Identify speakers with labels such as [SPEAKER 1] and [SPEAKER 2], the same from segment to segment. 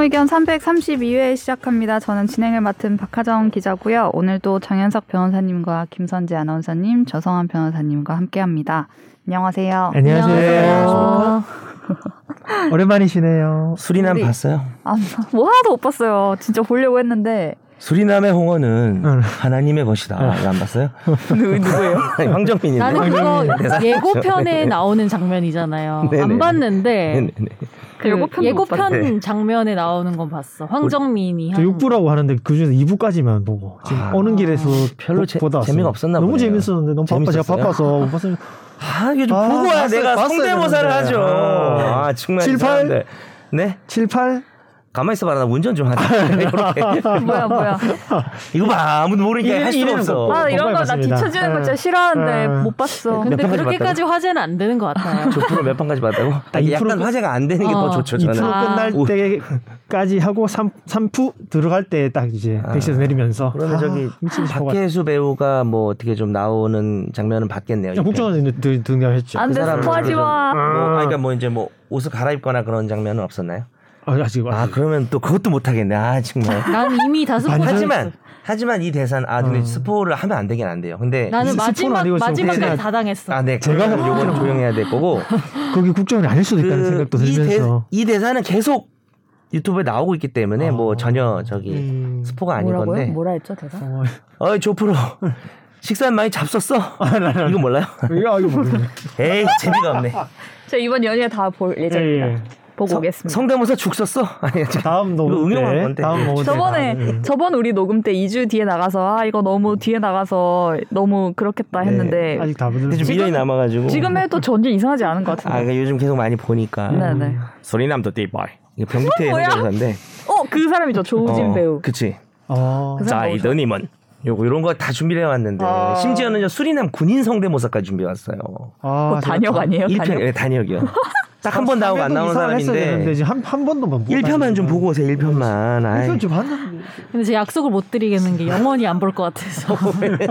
[SPEAKER 1] 의견 332회 시작합니다. 저는 진행을 맡은 박하정 기자고요. 오늘도 정현석 변호사님과 김선재 아나운서님, 저성한 변호사님과 함께합니다. 안녕하세요.
[SPEAKER 2] 안녕하세요. 오랜만이시네요.
[SPEAKER 3] 수리남
[SPEAKER 1] 우리-
[SPEAKER 3] 봤어요?
[SPEAKER 1] 아, 뭐 하나도 못 봤어요. 진짜 보려고 했는데
[SPEAKER 3] 수리남의 홍어는
[SPEAKER 2] 응.
[SPEAKER 3] 하나님의 것이다. 이거 안 봤어요?
[SPEAKER 1] 누- 누구예요?
[SPEAKER 3] 황정민인데.
[SPEAKER 4] 나는 그거
[SPEAKER 3] 대사-
[SPEAKER 4] 예고편에 나오는 장면이잖아요.
[SPEAKER 3] 네, 네네네.
[SPEAKER 4] 안 봤는데
[SPEAKER 3] 네네네.
[SPEAKER 4] 그
[SPEAKER 1] 예고편도 못
[SPEAKER 3] 봤네.
[SPEAKER 4] 예고편 장면에 나오는 건 봤어. 황정민이
[SPEAKER 2] 저
[SPEAKER 4] 하는
[SPEAKER 2] 6부라고 하는데 그 중에서 2부까지만 보고 지금
[SPEAKER 3] 아.
[SPEAKER 2] 오는 길에서
[SPEAKER 3] 별로
[SPEAKER 2] 보,
[SPEAKER 3] 재-
[SPEAKER 2] 보다 왔어요.
[SPEAKER 3] 재미가 없었나
[SPEAKER 2] 너무
[SPEAKER 3] 보네요.
[SPEAKER 2] 재밌었는데 너무 바빠 제가
[SPEAKER 3] 재밌었어요?
[SPEAKER 2] 바빠서 못 봤어요.
[SPEAKER 3] 아, 이게 좀
[SPEAKER 2] 아,
[SPEAKER 3] 보고 야
[SPEAKER 2] 봤어요,
[SPEAKER 3] 내가
[SPEAKER 2] 봤어야
[SPEAKER 3] 성대모사를
[SPEAKER 2] 되는데.
[SPEAKER 3] 하죠.
[SPEAKER 2] 아.
[SPEAKER 3] 아, 정말.
[SPEAKER 2] 78?
[SPEAKER 3] 이상한데. 네?
[SPEAKER 2] 7, 8
[SPEAKER 3] 가만히 있어봐라. 나 운전 좀 하자. 이렇게.
[SPEAKER 1] 뭐야, 뭐야.
[SPEAKER 3] 이거 봐. 아무도 모르니까
[SPEAKER 2] 이래-
[SPEAKER 3] 할 수가
[SPEAKER 2] 이래는
[SPEAKER 3] 없어.
[SPEAKER 2] 거.
[SPEAKER 1] 아, 이런 거 나
[SPEAKER 2] 반갑습니다.
[SPEAKER 1] 뒤쳐지는 거 진짜
[SPEAKER 2] 네.
[SPEAKER 1] 싫어하는데
[SPEAKER 2] 네.
[SPEAKER 1] 못 봤어.
[SPEAKER 3] 네.
[SPEAKER 4] 근데
[SPEAKER 3] 몇 편까지
[SPEAKER 4] 그렇게까지 화제는 안 되는 것 같아요.
[SPEAKER 3] 저 프로 몇 판까지 봤다고? 아,
[SPEAKER 2] 이 프로
[SPEAKER 3] 약간
[SPEAKER 2] 끝-
[SPEAKER 3] 화제가 안 되는 게 더
[SPEAKER 4] 어.
[SPEAKER 3] 좋죠,
[SPEAKER 2] 2%
[SPEAKER 3] 저는.
[SPEAKER 4] 아.
[SPEAKER 2] 끝날
[SPEAKER 3] 그렇죠. 우.
[SPEAKER 2] 때까지 하고 3, 삼부 들어갈 때 딱 이제
[SPEAKER 3] 아.
[SPEAKER 2] 택시에서 내리면서
[SPEAKER 3] 그러면
[SPEAKER 2] 아,
[SPEAKER 3] 저기
[SPEAKER 2] 미친 박
[SPEAKER 3] 박혜수 배우가 뭐 어떻게 좀 나오는 장면은 봤겠네요. 이 편에.
[SPEAKER 2] 국정원에 등장했죠.
[SPEAKER 1] 안 돼,
[SPEAKER 3] 그 사람은
[SPEAKER 1] 스포하지
[SPEAKER 3] 좀-
[SPEAKER 1] 마.
[SPEAKER 3] 뭐, 아, 그러니까 뭐 이제 뭐 옷을 갈아입거나 그런 장면은 없었나요?
[SPEAKER 2] 아, 아직
[SPEAKER 3] 아,
[SPEAKER 2] 아직.
[SPEAKER 3] 그러면 또 그것도 못하겠네. 아, 정말.
[SPEAKER 4] 난 이미 다섯 번
[SPEAKER 3] 아, 하지만 하지만 이 대사는 아
[SPEAKER 1] 어.
[SPEAKER 3] 근데 스포를 하면 안 되긴 안 돼요. 근데
[SPEAKER 4] 나는
[SPEAKER 2] 스폰
[SPEAKER 4] 마지막
[SPEAKER 2] 아니고 지금
[SPEAKER 4] 마지막까지
[SPEAKER 2] 그냥-
[SPEAKER 4] 다 당했어.
[SPEAKER 3] 아, 네.
[SPEAKER 2] 제가
[SPEAKER 3] 제가 요거는 조용해야 될 거고
[SPEAKER 2] 거기 국정원이 아닐 수도 있다는
[SPEAKER 3] 그
[SPEAKER 2] 생각도
[SPEAKER 3] 이, 대,
[SPEAKER 2] 들면서
[SPEAKER 3] 이 대사는 계속 유튜브에 나오고 있기 때문에 뭐 전혀 저기
[SPEAKER 2] 어. 음.
[SPEAKER 3] 스포가 아닌
[SPEAKER 1] 뭐라고요?
[SPEAKER 3] 건데.
[SPEAKER 1] 뭐라 했죠, 대사?
[SPEAKER 2] 어,
[SPEAKER 3] 어이 조프로 식사 많이 잡섰어.
[SPEAKER 2] 아,
[SPEAKER 3] 이거 몰라요?
[SPEAKER 2] 이거 이거 모르겠네.
[SPEAKER 3] 에이 재미가 없네.
[SPEAKER 1] 저 이번 연휴에 다 볼 예정입니다.
[SPEAKER 2] 예, 예.
[SPEAKER 1] 보고
[SPEAKER 3] 성-
[SPEAKER 1] 오겠습니다.
[SPEAKER 3] 성대모사 죽섰어. 아니 저-
[SPEAKER 2] 다음 녹음 때,
[SPEAKER 3] 응용한 건데.
[SPEAKER 2] 다음 녹음 때
[SPEAKER 1] 저번에
[SPEAKER 2] 다음, 예.
[SPEAKER 1] 저번 우리 녹음 때 2주 뒤에 나가서 아 이거 너무 뒤에 나가서 너무 그렇겠다 했는데
[SPEAKER 2] 네. 아직 다
[SPEAKER 3] 근데 좀
[SPEAKER 2] 들었지.
[SPEAKER 3] 미련이 남아가지고.
[SPEAKER 1] 지금 해도 전혀 이상하지 않은 것
[SPEAKER 3] 아
[SPEAKER 1] 같은데.
[SPEAKER 3] 그러니까 요즘 계속 많이 보니까.
[SPEAKER 1] 네네.
[SPEAKER 3] 소리남도 띠바이. 이거 병기태
[SPEAKER 1] 뭐야?
[SPEAKER 3] 성대모사인데.
[SPEAKER 1] 어그 사람이죠 조우진
[SPEAKER 3] 어,
[SPEAKER 1] 배우.
[SPEAKER 3] 그치.
[SPEAKER 2] 어.
[SPEAKER 1] 그
[SPEAKER 3] 자
[SPEAKER 1] 사람
[SPEAKER 3] 이더님은 요거 이런 거 다 준비해 왔는데
[SPEAKER 1] 아.
[SPEAKER 3] 심지어는 저 수리남 군인 성대모사까지 준비해 왔어요.
[SPEAKER 2] 아,
[SPEAKER 1] 뭐 단역 아니에요?
[SPEAKER 3] 일편
[SPEAKER 1] 단역.
[SPEAKER 3] 예, 단역이요. 딱 한 번 나오고 안 나오는
[SPEAKER 2] 데
[SPEAKER 3] 사람인데
[SPEAKER 2] 지금 한, 한 번도만
[SPEAKER 3] 일편만좀 보고 오세요. 일편만 아이.
[SPEAKER 2] 1편 좀 하는
[SPEAKER 4] 근데 제 약속을 못 드리겠는 게 영원히 안 볼 것
[SPEAKER 3] 어,
[SPEAKER 4] 같아서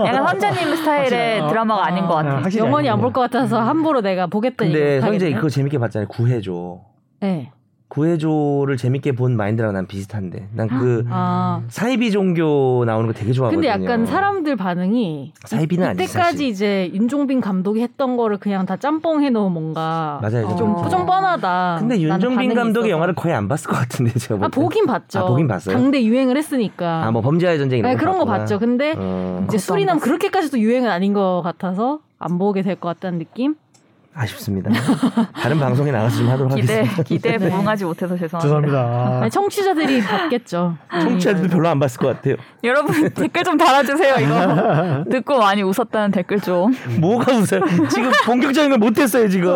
[SPEAKER 1] 약간 선재님 스타일의 드라마가 아닌 것 같아.
[SPEAKER 2] 아, 확실히
[SPEAKER 4] 영원히 안 볼
[SPEAKER 2] 아니네요.
[SPEAKER 4] 것 같아서 함부로 내가 보겠다
[SPEAKER 3] 근데
[SPEAKER 4] 얘기
[SPEAKER 3] 현재
[SPEAKER 4] 못하겠네요.
[SPEAKER 3] 그거 재밌게 봤잖아요. 구해줘.
[SPEAKER 4] 네.
[SPEAKER 3] 구해줘를 재밌게 본 마인드랑 난 비슷한데 난 그
[SPEAKER 4] 아
[SPEAKER 3] 사이비 종교 나오는 거 되게 좋아하거든요.
[SPEAKER 4] 근데 약간 사람들 반응이
[SPEAKER 3] 사이비는 아니지.
[SPEAKER 4] 이때까지
[SPEAKER 3] 사실.
[SPEAKER 4] 이제 윤종빈 감독이 했던 거를 그냥 다 짬뽕 해놓은 뭔가
[SPEAKER 1] 어.
[SPEAKER 3] 맞아요. 이제
[SPEAKER 4] 좀,
[SPEAKER 3] 좀
[SPEAKER 4] 좀 뻔하다.
[SPEAKER 3] 근데
[SPEAKER 4] 라는
[SPEAKER 3] 윤종빈
[SPEAKER 4] 반응이
[SPEAKER 3] 감독의
[SPEAKER 4] 있어서.
[SPEAKER 3] 영화를 거의 안 봤을 것 같은데 제가 볼
[SPEAKER 4] 아
[SPEAKER 3] 때.
[SPEAKER 4] 보긴 봤죠.
[SPEAKER 3] 아, 보긴 봤어요?
[SPEAKER 4] 당대 유행을 했으니까.
[SPEAKER 3] 아, 뭐 범죄와의 전쟁 이런
[SPEAKER 4] 네,
[SPEAKER 3] 거
[SPEAKER 4] 그런 거
[SPEAKER 3] 봤구나.
[SPEAKER 4] 봤죠. 근데
[SPEAKER 3] 어,
[SPEAKER 1] 그것도
[SPEAKER 4] 이제
[SPEAKER 1] 안
[SPEAKER 4] 수리남 그렇게까지도 유행은 아닌 것 같아서 안 보게 될 것 같다는 느낌.
[SPEAKER 3] 아쉽습니다. 다른 방송에 나가서 좀 하도록
[SPEAKER 1] 기대
[SPEAKER 3] 하겠습니다.
[SPEAKER 1] 기대에 부응하지 못해서 죄송합니다.
[SPEAKER 2] 죄송합니다.
[SPEAKER 4] 아니,
[SPEAKER 2] 아,
[SPEAKER 4] 청취자들이 봤겠죠.
[SPEAKER 3] 청취자들도 별로 안 봤을 것 같아요.
[SPEAKER 1] 여러분 댓글 좀 달아주세요 이거 듣고 많이 웃었다는 댓글 좀.
[SPEAKER 3] 뭐가 웃어요? 지금 본격적인 걸 못했어요 지금.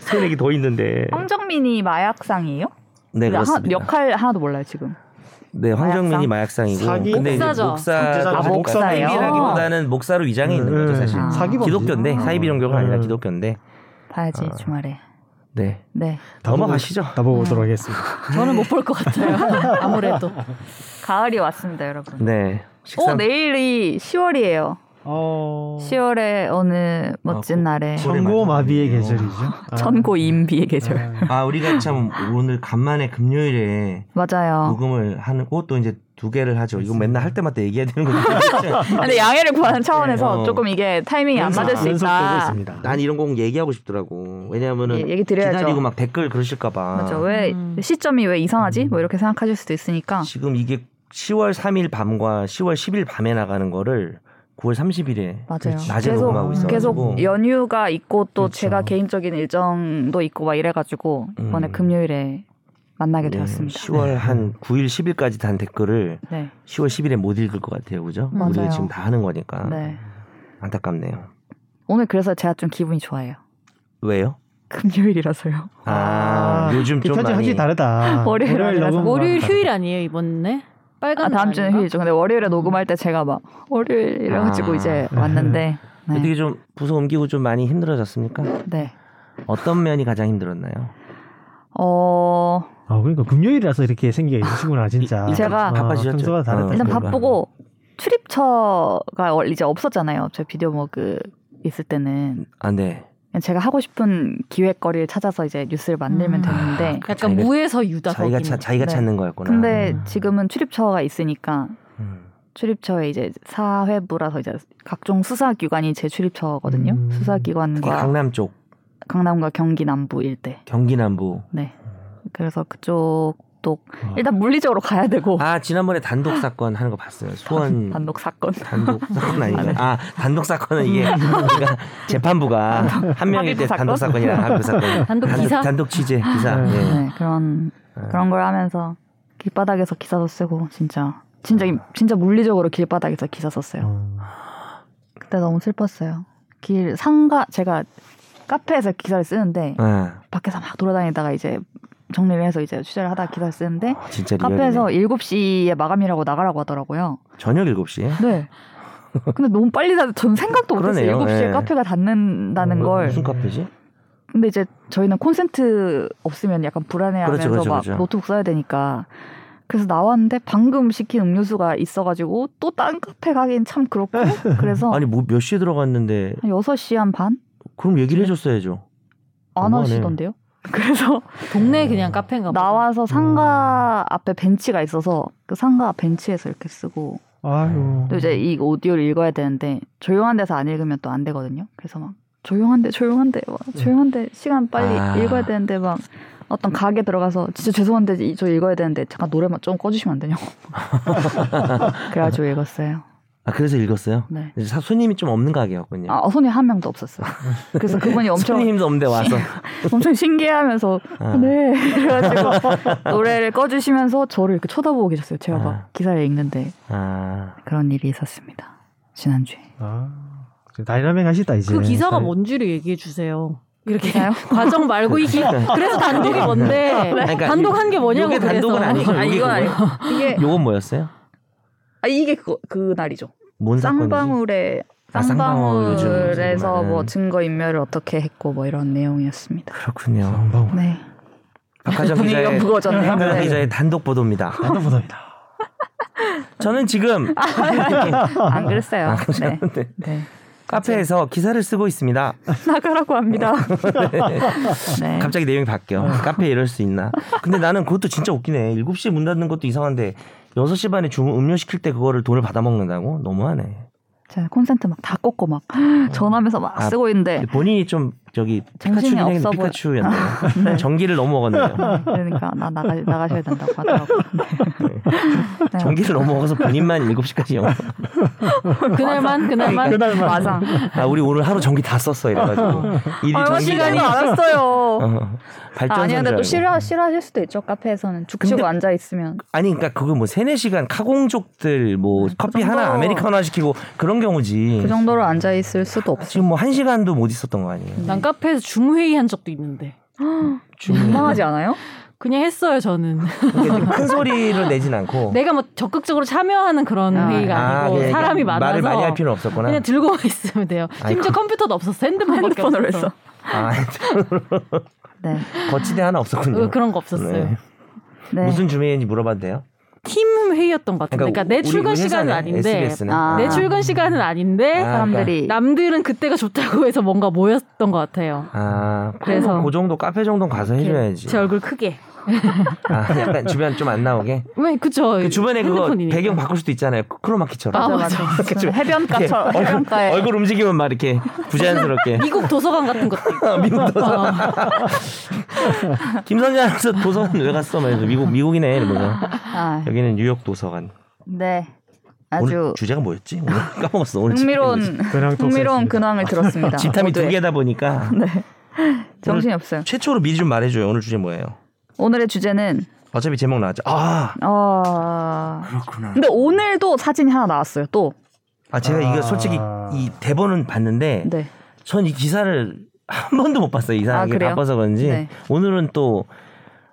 [SPEAKER 3] 소얘기더 있는데.
[SPEAKER 1] 황정민이 마약상이에요?
[SPEAKER 4] 아,
[SPEAKER 3] 네
[SPEAKER 1] 나 하-
[SPEAKER 3] 그렇습니다.
[SPEAKER 1] 역할 하나도 몰라요 지금.
[SPEAKER 3] 네 황정민이 마약상이고
[SPEAKER 2] 사기?
[SPEAKER 3] 이제
[SPEAKER 4] 목사죠.
[SPEAKER 3] 목사
[SPEAKER 1] 아, 목사예요?
[SPEAKER 3] 사기라기보다는 목사로 위장해 있는 거죠 사실.
[SPEAKER 1] 아.
[SPEAKER 2] 네. 사기
[SPEAKER 3] 기독교인데 음, 사이비 종교가 아니라 네.
[SPEAKER 2] 음.
[SPEAKER 3] 기독교인데.
[SPEAKER 1] 봐야지 주말에.
[SPEAKER 3] 네
[SPEAKER 1] 네.
[SPEAKER 3] 넘어가시죠.
[SPEAKER 2] 다 보고 오도록 하겠습니다.
[SPEAKER 4] 저는 못 볼 것 네, 같아요. 아무래도.
[SPEAKER 1] 가을이 왔습니다 여러분.
[SPEAKER 3] 네.
[SPEAKER 4] 어,
[SPEAKER 1] 오
[SPEAKER 3] 식사
[SPEAKER 1] 어, 내일이 10월이에요.
[SPEAKER 2] 어.
[SPEAKER 1] 10월의 어느 멋진
[SPEAKER 3] 아, 고-
[SPEAKER 1] 날에
[SPEAKER 3] 고-
[SPEAKER 2] 청고 네. 마비의 계절이죠. 아.
[SPEAKER 1] 전고 임비의 계절.
[SPEAKER 3] 아 우리가 참 오늘 간만에 금요일에 어.
[SPEAKER 1] 맞아요.
[SPEAKER 3] 녹음을 하고 또 이제 두 개를 하죠. 이거 맨날 할 때마다 얘기해야 되는 거죠.
[SPEAKER 1] 아, 근데 양해를 구하는 차원에서
[SPEAKER 3] 어.
[SPEAKER 1] 조금 이게 타이밍이 안
[SPEAKER 2] 연습-
[SPEAKER 1] 맞을 수
[SPEAKER 2] 연습되고
[SPEAKER 1] 있다.
[SPEAKER 2] 있습니다.
[SPEAKER 3] 난 이런 거 얘기하고 싶더라고. 왜냐하면은
[SPEAKER 1] 예, 얘기 드려야죠.
[SPEAKER 3] 기다리고 막 댓글 그러실까봐.
[SPEAKER 1] 맞죠. 왜
[SPEAKER 4] 음.
[SPEAKER 1] 시점이 왜 이상하지? 뭐 이렇게 생각하실 수도 있으니까.
[SPEAKER 3] 지금 이게 10월 3일 밤과 10월 10일 밤에 나가는 거를 9월 30일에
[SPEAKER 1] 맞아요.
[SPEAKER 3] 낮에
[SPEAKER 1] 계속-
[SPEAKER 3] 녹음하고 있어.
[SPEAKER 1] 계속 연휴가 있고 또
[SPEAKER 2] 그렇죠.
[SPEAKER 1] 제가 개인적인 일정도 있고 막 이래가지고 이번에
[SPEAKER 3] 음. 네,
[SPEAKER 1] 금요일에 만나게 되었습니다.
[SPEAKER 3] 10월 예, 한 9일 10일까지 단 댓글을
[SPEAKER 1] 네,
[SPEAKER 3] 10월 10일에 못 읽을 것 같아요, 그죠?
[SPEAKER 1] 맞아요.
[SPEAKER 3] 우리가 지금 다 하는 거니까
[SPEAKER 1] 네.
[SPEAKER 3] 안타깝네요.
[SPEAKER 1] 오늘 그래서 제가 좀 기분이 좋아요.
[SPEAKER 3] 왜요?
[SPEAKER 1] 금요일이라서요.
[SPEAKER 3] 아, 요즘 좀
[SPEAKER 2] 편집
[SPEAKER 3] 많이
[SPEAKER 2] 확실히 다르다.
[SPEAKER 1] 월요일 아니라서.
[SPEAKER 2] 녹음과-
[SPEAKER 4] 월요일 휴일 아니에요 이번에?
[SPEAKER 1] 아,
[SPEAKER 4] 빨간
[SPEAKER 1] 다음
[SPEAKER 4] 날
[SPEAKER 1] 주는
[SPEAKER 4] 아닌가?
[SPEAKER 1] 휴일이죠. 근데 월요일에 녹음할 때 제가 막 월요일이라가지고
[SPEAKER 3] 아.
[SPEAKER 1] 이제 왔는데. 네.
[SPEAKER 3] 어떻게 좀 부서 옮기고 좀 많이 힘들어졌습니까?
[SPEAKER 1] 네.
[SPEAKER 3] 어떤 면이 가장 힘들었나요?
[SPEAKER 1] 어
[SPEAKER 2] 아, 그러니까 금요일이라서 이렇게 생기가 있으시구나, 진짜.
[SPEAKER 3] 이-
[SPEAKER 1] 제가-
[SPEAKER 2] 아,
[SPEAKER 3] 바빠지셨죠?
[SPEAKER 2] 평소와 다르다. 아,
[SPEAKER 3] 어.
[SPEAKER 1] 일단
[SPEAKER 3] 그런가?
[SPEAKER 1] 바쁘고 출입처가 원- 이제 없었잖아요. 제 비디오 머그 있을 때는
[SPEAKER 3] 아, 네.
[SPEAKER 1] 제가 하고 싶은 기획거리를 찾아서 이제 뉴스를 만들면
[SPEAKER 4] 음.
[SPEAKER 1] 되는데
[SPEAKER 3] 아,
[SPEAKER 4] 약간
[SPEAKER 3] 자기가-
[SPEAKER 4] 무에서 유다
[SPEAKER 3] 자기가
[SPEAKER 4] 거기는.
[SPEAKER 3] 차, 자기가
[SPEAKER 1] 네.
[SPEAKER 3] 찾는 거였구나.
[SPEAKER 1] 근데
[SPEAKER 4] 음.
[SPEAKER 1] 지금은 출입처가 있으니까
[SPEAKER 3] 음.
[SPEAKER 1] 출입처에 이제 사회부라서 이제 각종 수사기관이 제 출입처거든요.
[SPEAKER 2] 음.
[SPEAKER 3] 특히
[SPEAKER 1] 수사기관과
[SPEAKER 3] 강남 쪽,
[SPEAKER 1] 강남과 경기 남부 일대.
[SPEAKER 3] 경기 남부.
[SPEAKER 1] 네. 그래서 그쪽도
[SPEAKER 2] 아.
[SPEAKER 1] 일단 물리적으로 가야 되고
[SPEAKER 3] 아 지난번에 단독 사건 하는 거 봤어요. 수원
[SPEAKER 1] 단독 사건.
[SPEAKER 3] 단독 사건 아닌가?
[SPEAKER 1] 아, 네.
[SPEAKER 3] 아 단독 사건은 이게 그러니까 재판부가 한 명일 때
[SPEAKER 1] 합의부
[SPEAKER 3] 단독 그
[SPEAKER 1] 사건?
[SPEAKER 3] 사건이랑 합의 사건,
[SPEAKER 4] 단독 기사?
[SPEAKER 3] 단독 취재 기사.
[SPEAKER 2] 네.
[SPEAKER 3] 예.
[SPEAKER 1] 네, 그런 그런 걸 하면서 길바닥에서 기사도 쓰고 진짜 진짜 진짜 물리적으로 길바닥에서 기사 썼어요. 그때 너무 슬펐어요. 길 상가 제가 카페에서 기사를 쓰는데
[SPEAKER 3] 예. 아,
[SPEAKER 1] 밖에서 막 돌아다니다가 이제 정리를 해서 이제 취재를 하다 기사를 쓰는데
[SPEAKER 3] 진짜 아, 리얼이네.
[SPEAKER 1] 카페에서 7시에 마감이라고 나가라고 하더라고요.
[SPEAKER 3] 저녁 7시에
[SPEAKER 1] 네. 근데 너무 빨리 다, 전 생각도 못했어요.
[SPEAKER 3] 그러네요.
[SPEAKER 1] 7시에
[SPEAKER 3] 예.
[SPEAKER 1] 카페가 닫는다는
[SPEAKER 2] 음,
[SPEAKER 1] 걸.
[SPEAKER 3] 뭐, 무슨 카페지?
[SPEAKER 1] 근데 이제 저희는 콘센트 없으면 약간 불안해하면서
[SPEAKER 3] 그렇죠, 그렇죠,
[SPEAKER 1] 막
[SPEAKER 3] 그렇죠.
[SPEAKER 1] 노트북 써야 되니까 그래서 나왔는데 방금 시킨 음료수가 있어가지고 또 딴 카페 가긴 참 그렇고 그래서
[SPEAKER 3] 아니 뭐 몇 시에 들어갔는데
[SPEAKER 1] 한 6시 한 반?
[SPEAKER 3] 그럼
[SPEAKER 1] 네.
[SPEAKER 3] 얘기를 해줬어야죠.
[SPEAKER 1] 안
[SPEAKER 3] 너무하네.
[SPEAKER 1] 하시던데요? 그래서
[SPEAKER 4] 동네 그냥 카페인가 보다.
[SPEAKER 1] 나와서 상가
[SPEAKER 3] 음.
[SPEAKER 1] 앞에 벤치가 있어서 그 상가 벤치에서 이렇게 쓰고
[SPEAKER 2] 아유.
[SPEAKER 1] 또 이제 이 오디오를 읽어야 되는데 조용한 데서 안 읽으면 또 안 되거든요. 그래서 막 조용한데 조용한데 막 조용한데 시간 빨리
[SPEAKER 3] 네. 아.
[SPEAKER 1] 읽어야 되는데 막 어떤 가게 들어가서 진짜 죄송한데 이- 저 읽어야 되는데 잠깐 노래만 좀 꺼주시면 안 되냐고. 그래가지고 읽었어요.
[SPEAKER 3] 아 그래서 읽었어요.
[SPEAKER 1] 네.
[SPEAKER 3] 이제 사- 손님이 좀 없는 가게였군요.
[SPEAKER 1] 아 손이 한 명도 없었어요. 그래서 그분이 엄청
[SPEAKER 3] 네. 손님도 없는데 와서
[SPEAKER 1] 엄청 신기해하면서
[SPEAKER 3] 아.
[SPEAKER 1] 네 그래가지고 노래를 꺼주시면서 저를 이렇게 쳐다보고 계셨어요. 제가
[SPEAKER 3] 아.
[SPEAKER 1] 막 기사를 읽는데
[SPEAKER 3] 아
[SPEAKER 1] 그런 일이 있었습니다. 지난주에.
[SPEAKER 2] 아, 이제 다이나믹하시다 이제.
[SPEAKER 3] 네,
[SPEAKER 4] 그 기사가
[SPEAKER 2] 다이-
[SPEAKER 4] 뭔지를 얘기해 주세요. 이렇게
[SPEAKER 1] 기사요?
[SPEAKER 4] 과정 말고 이기 그래서 단독이 뭔데
[SPEAKER 3] 그러니까
[SPEAKER 4] 단독 한 게 뭐냐고
[SPEAKER 3] 요게
[SPEAKER 4] 그래서
[SPEAKER 3] 단독은 아니고
[SPEAKER 1] 아니, 이건
[SPEAKER 3] 요게 뭐예요?
[SPEAKER 1] 이게
[SPEAKER 3] 요건 뭐였어요?
[SPEAKER 1] 아 이게 그, 그 날이죠.
[SPEAKER 3] 뭔 사건이지?
[SPEAKER 1] 쌍방울에
[SPEAKER 3] 아, 쌍방울 요즘 네.
[SPEAKER 1] 쌍방울에서
[SPEAKER 3] 요즘에는.
[SPEAKER 1] 뭐 증거 인멸을 어떻게 했고 뭐 이런 내용이었습니다.
[SPEAKER 3] 그렇군요.
[SPEAKER 2] 어,
[SPEAKER 4] 어?
[SPEAKER 2] 방방.
[SPEAKER 1] 네.
[SPEAKER 3] 박하정
[SPEAKER 1] 분위기가
[SPEAKER 3] 기자의
[SPEAKER 1] 무거워졌네요.
[SPEAKER 3] 박하정
[SPEAKER 1] 네.
[SPEAKER 3] 기자의 단독 보도입니다.
[SPEAKER 2] 나도 보답니다.
[SPEAKER 3] 저는 지금
[SPEAKER 1] 안 그랬어요. 아, 네.
[SPEAKER 3] 네.
[SPEAKER 1] 네.
[SPEAKER 3] 카페에서 기사를 쓰고 있습니다.
[SPEAKER 1] 나가라고 합니다. 네.
[SPEAKER 3] 아, 갑자기 내용이 바뀌어. 카페 이럴 수 있나? 근데 나는 그것도 진짜 웃기네. 7시에 문 닫는 것도 이상한데 6시 반에 주문 음료 시킬 때 그거를 돈을 받아 먹는다고? 너무하네.
[SPEAKER 1] 제가 콘센트 막 다 꽂고 막 전화하면서 막
[SPEAKER 3] 아,
[SPEAKER 1] 쓰고 있는데
[SPEAKER 3] 본인이 좀 저기
[SPEAKER 1] 네. 정신이
[SPEAKER 3] 피카츄긴 했는데
[SPEAKER 1] 없어 보여.
[SPEAKER 3] 피카츄였네요. 전기를 너무 먹었네요.
[SPEAKER 1] 네, 그러니까 나 나가 나가셔야 된다고 하더라고. 네. 네.
[SPEAKER 3] 전기를 너무 먹어서 본인만 7시까지 영업.
[SPEAKER 4] 그날만 그날만
[SPEAKER 2] 그날만.
[SPEAKER 1] 마상.
[SPEAKER 3] 아, 우리 오늘 하루 전기 다 썼어
[SPEAKER 4] 아,
[SPEAKER 3] 이래가지고. 일이
[SPEAKER 1] 얼마 시간이 알았어요.
[SPEAKER 3] 어, 발전선
[SPEAKER 1] 아니 근데 또
[SPEAKER 3] 줄
[SPEAKER 1] 싫어
[SPEAKER 3] 알고.
[SPEAKER 1] 싫어하실 수도 있죠. 카페에서는 죽치고
[SPEAKER 3] 근데-
[SPEAKER 1] 앉아 있으면.
[SPEAKER 3] 아니 그러니까 그거 뭐 세네 시간 카공족들 뭐
[SPEAKER 4] 네,
[SPEAKER 1] 그
[SPEAKER 3] 커피
[SPEAKER 1] 정도.
[SPEAKER 3] 하나 아메리카노 시키고 그런 경우지.
[SPEAKER 1] 그 정도로 앉아 있을 수도 없죠.
[SPEAKER 3] 지금 뭐 한 시간도 못 있었던 거 아니에요?
[SPEAKER 4] 난 카페에서 줌 회의 한 적도 있는데
[SPEAKER 1] 민망하지 않아요?
[SPEAKER 4] 그냥 했어요 저는
[SPEAKER 3] 그러니까 좀큰 소리를 내진 않고
[SPEAKER 4] 내가 뭐 적극적으로 참여하는 그런
[SPEAKER 1] 아,
[SPEAKER 4] 회의가 아니고
[SPEAKER 3] 그냥
[SPEAKER 4] 사람이
[SPEAKER 3] 예, 말을 많이 할
[SPEAKER 4] 많아서
[SPEAKER 3] 필요는 없었구나.
[SPEAKER 4] 그냥 들고만 있으면 돼요.
[SPEAKER 3] 아이,
[SPEAKER 4] 심지어 컴퓨터도 없었어 핸드폰밖에
[SPEAKER 1] 핸드폰으로
[SPEAKER 4] 없었어.
[SPEAKER 3] 아,
[SPEAKER 1] 네.
[SPEAKER 3] 거치대 하나
[SPEAKER 4] 어,
[SPEAKER 3] 없었군요.
[SPEAKER 4] 그런 거 없었어요.
[SPEAKER 3] 네.
[SPEAKER 1] 네.
[SPEAKER 3] 무슨 주민인지 물어봐도 돼요?
[SPEAKER 4] 팀 회의였던 것 같은데, 그러니까, 내
[SPEAKER 3] 우리
[SPEAKER 4] 출근
[SPEAKER 3] 우리
[SPEAKER 4] 시간은
[SPEAKER 3] 회사네,
[SPEAKER 4] 아닌데,
[SPEAKER 3] SBS네.
[SPEAKER 1] 아.
[SPEAKER 4] 내 출근 시간은 아닌데 그러니까
[SPEAKER 3] 아,
[SPEAKER 1] 사람들이
[SPEAKER 4] 남들은 그때가 좋다고 해서 뭔가 모였던 것 같아요.
[SPEAKER 3] 아, 그래서
[SPEAKER 4] 그래서.
[SPEAKER 3] 그 정도 카페 정도 가서 해줘야지.
[SPEAKER 4] 제 얼굴 크게.
[SPEAKER 3] 아, 약간 주변 좀 안 나오게.
[SPEAKER 4] 왜 그쵸?
[SPEAKER 3] 그 주변에 그거
[SPEAKER 4] 핸드폰이니까.
[SPEAKER 3] 배경 바꿀 수도 있잖아요. 그 크로마키처럼.
[SPEAKER 1] 맞아
[SPEAKER 4] 아,
[SPEAKER 1] 맞아.
[SPEAKER 3] 이렇게 좀 이렇게
[SPEAKER 1] 해변가처럼 해변가에
[SPEAKER 3] 얼굴 움직이면 막 이렇게 부자연스럽게.
[SPEAKER 4] 미국 도서관 같은 것도. 있고.
[SPEAKER 3] 미국 도서관. 김선재 아나운서 도서관 왜 갔어? 막 이러면서 미국 미국이네 이러면서
[SPEAKER 1] 아,
[SPEAKER 3] 여기는 뉴욕 도서관.
[SPEAKER 1] 네.
[SPEAKER 3] 오늘
[SPEAKER 1] 아주
[SPEAKER 3] 주제가 뭐였지? 오늘 까먹었어. 오늘
[SPEAKER 1] 흥미로운
[SPEAKER 2] 그냥 독서했습니다.
[SPEAKER 1] 흥미로운 근황을 들었습니다.
[SPEAKER 3] 집탐이 두
[SPEAKER 1] 모두의. 네.
[SPEAKER 3] 개다 보니까
[SPEAKER 1] 정신이 없어요.
[SPEAKER 3] 최초로 미리 좀 말해줘요. 오늘 주제 뭐예요?
[SPEAKER 1] 오늘의 주제는
[SPEAKER 3] 어차피 제목 나왔죠. 아
[SPEAKER 1] 어.
[SPEAKER 3] 그렇구나.
[SPEAKER 1] 근데 오늘도 사진이 하나 나왔어요. 또.
[SPEAKER 3] 아 제가 이거
[SPEAKER 2] 아.
[SPEAKER 3] 솔직히 이 대본은 봤는데
[SPEAKER 1] 네.
[SPEAKER 3] 전 이 기사를 한 번도 못 봤어요.
[SPEAKER 1] 아,
[SPEAKER 3] 이상하게
[SPEAKER 1] 그래요?
[SPEAKER 3] 바빠서 그런지
[SPEAKER 1] 네. 그러니까
[SPEAKER 3] 오늘은 또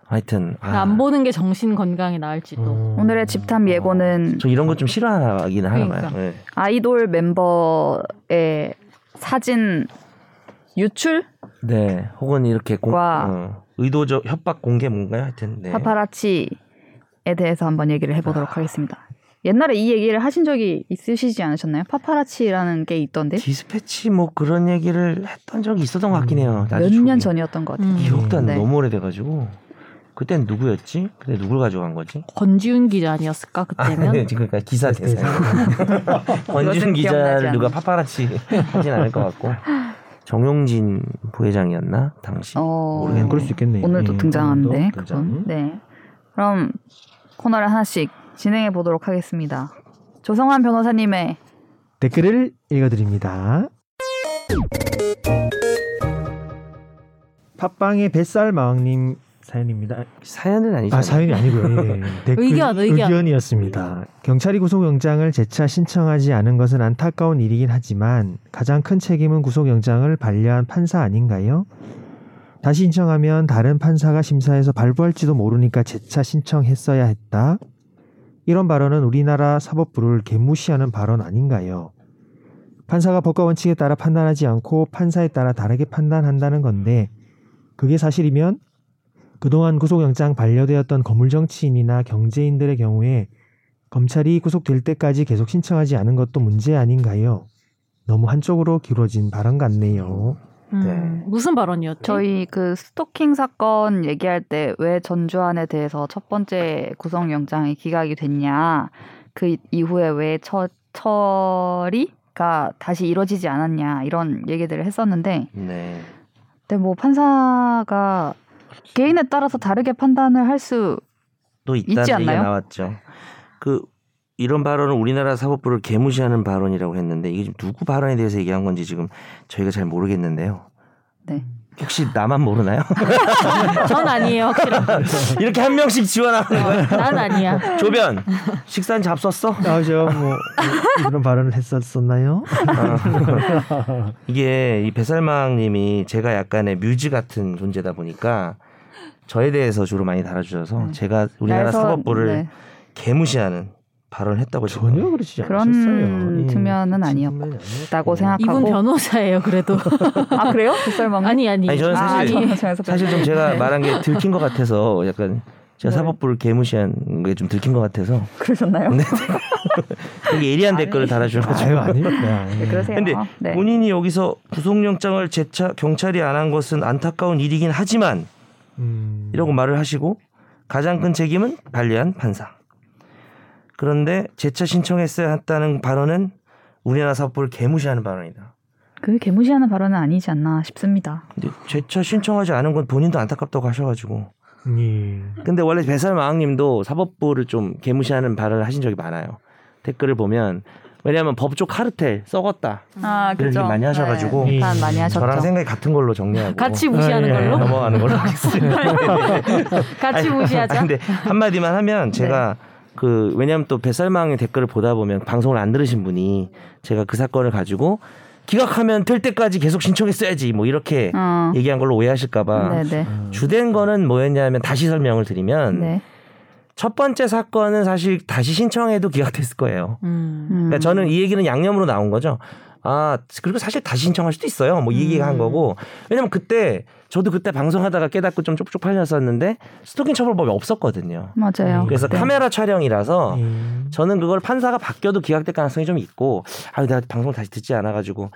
[SPEAKER 3] 하여튼 아,
[SPEAKER 4] 그러니까 안 보는 게 정신 건강에 나을지도.
[SPEAKER 2] 음.
[SPEAKER 1] 오늘의 집탐 예고는
[SPEAKER 3] 저 이런 거 좀 싫어하긴 하나 봐요.
[SPEAKER 4] 그러니까.
[SPEAKER 3] 네.
[SPEAKER 1] 아이돌 멤버의 사진 유출
[SPEAKER 3] 네, 혹은 이렇게 공,
[SPEAKER 1] 와.
[SPEAKER 3] 어, 의도적 협박 공개 뭔가요? 하여튼 네.
[SPEAKER 1] 파파라치에 대해서 한번 얘기를 해보도록 하겠습니다. 옛날에 이 얘기를 하신 적이 있으시지 않으셨나요? 파파라치라는 게 있던데
[SPEAKER 3] 디스패치 뭐 그런 얘기를 했던 적이 있었던 것 같긴 해요. 나도
[SPEAKER 1] 몇 년
[SPEAKER 3] 저기
[SPEAKER 1] 전이었던 것 같아요.
[SPEAKER 4] 음.
[SPEAKER 3] 기억도 안 나.
[SPEAKER 1] 네.
[SPEAKER 3] 너무 오래돼가지고 그땐 누구였지? 그때 누굴 가져간 거지?
[SPEAKER 4] 권지훈 기자 아니었을까
[SPEAKER 3] 아,
[SPEAKER 4] 그때면?
[SPEAKER 3] 네, 지금 그러니까 기사 대상. 권준
[SPEAKER 1] 그것은 기억나지
[SPEAKER 3] 기자를 누가
[SPEAKER 1] 않아.
[SPEAKER 3] 파파라치 하진 않을 것 같고 정용진 부회장이었나 당시
[SPEAKER 1] 어.
[SPEAKER 3] 모르겠네.
[SPEAKER 2] 그럴 수 있겠네요.
[SPEAKER 1] 오늘도
[SPEAKER 2] 예,
[SPEAKER 1] 등장하는데
[SPEAKER 2] 오늘도
[SPEAKER 1] 그분.
[SPEAKER 2] 등장.
[SPEAKER 1] 네. 그럼 코너를 하나씩 진행해 보도록 하겠습니다. 조성환 변호사님의
[SPEAKER 2] 댓글을 읽어드립니다. 팟빵의 뱃살 마왕님 사연입니다.
[SPEAKER 3] 사연은 아니죠.
[SPEAKER 2] 아 사연이 아니고요. 예. 댓글
[SPEAKER 4] 의견, 의견.
[SPEAKER 2] 이었습니다 경찰이 구속영장을 재차 신청하지 않은 것은 안타까운 일이긴 하지만 가장 큰 책임은 구속영장을 반려한 판사 아닌가요? 다시 신청하면 다른 판사가 심사해서 발부할지도 모르니까 재차 신청했어야 했다. 이런 발언은 우리나라 사법부를 개무시하는 발언 아닌가요? 판사가 법과 원칙에 따라 판단하지 않고 판사에 따라 다르게 판단한다는 건데 그게 사실이면 그동안 구속영장 반려되었던 거물정치인이나 경제인들의 경우에 검찰이 구속될 때까지 계속 신청하지 않은 것도 문제 아닌가요? 너무 한쪽으로 기울어진 발언 같네요.
[SPEAKER 4] 음, 무슨 발언이었죠?
[SPEAKER 3] 네.
[SPEAKER 1] 저희 그 스토킹 사건 얘기할 때 왜 전주환에 대해서 첫 번째 구속영장이 기각이 됐냐 그 이후에 왜 처, 처리가 다시 이뤄지지 않았냐 이런 얘기들을 했었는데
[SPEAKER 3] 네.
[SPEAKER 1] 근데 뭐 판사가 개인에 따라서 다르게 판단을 할 수
[SPEAKER 3] 또 있다는
[SPEAKER 1] 있지
[SPEAKER 3] 얘기가
[SPEAKER 1] 않나요?
[SPEAKER 3] 나왔죠. 그 이런 발언은 우리나라 사법부를 개무시하는 발언이라고 했는데 이게 지금 누구 발언에 대해서 얘기한 건지 지금 저희가 잘 모르겠는데요.
[SPEAKER 1] 네.
[SPEAKER 3] 혹시 나만 모르나요?
[SPEAKER 4] 전 아니에요 확실한.
[SPEAKER 3] 이렇게 한 명씩 지원하는
[SPEAKER 4] 난 아니야.
[SPEAKER 3] 조변 식사는 잡섰어?
[SPEAKER 2] 나저 뭐 이런 발언을 했었었나요?
[SPEAKER 3] 아, 이게 이 뱃살망님이 제가 약간의 뮤즈 같은 존재다 보니까 저에 대해서 주로 많이 달아주셔서
[SPEAKER 1] 음.
[SPEAKER 3] 제가 우리나라
[SPEAKER 1] 나에서-
[SPEAKER 3] 사법부를
[SPEAKER 1] 네.
[SPEAKER 3] 개무시하는 발언을 했다고 제가
[SPEAKER 2] 전혀 그러지
[SPEAKER 1] 그런
[SPEAKER 2] 않으셨어요. 예. 뭐,
[SPEAKER 1] 측면은 아니었고. 라고 생각하고
[SPEAKER 4] 이분 변호사예요 그래도.
[SPEAKER 1] 아 그래요? 뱃살망
[SPEAKER 4] 아니 아니.
[SPEAKER 3] 아니, 저는 사실-
[SPEAKER 1] 아, 아니,
[SPEAKER 3] 사실 좀 제가 말한 게 들킨 것 같아서 약간 제가
[SPEAKER 1] 네.
[SPEAKER 3] 사법부를 개무시한 게 좀 들킨 것 같아서
[SPEAKER 1] 그러셨나요?
[SPEAKER 3] 네. 되게 예리한 댓글을 달아주셔가지고
[SPEAKER 2] 아유 아닙니다.
[SPEAKER 1] 네, 그러세요.
[SPEAKER 3] 근데
[SPEAKER 1] 네.
[SPEAKER 3] 본인이 여기서 구속영장을 재차 경찰이 안 한 것은 안타까운 일이긴 하지만
[SPEAKER 2] 음,
[SPEAKER 3] 이라고 말을 하시고 가장 큰 책임은 반려한 판사. 그런데 재차 신청했어야 했다는 발언은 우리나라 사법부를 개무시하는 발언이다.
[SPEAKER 1] 그 개무시하는 발언은 아니지 않나 싶습니다.
[SPEAKER 3] 근데 재차 신청하지 않은 건 본인도 안타깝다고 하셔가지고.
[SPEAKER 2] 예.
[SPEAKER 3] 근데 원래 배설마왕님도 사법부를 좀 개무시하는 발언을 하신 적이 많아요. 댓글을 보면 왜냐하면 법조 카르텔 썩었다.
[SPEAKER 1] 아
[SPEAKER 3] 음. 그런 얘기 많이 하셔가지고.
[SPEAKER 1] 네, 비판 많이 하셨죠.
[SPEAKER 3] 저랑 생각이 같은 걸로 정리하고
[SPEAKER 4] 같이 무시하는
[SPEAKER 2] 아, 예.
[SPEAKER 4] 걸로?
[SPEAKER 3] 넘어가는 걸로 하겠습니다.
[SPEAKER 4] 같이
[SPEAKER 3] 네.
[SPEAKER 4] 네.
[SPEAKER 3] 아니,
[SPEAKER 4] 무시하자.
[SPEAKER 3] 아니, 근데 한마디만 하면 제가 그 왜냐하면 또 뱃살망의 댓글을 보다 보면 방송을 안 들으신 분이 제가 그 사건을 가지고 기각하면 될 때까지 계속 신청했어야지 뭐 이렇게
[SPEAKER 1] 어.
[SPEAKER 3] 얘기한 걸로 오해하실까봐
[SPEAKER 1] 네네.
[SPEAKER 3] 주된 거는 뭐였냐면 다시 설명을 드리면
[SPEAKER 1] 네.
[SPEAKER 3] 첫 번째 사건은 사실 다시 신청해도 기각됐을 거예요.
[SPEAKER 4] 음.
[SPEAKER 1] 음.
[SPEAKER 3] 그러니까 저는 이 얘기는 양념으로 나온 거죠. 아 그리고 사실 다시 신청할 수도 있어요. 뭐 이 얘기가 한
[SPEAKER 4] 음.
[SPEAKER 3] 거고 왜냐면 그때 저도 그때 방송하다가 깨닫고 좀 쪽쪽 팔렸었는데 스토킹 처벌법이 없었거든요.
[SPEAKER 1] 맞아요.
[SPEAKER 3] 그래서
[SPEAKER 1] 네.
[SPEAKER 3] 카메라 촬영이라서
[SPEAKER 2] 예.
[SPEAKER 3] 저는 그걸 판사가 바뀌어도 기각될 가능성이 좀 있고 아 내가 방송을 다시 듣지 않아가지고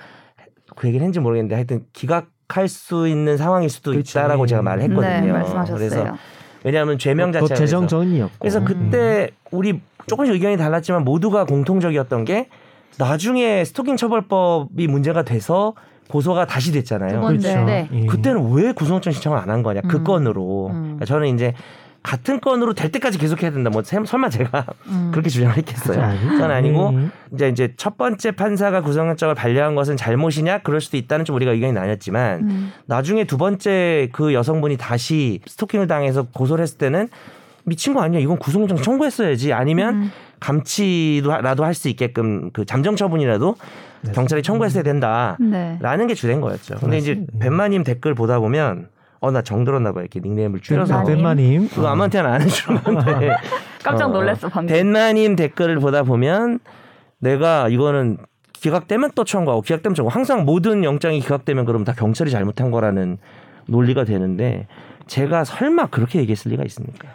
[SPEAKER 3] 그 얘기를 했는지 모르겠는데 하여튼 기각할 수 있는 상황일 수도
[SPEAKER 2] 그렇죠.
[SPEAKER 3] 있다라고 제가
[SPEAKER 2] 네.
[SPEAKER 3] 말을 했거든요.
[SPEAKER 1] 네 말씀하셨어요.
[SPEAKER 3] 그래서 왜냐하면 죄명
[SPEAKER 2] 또
[SPEAKER 3] 자체가
[SPEAKER 2] 재정
[SPEAKER 3] 그래서.
[SPEAKER 2] 정리였고. 음.
[SPEAKER 3] 그래서 그때 우리 조금씩 의견이 달랐지만 모두가 공통적이었던 게 나중에 스토킹 처벌법이 문제가 돼서 고소가 다시 됐잖아요.
[SPEAKER 4] 두 번.
[SPEAKER 2] 그렇죠.
[SPEAKER 1] 네.
[SPEAKER 2] 예.
[SPEAKER 3] 그때는 왜 구속영장 신청을 안 한 거냐 그
[SPEAKER 4] 음.
[SPEAKER 3] 건으로
[SPEAKER 4] 음.
[SPEAKER 3] 그러니까 저는 이제 같은 건으로 될 때까지 계속해야 된다 뭐 세- 설마 제가
[SPEAKER 4] 음.
[SPEAKER 3] 그렇게 주장을 했겠어요 그건 아니고 이제 이제 첫 번째 판사가 구속영장을 반려한 것은 잘못이냐 그럴 수도 있다는 좀 우리가 의견이 나뉘었지만
[SPEAKER 4] 음.
[SPEAKER 3] 나중에 두 번째 그 여성분이 다시 스토킹을 당해서 고소를 했을 때는 미친 거 아니야 이건 구속영장 청구했어야지 아니면
[SPEAKER 4] 음.
[SPEAKER 3] 감치라도 할 수 있게끔 그 잠정 처분이라도
[SPEAKER 2] 네.
[SPEAKER 3] 경찰이 청구했어야 된다
[SPEAKER 1] 네.
[SPEAKER 3] 라는 게 주된 거였죠. 근데 이제
[SPEAKER 2] 맞습니다.
[SPEAKER 3] 뱀마님 댓글 보다 보면 어 나 정들었나 봐 이렇게 닉네임을 줄여서
[SPEAKER 1] 뱀마님.
[SPEAKER 2] 뱀마님.
[SPEAKER 3] 그거 아무한테나 안 해주는데
[SPEAKER 1] 깜짝
[SPEAKER 3] 어,
[SPEAKER 1] 놀랐어 방금.
[SPEAKER 3] 뱀마님 댓글을 보다 보면 내가 이거는 기각되면 또 청구하고 기각되면 청구 항상 모든 영장이 기각되면 그럼 다 경찰이 잘못한 거라는 논리가 되는데 제가 설마 그렇게 얘기했을 리가 있습니까?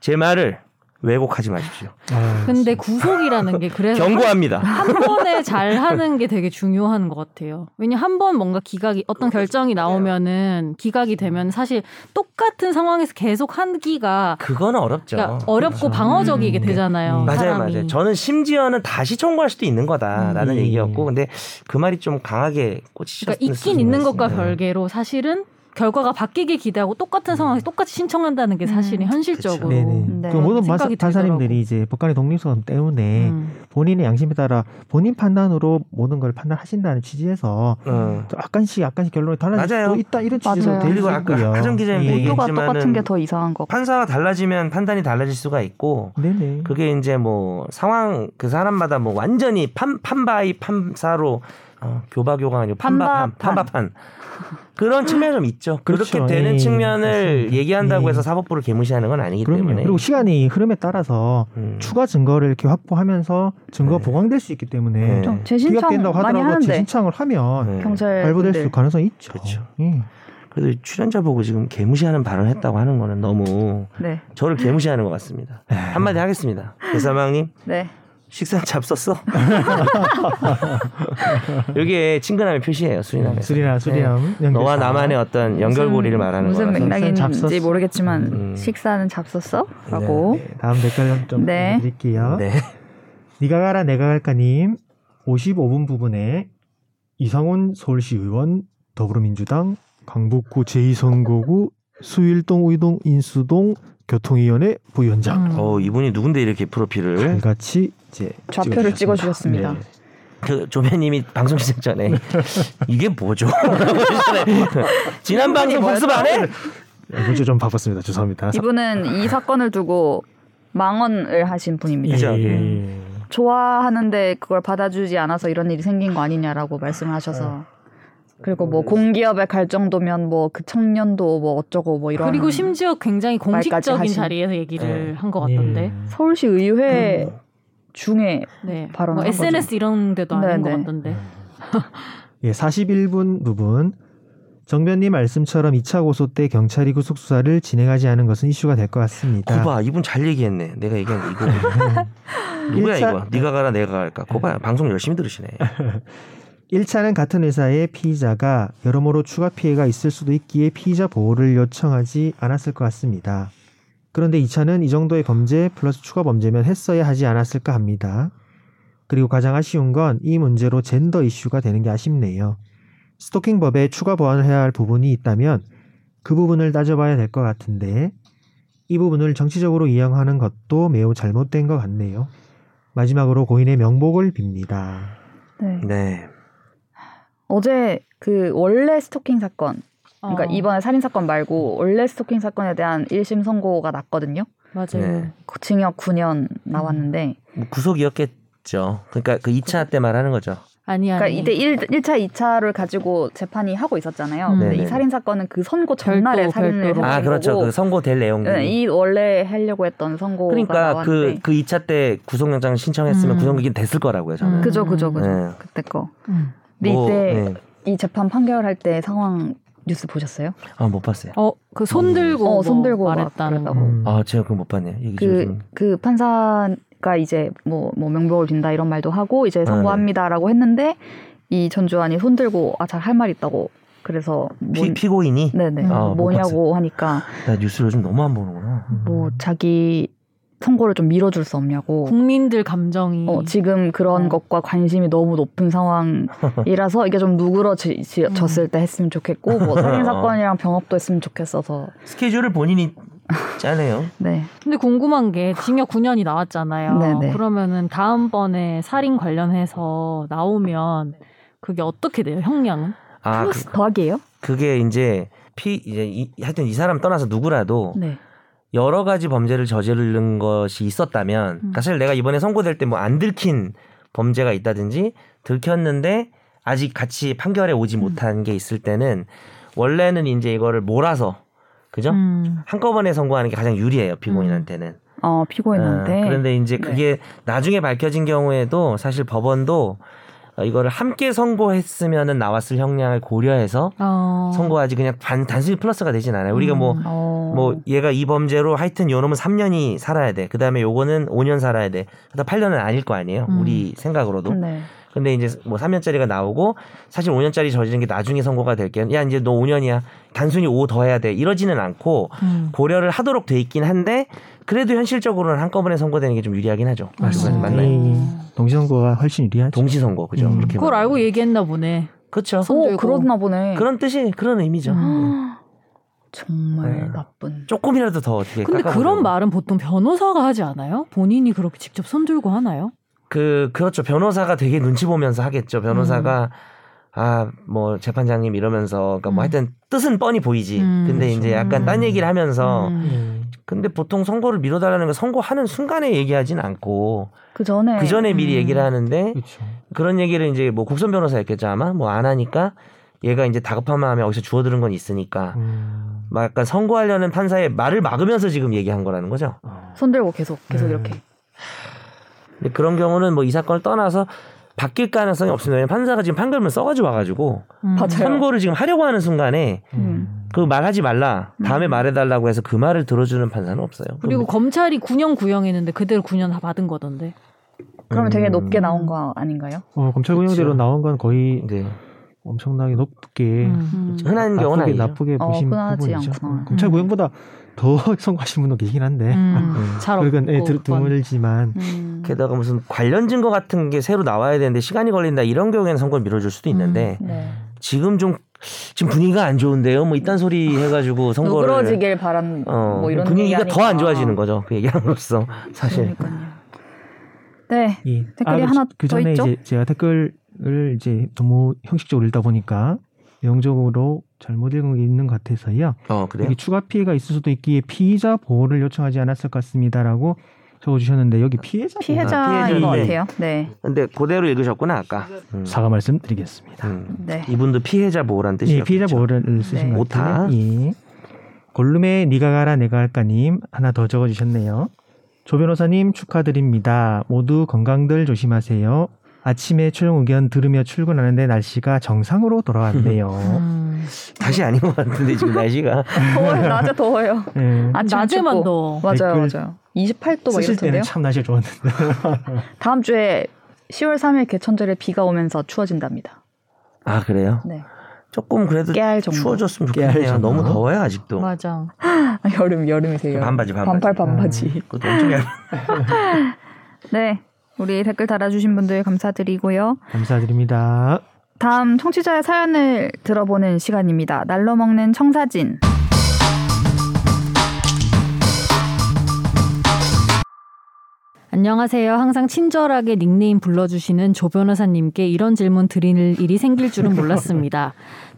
[SPEAKER 3] 제 말을 왜곡하지 마십시오.
[SPEAKER 2] 아,
[SPEAKER 4] 근데 그 구속이라는 게 그래서
[SPEAKER 3] 경고합니다.
[SPEAKER 4] 한 번에 잘 하는 게 되게 중요한 것 같아요. 왜냐 면 한 번 뭔가 기각이 어떤 결정이 나오면은 기각이 되면 사실 똑같은 상황에서 계속 하기가
[SPEAKER 3] 그렇죠. 그건 어렵죠.
[SPEAKER 4] 그러니까 어렵고 방어적이게 되잖아요.
[SPEAKER 2] 음.
[SPEAKER 3] 맞아요,
[SPEAKER 4] 사람이.
[SPEAKER 3] 맞아요. 저는 심지어는 다시 청구할 수도 있는 거다라는
[SPEAKER 2] 음.
[SPEAKER 3] 얘기였고, 근데 그 말이 좀 강하게 꽂히셨을
[SPEAKER 4] 그러니까 있긴
[SPEAKER 3] 수도
[SPEAKER 4] 있는 것과
[SPEAKER 3] 있습니다.
[SPEAKER 4] 별개로 사실은 결과가 바뀌길 기대하고 똑같은 상황에서 똑같이 신청한다는 게 사실은
[SPEAKER 1] 음.
[SPEAKER 4] 현실적으로
[SPEAKER 2] 네네.
[SPEAKER 1] 네.
[SPEAKER 2] 그 모든
[SPEAKER 4] 생각이
[SPEAKER 2] 판사-
[SPEAKER 4] 들더라고.
[SPEAKER 2] 판사님들이 이제 법관의 독립성 때문에
[SPEAKER 4] 음.
[SPEAKER 2] 본인의 양심에 따라 본인 판단으로 모든 걸 판단하신다는 취지에서
[SPEAKER 3] 어.
[SPEAKER 2] 약간씩 약간씩 결론이 달라질
[SPEAKER 3] 맞아요.
[SPEAKER 2] 수도 있다 이런 취지에서
[SPEAKER 1] 맞아요.
[SPEAKER 2] 될수
[SPEAKER 3] 그리고 아까
[SPEAKER 2] 있고요.
[SPEAKER 3] 하정 기자님도
[SPEAKER 2] 예.
[SPEAKER 3] 얘기했-
[SPEAKER 1] 모두가
[SPEAKER 3] 있지만은-
[SPEAKER 1] 똑같은 게 더 이상한 거.
[SPEAKER 3] 판사가 달라지면 판단이 달라질 수가 있고,
[SPEAKER 2] 네네.
[SPEAKER 3] 그게 이제 뭐 상황 그 사람마다 뭐 완전히 판 판바이 판사로 어, 교바교가 아니고 판바판
[SPEAKER 1] 판바판.
[SPEAKER 3] 판바판 그런 측면이 좀 있죠. 그렇게
[SPEAKER 2] 그렇죠.
[SPEAKER 3] 되는
[SPEAKER 2] 예,
[SPEAKER 3] 측면을
[SPEAKER 2] 맞습니다.
[SPEAKER 3] 얘기한다고
[SPEAKER 2] 예.
[SPEAKER 3] 해서 사법부를 개무시하는 건 아니기
[SPEAKER 2] 그럼요.
[SPEAKER 3] 때문에
[SPEAKER 2] 그리고 시간이 흐름에 따라서
[SPEAKER 3] 음.
[SPEAKER 2] 추가 증거를 이렇게 확보하면서 증거 가
[SPEAKER 3] 네.
[SPEAKER 2] 보강될 수 있기
[SPEAKER 3] 네.
[SPEAKER 2] 때문에
[SPEAKER 3] 좀
[SPEAKER 1] 재신청
[SPEAKER 2] 기각된다고
[SPEAKER 1] 많이
[SPEAKER 2] 하더라도
[SPEAKER 1] 하는데
[SPEAKER 2] 재신청을 하면
[SPEAKER 3] 네.
[SPEAKER 1] 경찰
[SPEAKER 2] 발부될 수 가능성이 있죠.
[SPEAKER 3] 그렇죠.
[SPEAKER 2] 예.
[SPEAKER 3] 그래도 출연자 보고 지금 개무시하는 발언을 했다고 하는 거는 너무
[SPEAKER 1] 네,
[SPEAKER 3] 저를 개무시하는 것 같습니다.
[SPEAKER 2] 예.
[SPEAKER 3] 한마디 하겠습니다. 대사망님
[SPEAKER 1] 네.
[SPEAKER 3] 식사 잡섰어? 이게 친근함의 표시예요. 수리남에서.
[SPEAKER 2] 수리나 그렇죠. 수리함 네, 연결사.
[SPEAKER 3] 네. 너와 나만의 어떤 음, 연결고리를 말하는
[SPEAKER 1] 무슨
[SPEAKER 3] 거라서.
[SPEAKER 1] 맥락인지
[SPEAKER 2] 잡섰어.
[SPEAKER 1] 모르겠지만
[SPEAKER 3] 음.
[SPEAKER 1] 식사는 잡섰어?라고.
[SPEAKER 3] 네,
[SPEAKER 2] 다음 댓글 좀
[SPEAKER 1] 네.
[SPEAKER 2] 드릴게요.
[SPEAKER 3] 네.
[SPEAKER 2] 니가 가라 내가 갈까님 55분 부분에 이성훈 서울시 의원 더불어민주당 강북구 제2선거구 수일동 의동 인수동 교통위원회 부위원장
[SPEAKER 4] 음.
[SPEAKER 3] 어 이분이 누군데 이렇게 프로필을
[SPEAKER 2] 같이 이제
[SPEAKER 1] 좌표를
[SPEAKER 2] 찍어주셨습니다. 네.
[SPEAKER 1] 찍어주셨습니다.
[SPEAKER 3] 그 조배님이 방송 시작 전에 이게 뭐죠? 라고 하시잖아요. 지난 방송 복습 안 해?
[SPEAKER 2] 네. 이번 주좀 바빴습니다. 죄송합니다.
[SPEAKER 1] 이분은 이 사건을 두고 망언을 하신
[SPEAKER 2] 예.
[SPEAKER 1] 분입니다.
[SPEAKER 3] 그죠.
[SPEAKER 1] 좋아하는데 그걸 받아주지 않아서 이런 일이 생긴 거 아니냐라고 말씀을 하셔서 그리고 뭐 공기업에 갈 정도면 뭐 그 청년도 뭐 어쩌고 뭐 이런
[SPEAKER 4] 그리고 심지어 굉장히
[SPEAKER 1] 말까지
[SPEAKER 4] 공식적인
[SPEAKER 1] 하신-
[SPEAKER 4] 자리에서 얘기를
[SPEAKER 3] 네.
[SPEAKER 4] 한 것 같던데.
[SPEAKER 1] 서울시 의회 중에
[SPEAKER 4] 네.
[SPEAKER 1] 발언을
[SPEAKER 4] 뭐
[SPEAKER 1] 한
[SPEAKER 4] SNS 이런 데도 아닌
[SPEAKER 1] 네네.
[SPEAKER 4] 것 같던데.
[SPEAKER 2] 예, 41분 부분. 정변님 말씀처럼 2차 고소 때 경찰이 구속 수사를 진행하지 않은 것은 이슈가 될 것 같습니다.
[SPEAKER 3] 거봐 이분 잘 얘기했네. 내가 얘기한 거 이거 누구야
[SPEAKER 2] 일차-
[SPEAKER 3] 이거? 네가 가라 내가 갈까? 거봐 방송 열심히 들으시네.
[SPEAKER 2] 1차는 같은 회사의 피의자가 여러모로 추가 피해가 있을 수도 있기에 피의자 보호를 요청하지 않았을 것 같습니다. 그런데 2차는 이 정도의 범죄 플러스 추가 범죄면 했어야 하지 않았을까 합니다. 그리고 가장 아쉬운 건 이 문제로 젠더 이슈가 되는 게 아쉽네요. 스토킹 법에 추가 보완을 해야 할 부분이 있다면 그 부분을 따져봐야 될 것 같은데 이 부분을 정치적으로 이용하는 것도 매우 잘못된 것 같네요. 마지막으로 고인의 명복을 빕니다.
[SPEAKER 1] 네.
[SPEAKER 3] 네.
[SPEAKER 1] 어제 그 원래 스토킹 사건 그러니까
[SPEAKER 4] 어,
[SPEAKER 1] 이번에 살인 사건 말고 원래 스토킹 사건에 대한 1심 선고가 났거든요.
[SPEAKER 4] 맞아요.
[SPEAKER 3] 네.
[SPEAKER 1] 그 징역 9년 나왔는데
[SPEAKER 3] 뭐 구속이었겠죠. 그러니까 그 2차 때 말하는 거죠.
[SPEAKER 4] 아니 아니.
[SPEAKER 1] 그러니까 이때 1, 1차, 2차를 가지고 재판이 하고 있었잖아요.
[SPEAKER 4] 음.
[SPEAKER 1] 근데
[SPEAKER 3] 네네.
[SPEAKER 1] 이 살인 사건은 그 선고 전날에
[SPEAKER 4] 별도,
[SPEAKER 1] 살인을
[SPEAKER 4] 별도로.
[SPEAKER 1] 해버린
[SPEAKER 3] 아 그렇죠.
[SPEAKER 1] 거고
[SPEAKER 3] 그 선고될 내용들.
[SPEAKER 1] 네, 이 원래 하려고 했던 선고가
[SPEAKER 3] 그러니까 그
[SPEAKER 1] 나왔는데
[SPEAKER 3] 그 2차 때 구속영장 신청했으면
[SPEAKER 4] 음.
[SPEAKER 3] 구속이 됐을 거라고요. 저는.
[SPEAKER 4] 음.
[SPEAKER 1] 그죠 그죠 그죠
[SPEAKER 3] 네.
[SPEAKER 1] 그때 거
[SPEAKER 4] 음.
[SPEAKER 1] 근데 이때
[SPEAKER 3] 네.
[SPEAKER 1] 이 재판 판결할 때 상황 뉴스 보셨어요?
[SPEAKER 3] 아, 못 봤어요.
[SPEAKER 4] 어, 그 손 들고
[SPEAKER 1] 어, 손
[SPEAKER 4] 뭐
[SPEAKER 1] 들고 막
[SPEAKER 4] 말했다는
[SPEAKER 1] 그랬다고.
[SPEAKER 4] 거.
[SPEAKER 2] 음.
[SPEAKER 3] 아, 제가 그거 못 봤네요. 얘기 좀
[SPEAKER 1] 그
[SPEAKER 3] 좀.
[SPEAKER 1] 그 판사가 이제 뭐, 뭐 명복을 빈다 이런 말도 하고 이제
[SPEAKER 3] 네.
[SPEAKER 1] 선고합니다라고 했는데 이 전주환이 손 들고 아 잘 할 말 있다고 그래서
[SPEAKER 3] 피,
[SPEAKER 1] 뭔,
[SPEAKER 3] 피고인이
[SPEAKER 1] 네네
[SPEAKER 3] 아, 못
[SPEAKER 1] 뭐냐고 하니까
[SPEAKER 3] 나 뉴스를 요즘 너무 안 보는구나. 음.
[SPEAKER 1] 뭐 자기 선고를 좀 밀어줄 수 없냐고
[SPEAKER 4] 국민들 감정이
[SPEAKER 1] 어, 지금 그런
[SPEAKER 4] 어.
[SPEAKER 1] 것과 관심이 너무 높은 상황이라서 이게 좀 누그러졌을 때 했으면 좋겠고 뭐 살인 사건이랑 병합도 했으면 좋겠어서
[SPEAKER 3] 스케줄을 본인이 짜네요.
[SPEAKER 1] 네
[SPEAKER 4] 근데 궁금한 게 징역 9년이 나왔잖아요.
[SPEAKER 1] 네네.
[SPEAKER 4] 그러면은 다음번에 살인 관련해서
[SPEAKER 3] 네.
[SPEAKER 4] 나오면 그게 어떻게 돼요? 형량은?
[SPEAKER 3] 아,
[SPEAKER 1] 플러스 더하기예요?
[SPEAKER 3] 그, 게 이제 피 이제 이, 하여튼 이 사람 떠나서 누구라도
[SPEAKER 1] 네.
[SPEAKER 3] 여러 가지 범죄를 저지르는 것이 있었다면
[SPEAKER 1] 음.
[SPEAKER 3] 그러니까 사실 내가 이번에 선고될 때 뭐 안 들킨 범죄가 있다든지 들켰는데 아직 같이 판결에
[SPEAKER 1] 음.
[SPEAKER 3] 오지 못한 게 있을 때는 원래는 이제 이거를 몰아서 그죠?
[SPEAKER 4] 음.
[SPEAKER 3] 한꺼번에 선고하는 게 가장 유리해요 피고인한테는.
[SPEAKER 1] 어 피고인한테
[SPEAKER 3] 예, 네,
[SPEAKER 4] 네.
[SPEAKER 3] 어, 그런데 이제 그게 나중에 밝혀진 경우에도 사실 법원도 어, 이거를 함께 선고했으면은 나왔을 형량을 고려해서
[SPEAKER 4] 어.
[SPEAKER 3] 선고하지 그냥 단, 단순히 플러스가 되진 않아요. 우리가 뭐
[SPEAKER 4] 음.
[SPEAKER 1] 어.
[SPEAKER 3] 뭐 얘가 이 범죄로 하여튼 요놈은 3년이 살아야 돼. 그다음에 요거는 5년 살아야 돼. 그다 8년은 아닐 거 아니에요.
[SPEAKER 4] 음.
[SPEAKER 3] 우리 생각으로도.
[SPEAKER 1] 네.
[SPEAKER 3] 근데 이제 뭐 3년짜리가 나오고 사실 5년짜리 저지른 게 나중에 선고가 될 게 야 이제 너 5년이야. 단순히 5 더해야 돼. 이러지는 않고
[SPEAKER 4] 음.
[SPEAKER 3] 고려를 하도록 돼 있긴 한데 그래도 현실적으로는 한꺼번에 선고되는 게 좀 유리하긴 하죠.
[SPEAKER 4] 맞습니다.
[SPEAKER 3] 맞나요?
[SPEAKER 4] 음.
[SPEAKER 2] 동시선고가 훨씬 유리하죠.
[SPEAKER 3] 동시 선고 그죠?
[SPEAKER 2] 음.
[SPEAKER 3] 그렇게
[SPEAKER 4] 그걸 알고 얘기했나 보네.
[SPEAKER 3] 그렇죠.
[SPEAKER 4] 손
[SPEAKER 1] 오
[SPEAKER 4] 들고. 음.
[SPEAKER 1] 그렇나 보네.
[SPEAKER 3] 그런 뜻이 그런 의미죠. 네.
[SPEAKER 1] 정말
[SPEAKER 3] 네.
[SPEAKER 1] 나쁜.
[SPEAKER 3] 조금이라도 더 어떻게
[SPEAKER 4] 근데
[SPEAKER 3] 깎아보려고.
[SPEAKER 4] 그런 말은 보통 변호사가 하지 않아요? 본인이 그렇게 직접 손들고 하나요?
[SPEAKER 3] 그 그렇죠. 변호사가 되게 눈치 보면서 하겠죠. 변호사가 아 뭐 재판장님 이러면서 그러니까 뭐
[SPEAKER 4] 음.
[SPEAKER 3] 하여튼 뜻은 뻔히 보이지.
[SPEAKER 4] 음,
[SPEAKER 3] 근데 이제
[SPEAKER 4] 그렇죠.
[SPEAKER 3] 약간 딴 얘기를 하면서
[SPEAKER 4] 음.
[SPEAKER 2] 음.
[SPEAKER 3] 근데 보통 선고를 미뤄달라는 건 선고하는 순간에 얘기하진 않고
[SPEAKER 1] 그 전에
[SPEAKER 3] 그 전에 미리
[SPEAKER 4] 음.
[SPEAKER 3] 얘기를 하는데
[SPEAKER 2] 그렇죠.
[SPEAKER 3] 그런 얘기를 이제 뭐 국선 변호사였겠죠 아마 뭐 안 하니까 얘가 이제 다급함만 하면 어디서 주워들은 건 있으니까
[SPEAKER 2] 음.
[SPEAKER 3] 막 약간 선고하려는 판사의 말을 막으면서 지금 얘기한 거라는 거죠.
[SPEAKER 2] 어.
[SPEAKER 1] 손 들고 계속 계속
[SPEAKER 3] 네.
[SPEAKER 2] 음.
[SPEAKER 1] 이렇게.
[SPEAKER 3] 근데 그런 경우는 뭐 이 사건을 떠나서 바뀔 가능성이 없습니다. 왜냐면 판사가 지금 판결문 써가지고 와가지고
[SPEAKER 4] 음.
[SPEAKER 1] 맞아요.
[SPEAKER 3] 선고를 지금 하려고 하는 순간에
[SPEAKER 2] 음.
[SPEAKER 3] 그 말하지 말라 다음에
[SPEAKER 1] 음.
[SPEAKER 3] 말해달라고 해서 그 말을 들어주는 판사는 없어요.
[SPEAKER 4] 음.
[SPEAKER 3] 음.
[SPEAKER 4] 그리고 검찰이 9년 구형했는데 그대로 9년 다 받은 거던데.
[SPEAKER 1] 그러면 되게 높게
[SPEAKER 3] 음.
[SPEAKER 1] 나온 거 아닌가요?
[SPEAKER 2] 어, 검찰
[SPEAKER 3] 그렇죠.
[SPEAKER 2] 구형대로 나온 건 거의
[SPEAKER 3] 네.
[SPEAKER 2] 엄청나게
[SPEAKER 3] 예.
[SPEAKER 2] 높게
[SPEAKER 4] 음.
[SPEAKER 3] 그렇죠. 흔한 경우는
[SPEAKER 2] 나쁘게
[SPEAKER 3] 아니죠.
[SPEAKER 2] 나쁘게
[SPEAKER 1] 어,
[SPEAKER 2] 보신
[SPEAKER 1] 흔하지
[SPEAKER 2] 부분이죠.
[SPEAKER 1] 않구나.
[SPEAKER 2] 음, 검찰 구형보다 더 선고하신 분도 계시긴 한데.
[SPEAKER 4] 음. 잘
[SPEAKER 2] 그건 예,
[SPEAKER 4] 없고
[SPEAKER 1] 어,
[SPEAKER 2] 드-
[SPEAKER 4] 그건.
[SPEAKER 2] 드물지만
[SPEAKER 1] 음.
[SPEAKER 3] 게다가 무슨 관련 증거 같은 게 새로 나와야 되는데 시간이 걸린다 이런 경우에는 선고를 미뤄줄 수도 있는데
[SPEAKER 1] 네.
[SPEAKER 3] 지금 좀 지금 분위기가 안 좋은데요. 뭐 이딴 소리 해가지고 선거를
[SPEAKER 1] 아, 누그러지길 바란
[SPEAKER 3] 어,
[SPEAKER 1] 뭐 이런
[SPEAKER 3] 분위기가 더 안 좋아지는 거죠. 그 얘기함으로써 사실
[SPEAKER 1] 그러니까요. 네.
[SPEAKER 2] 예.
[SPEAKER 1] 댓글이
[SPEAKER 2] 그-
[SPEAKER 1] 하나
[SPEAKER 2] 그
[SPEAKER 1] 더
[SPEAKER 2] 전에
[SPEAKER 1] 있죠?
[SPEAKER 2] 이제 제가 댓글을 이제 너무 형식적으로 읽다 보니까 내용적으로 잘못 읽은 게 있는 것 같아서요.
[SPEAKER 3] 어 그래요.
[SPEAKER 2] 여기 추가 피해가 있을 수도 있기에 피의자 보호를 요청하지 않았을 것 같습니다라고 적어주셨는데 여기 피해자 보호.
[SPEAKER 1] 피해자인 것
[SPEAKER 3] 피해자인데.
[SPEAKER 1] 같아요. 네.
[SPEAKER 3] 근데 그대로 읽으셨구나 아까. 음.
[SPEAKER 2] 사과 말씀드리겠습니다.
[SPEAKER 3] 음.
[SPEAKER 1] 네.
[SPEAKER 3] 이분도 피해자 보호란 뜻이죠.
[SPEAKER 2] 예, 피해자 보호를 쓰신
[SPEAKER 1] 네.
[SPEAKER 2] 것 같아요.
[SPEAKER 3] 오타.
[SPEAKER 2] 예. 골룸의 니가 가라 내가 할까님 하나 더 적어주셨네요. 조 변호사님 축하드립니다. 모두 건강들 조심하세요. 아침에 최종 의견 들으며 출근하는데 날씨가 정상으로 돌아왔네요.
[SPEAKER 3] 어?
[SPEAKER 4] 음.
[SPEAKER 3] 다시 아닌 것 같은데 지금 날씨가
[SPEAKER 1] 더워요. 낮에 더워요.
[SPEAKER 2] 예.
[SPEAKER 1] 아침
[SPEAKER 4] 낮에만
[SPEAKER 1] 춥고.
[SPEAKER 4] 더.
[SPEAKER 1] 맞아요,
[SPEAKER 2] 댓글
[SPEAKER 1] 맞아요. 28도 막
[SPEAKER 2] 쓰실 때는
[SPEAKER 1] 뭐 이렇던데요.
[SPEAKER 2] 참 날씨 좋았는데.
[SPEAKER 1] 다음 주에 10월 3일 개천절에 비가 오면서 추워진답니다.
[SPEAKER 3] 아 그래요.
[SPEAKER 1] 네.
[SPEAKER 3] 조금 그래도
[SPEAKER 1] 깨알 정도.
[SPEAKER 3] 추워졌으면
[SPEAKER 2] 깨알
[SPEAKER 3] 좋겠네요.
[SPEAKER 2] 정도.
[SPEAKER 3] 너무 더워요 아직도. 그
[SPEAKER 4] 맞아.
[SPEAKER 1] 아, 여름 여름이세요.
[SPEAKER 3] 반바지 음. 반바지.
[SPEAKER 1] 반팔 반바지.
[SPEAKER 3] 그것도 엄청 얇.
[SPEAKER 1] 네. 우리 댓글 달아주신 분들 감사드리고요.
[SPEAKER 2] 감사드립니다.
[SPEAKER 1] 다음 청취자의 사연을 들어보는 시간입니다. 날로 먹는 청사진.
[SPEAKER 4] 안녕하세요. 항상 친절하게 닉네임 불러주시는 조 변호사님께 이런 질문 드릴 일이 생길 줄은 몰랐습니다.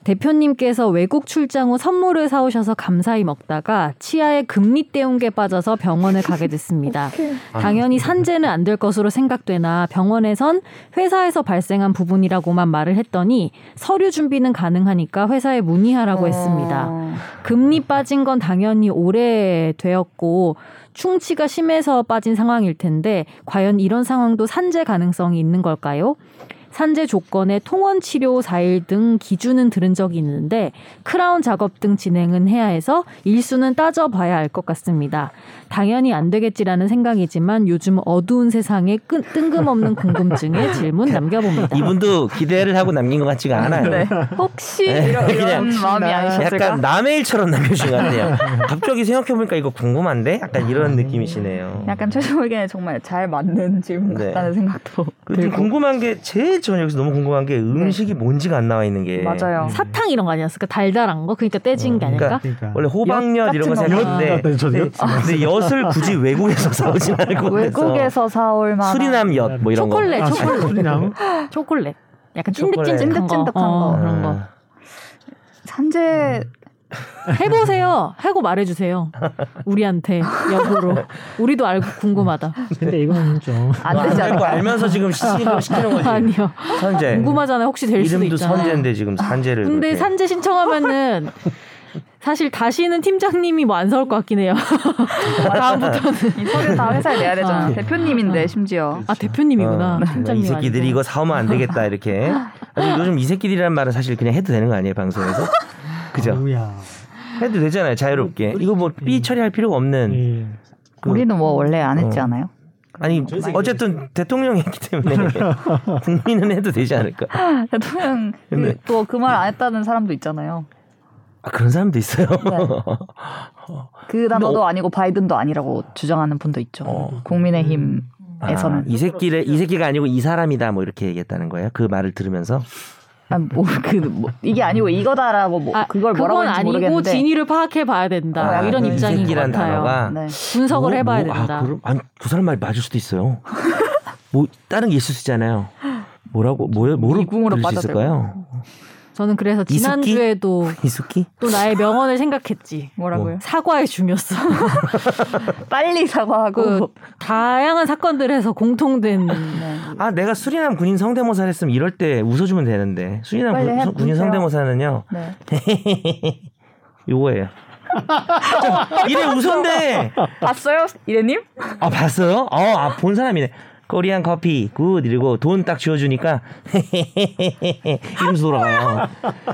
[SPEAKER 4] 대표님께서 외국 출장 후 선물을 사오셔서 감사히 먹다가 치아에 금리 떼운 게 빠져서 병원을 가게 됐습니다. 당연히 산재는 안 될 것으로 생각되나 병원에선 회사에서 발생한 부분이라고만 말을 했더니 서류 준비는 가능하니까 회사에 문의하라고
[SPEAKER 1] 어.
[SPEAKER 4] 했습니다. 금리 빠진 건 당연히 오래되었고 충치가 심해서 빠진 상황일 텐데 과연 이런 상황도 산재 가능성이 있는 걸까요? 산재 조건에 통원 치료 4일 등 기준은 들은 적이 있는데 크라운 작업 등 진행은 해야 해서 일수는 따져봐야 알 것 같습니다. 당연히 안 되겠지라는 생각이지만 요즘 어두운 세상에 끈- 뜬금없는 궁금증에 질문 남겨봅니다.
[SPEAKER 3] 이분도 기대를 하고 남긴 것 같지가 않아요.
[SPEAKER 1] 네. 혹시
[SPEAKER 3] 네,
[SPEAKER 1] 이런, 이런
[SPEAKER 3] 그냥
[SPEAKER 1] 마음이 아니셨을까?
[SPEAKER 3] 약간 남의 일처럼 남겨주신 것 같네요. 갑자기 생각해보니까 이거 궁금한데? 약간 이런 느낌이시네요.
[SPEAKER 1] 약간 최종 의견에 정말 잘 맞는 질문
[SPEAKER 3] 네.
[SPEAKER 1] 같다는 생각도
[SPEAKER 3] 그리고
[SPEAKER 1] 들고
[SPEAKER 3] 궁금한 게 제일 저는 여기서 너무 궁금한 게 음식이 뭔지가 안 나와 있는 게
[SPEAKER 1] 맞아요.
[SPEAKER 4] 사탕 이런 거 아니었을까? 달달한 거? 그러니까 떼진 게 아닐까?
[SPEAKER 2] 그러니까.
[SPEAKER 3] 원래 호박엿 이런 거
[SPEAKER 1] 같은 거.
[SPEAKER 3] 생각하는데
[SPEAKER 2] 엿, 네, 저도 엿
[SPEAKER 3] 근데 엿을 굳이 외국에서 사오진 않을 것 같아서
[SPEAKER 1] 외국에서 사올 만한
[SPEAKER 3] 수리남 엿 뭐 이런 거
[SPEAKER 4] 초콜릿,
[SPEAKER 2] 아,
[SPEAKER 4] 초콜릿.
[SPEAKER 2] 소리나무?
[SPEAKER 4] 초콜릿. 약간
[SPEAKER 3] 초콜릿.
[SPEAKER 4] 찐득찐득한 거.
[SPEAKER 1] 찐득찐득한
[SPEAKER 4] 어,
[SPEAKER 1] 거.
[SPEAKER 3] 아.
[SPEAKER 4] 그런
[SPEAKER 3] 음.
[SPEAKER 4] 거.
[SPEAKER 1] 산재
[SPEAKER 4] 해보세요. 하고 말해주세요. 우리한테 역으로. 우리도 알고 궁금하다.
[SPEAKER 2] 근데 이건 좀
[SPEAKER 1] 안 되지
[SPEAKER 3] 아, 알고
[SPEAKER 1] 않을까?
[SPEAKER 3] 알면서 지금 시키는, 시키는 거지
[SPEAKER 4] 아니요.
[SPEAKER 3] 선재
[SPEAKER 4] 궁금하잖아요. 혹시 될 수도
[SPEAKER 3] 이름도
[SPEAKER 4] 있잖아.
[SPEAKER 3] 선재인데 지금 산재를
[SPEAKER 4] 근데
[SPEAKER 3] 그렇게.
[SPEAKER 4] 산재 신청하면은 사실 다시는 팀장님이 뭐 안 서올 것 같긴 해요.
[SPEAKER 1] 다음부터는 이 서류 다 회사에 내야 되잖아.
[SPEAKER 4] 아.
[SPEAKER 1] 대표님인데 심지어.
[SPEAKER 4] 아 대표님이구나.
[SPEAKER 3] 어, 정말
[SPEAKER 4] 팀장님
[SPEAKER 3] 이 새끼들이 이거 사오면 안 되겠다 이렇게. 아니 요즘 이 새끼들이란 말은 사실 그냥 해도 되는 거 아니에요 방송에서? 그죠?
[SPEAKER 2] 아우야.
[SPEAKER 3] 해도 되잖아요 자유롭게. 이거 뭐 삐 처리할 필요가 없는.
[SPEAKER 2] 예.
[SPEAKER 3] 그-
[SPEAKER 1] 우리는 뭐 원래 안 했지
[SPEAKER 3] 어.
[SPEAKER 1] 않아요?
[SPEAKER 3] 아니 어쨌든 대통령이기 때문에 국민은 해도 되지 않을까.
[SPEAKER 1] 대통령
[SPEAKER 3] 근데-
[SPEAKER 1] 또 그 말 안 했다는 사람도 있잖아요.
[SPEAKER 3] 아, 그런 사람도 있어요.
[SPEAKER 4] 네.
[SPEAKER 1] 그 단어도 아니고 바이든도 아니라고 주장하는 분도 있죠.
[SPEAKER 3] 어.
[SPEAKER 1] 국민의힘에서는
[SPEAKER 3] 아, 이 새끼를 이 새끼가 아니고 이 사람이다 뭐 이렇게 얘기했다는 거예요. 그 말을 들으면서
[SPEAKER 1] 아, 뭐, 그, 뭐, 이게 아니고 이거다라고 뭐, 그걸 뭐라고
[SPEAKER 4] 건
[SPEAKER 1] 했는지
[SPEAKER 4] 아니고
[SPEAKER 1] 모르겠는데.
[SPEAKER 4] 진위를 파악해 봐야 된다.
[SPEAKER 1] 아,
[SPEAKER 4] 이런
[SPEAKER 1] 그건
[SPEAKER 4] 입장인 것
[SPEAKER 3] 이색이란
[SPEAKER 4] 같아요.
[SPEAKER 3] 단어가
[SPEAKER 1] 네.
[SPEAKER 4] 분석을
[SPEAKER 3] 뭐,
[SPEAKER 4] 해봐야
[SPEAKER 3] 뭐,
[SPEAKER 4] 된다.
[SPEAKER 3] 아, 그럼 아니, 그 사람 말이 맞을 수도 있어요. 뭐 다른 게 있을 수 있잖아요. 뭐라고 뭐 뭐로
[SPEAKER 1] 이궁으로
[SPEAKER 3] 들을 수
[SPEAKER 1] 빠져들고.
[SPEAKER 3] 있을까요?
[SPEAKER 4] 저는 그래서
[SPEAKER 3] 이숙기?
[SPEAKER 4] 지난주에도
[SPEAKER 3] 이숙기?
[SPEAKER 4] 또 나의 명언을 생각했지.
[SPEAKER 1] 뭐라고요?
[SPEAKER 4] 사과의 중요성.
[SPEAKER 3] 뭐.
[SPEAKER 1] 빨리 사과하고.
[SPEAKER 4] 그 다양한 사건들에서 공통된
[SPEAKER 1] 네.
[SPEAKER 3] 아 내가 수리남 군인 성대모사를 했으면 이럴 때 웃어주면 되는데 수리남
[SPEAKER 1] 빨리
[SPEAKER 3] 군,
[SPEAKER 1] 해,
[SPEAKER 3] 성- 군인
[SPEAKER 1] 웃으세요.
[SPEAKER 3] 성대모사는요
[SPEAKER 1] 네.
[SPEAKER 3] 요거예요. 이래 웃었네.
[SPEAKER 1] 봤어요? 이래님?
[SPEAKER 3] 아 봤어요? 어아본 사람이네. 코리안 커피 굿 이러고 돈 딱 쥐어주니까 이러면서 돌아가요.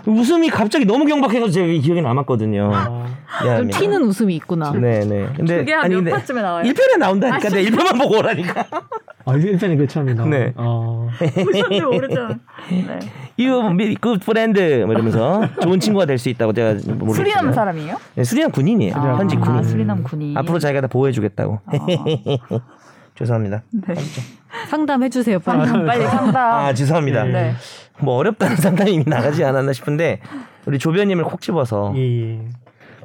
[SPEAKER 3] 웃음이 갑자기 너무 경박해서 제가 기억에 남았거든요.
[SPEAKER 2] 아,
[SPEAKER 4] 좀
[SPEAKER 3] 미안합니다.
[SPEAKER 4] 튀는 웃음이 있구나.
[SPEAKER 3] 네네. 근데
[SPEAKER 1] 그게 한몇
[SPEAKER 3] 근데
[SPEAKER 1] 화쯤에 나와요?
[SPEAKER 3] 1편에 아, 나온다니까. 내가 1편만 보고 오라니까.
[SPEAKER 2] 아, 일단은 그 처음이다.
[SPEAKER 3] 네.
[SPEAKER 2] 어.
[SPEAKER 1] 보셨는데 모르잖아. 네.
[SPEAKER 3] 이거 미- 그 브랜드 뭐 이러면서 좋은 친구가 될 수 있다고 제가 모르겠어요.
[SPEAKER 1] 수리남 사람이에요?
[SPEAKER 3] 네, 수리남 군인이에요.
[SPEAKER 1] 아,
[SPEAKER 3] 현직 군인.
[SPEAKER 1] 아, 수리남 군인. 아.
[SPEAKER 3] 앞으로 자기가 다 보호해주겠다고. 죄송합니다.
[SPEAKER 1] 네.
[SPEAKER 4] 상담해 주세요. 빨리.
[SPEAKER 1] 상담 빨리 상담.
[SPEAKER 3] 아 죄송합니다.
[SPEAKER 2] 예.
[SPEAKER 1] 네.
[SPEAKER 3] 뭐 어렵다는 상담이 이미 나가지 않았나 싶은데 우리 조변님을 콕 집어서
[SPEAKER 2] 예, 예.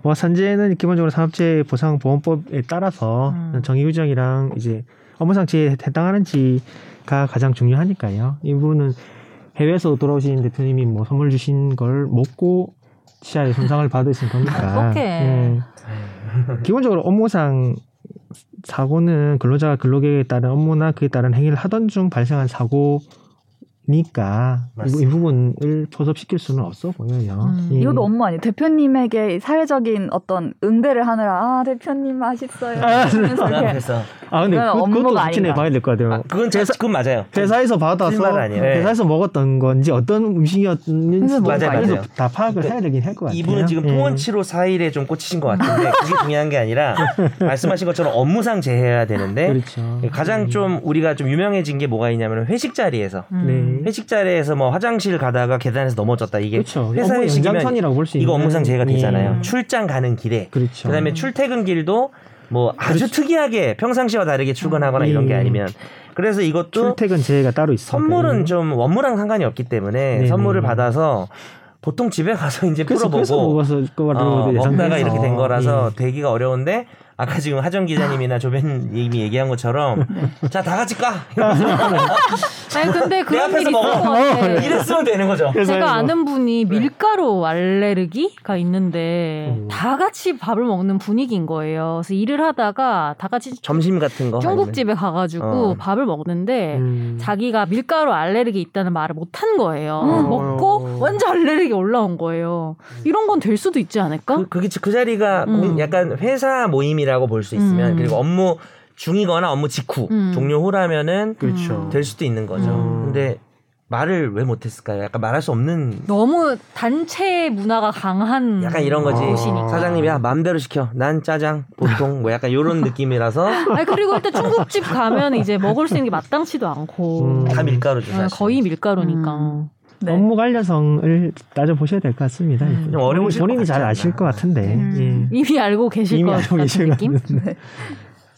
[SPEAKER 2] 뭐 산재는 기본적으로 산업재해 보상 보험법에 따라서
[SPEAKER 1] 음.
[SPEAKER 2] 정의 규정이랑 이제 업무상치에 해당하는지가 가장 중요하니까요. 이 부분은 해외에서 돌아오신 대표님이 뭐 선물 주신 걸 먹고 치아에 손상을 받으신
[SPEAKER 1] 아,
[SPEAKER 2] 거니까.
[SPEAKER 4] 어떡해.
[SPEAKER 2] 예. 기본적으로 업무상 사고는 근로자가 근로계획에 따른 업무나 그에 따른 행위를 하던 중 발생한 사고니까 이 부- 이, 부분을 포섭시킬 수는 없어 보여요.
[SPEAKER 4] 음.
[SPEAKER 2] 예.
[SPEAKER 1] 이것도 업무 아니에요. 대표님에게 사회적인 어떤 응대를 하느라 아 대표님 맛있어요.
[SPEAKER 3] 아, 네.
[SPEAKER 1] 하면서 이렇게
[SPEAKER 3] 그래서
[SPEAKER 2] 아 근데
[SPEAKER 1] 그건
[SPEAKER 2] 그, 그것도
[SPEAKER 1] 업무가
[SPEAKER 2] 확진해
[SPEAKER 1] 아닌가.
[SPEAKER 2] 봐야 될 것 같아요.
[SPEAKER 3] 아, 그건 제 그건 맞아요.
[SPEAKER 2] 회사에서 받아서
[SPEAKER 3] 거짓말 아니에요. 네.
[SPEAKER 2] 회사에서 먹었던 건지 어떤 음식이었는지
[SPEAKER 1] 회사 먹은
[SPEAKER 3] 거
[SPEAKER 2] 그래서
[SPEAKER 3] 아니에요.
[SPEAKER 2] 다 파악을 해야 되긴 할 것 같아요.
[SPEAKER 3] 이분은 지금
[SPEAKER 2] 예.
[SPEAKER 3] 통원치료 사일에 좀 꽂히신 것 같은데 그게 중요한 게 아니라 말씀하신 것처럼 업무상 제해해야 되는데 예,
[SPEAKER 2] 그렇죠.
[SPEAKER 3] 가장 좀 우리가 좀 유명해진 게 뭐가 있냐면 회식 자리에서
[SPEAKER 2] 네.
[SPEAKER 3] 회식 자리에서 뭐 화장실 가다가 계단에서 넘어졌다 이게
[SPEAKER 2] 그렇죠.
[SPEAKER 3] 회사
[SPEAKER 2] 업무
[SPEAKER 3] 회식이면
[SPEAKER 2] 연장선이라고 볼 수 있는
[SPEAKER 3] 이거 업무상 제해가
[SPEAKER 2] 예.
[SPEAKER 3] 되잖아요. 출장 가는 길에
[SPEAKER 2] 그렇죠.
[SPEAKER 3] 그다음에 출퇴근길도 뭐 아주 특이하게 평상시와 다르게 출근하거나
[SPEAKER 2] 음.
[SPEAKER 3] 이런 게 아니면 그래서 이것도
[SPEAKER 2] 출퇴근 제해가 따로 있어요.
[SPEAKER 3] 선물은 좀 원무랑 상관이 없기 때문에
[SPEAKER 2] 네네.
[SPEAKER 3] 선물을 받아서 보통 집에 가서 이제
[SPEAKER 2] 그래서 그래서 뭐
[SPEAKER 3] 풀어보고
[SPEAKER 2] 먹어서 그거로
[SPEAKER 3] 어,
[SPEAKER 2] 예상돼서.
[SPEAKER 3] 먹다가 이렇게 된 거라서
[SPEAKER 2] 예.
[SPEAKER 3] 되기가 어려운데 아까 지금 하정 기자님이나 조변님이 얘기한 것처럼 자 다 같이 까
[SPEAKER 4] 아니 근데 그런
[SPEAKER 3] 앞에서
[SPEAKER 4] 일이 있을 것
[SPEAKER 3] 먹어. 네.
[SPEAKER 4] 같아.
[SPEAKER 3] 이랬으면 되는 거죠.
[SPEAKER 2] 회사에서.
[SPEAKER 4] 제가 아는 분이 밀가루 알레르기가 있는데
[SPEAKER 2] 음.
[SPEAKER 4] 다 같이 밥을 먹는 분위기인 거예요. 그래서 일을 하다가 다 같이
[SPEAKER 3] 점심 같은 거
[SPEAKER 4] 중국집에 가가지고
[SPEAKER 3] 어.
[SPEAKER 4] 밥을 먹는데
[SPEAKER 3] 네.
[SPEAKER 2] 음.
[SPEAKER 4] 자기가 밀가루 알레르기 있다는 말을 못 한 거예요.
[SPEAKER 2] 어.
[SPEAKER 4] 먹고 완전 알레르기 올라온 거예요. 이런 건 될 수도 있지 않을까?
[SPEAKER 3] 그, 그게 지- 그 자리가
[SPEAKER 4] 음.
[SPEAKER 3] 공- 약간 회사 모임이라고 볼 수 있으면
[SPEAKER 4] 음.
[SPEAKER 3] 그리고 업무 중이거나 업무 직후
[SPEAKER 4] 음.
[SPEAKER 3] 종료 후라면은
[SPEAKER 2] 그렇죠.
[SPEAKER 3] 될 수도 있는 거죠.
[SPEAKER 2] 음.
[SPEAKER 3] 근데 말을 왜 못했을까요? 약간 말할 수 없는
[SPEAKER 4] 너무 단체 문화가 강한
[SPEAKER 3] 약간 이런 거지.
[SPEAKER 4] 곳이니까.
[SPEAKER 3] 사장님이 야 마음대로 시켜. 난 짜장 보통 뭐 약간 요런 느낌이라서
[SPEAKER 4] 아니 그리고 일단 중국집 가면 이제 먹을 수 있는 게 마땅치도 않고
[SPEAKER 2] 음.
[SPEAKER 3] 다 밀가루죠.
[SPEAKER 4] 어,
[SPEAKER 3] 사실.
[SPEAKER 4] 거의 밀가루니까.
[SPEAKER 1] 음. 네.
[SPEAKER 2] 업무 관련성을 따져 보셔야 될 것 같습니다.
[SPEAKER 4] 음.
[SPEAKER 3] 좀 어려우실
[SPEAKER 2] 본인이
[SPEAKER 3] 것
[SPEAKER 2] 잘
[SPEAKER 3] 같지
[SPEAKER 2] 아실
[SPEAKER 3] 않나.
[SPEAKER 2] 것 같은데.
[SPEAKER 1] 음.
[SPEAKER 4] 이미 알고
[SPEAKER 2] 예.
[SPEAKER 4] 계실
[SPEAKER 2] 이미
[SPEAKER 4] 것
[SPEAKER 2] 알고
[SPEAKER 4] 같은
[SPEAKER 2] 계실 것
[SPEAKER 4] 느낌?
[SPEAKER 2] 같은데.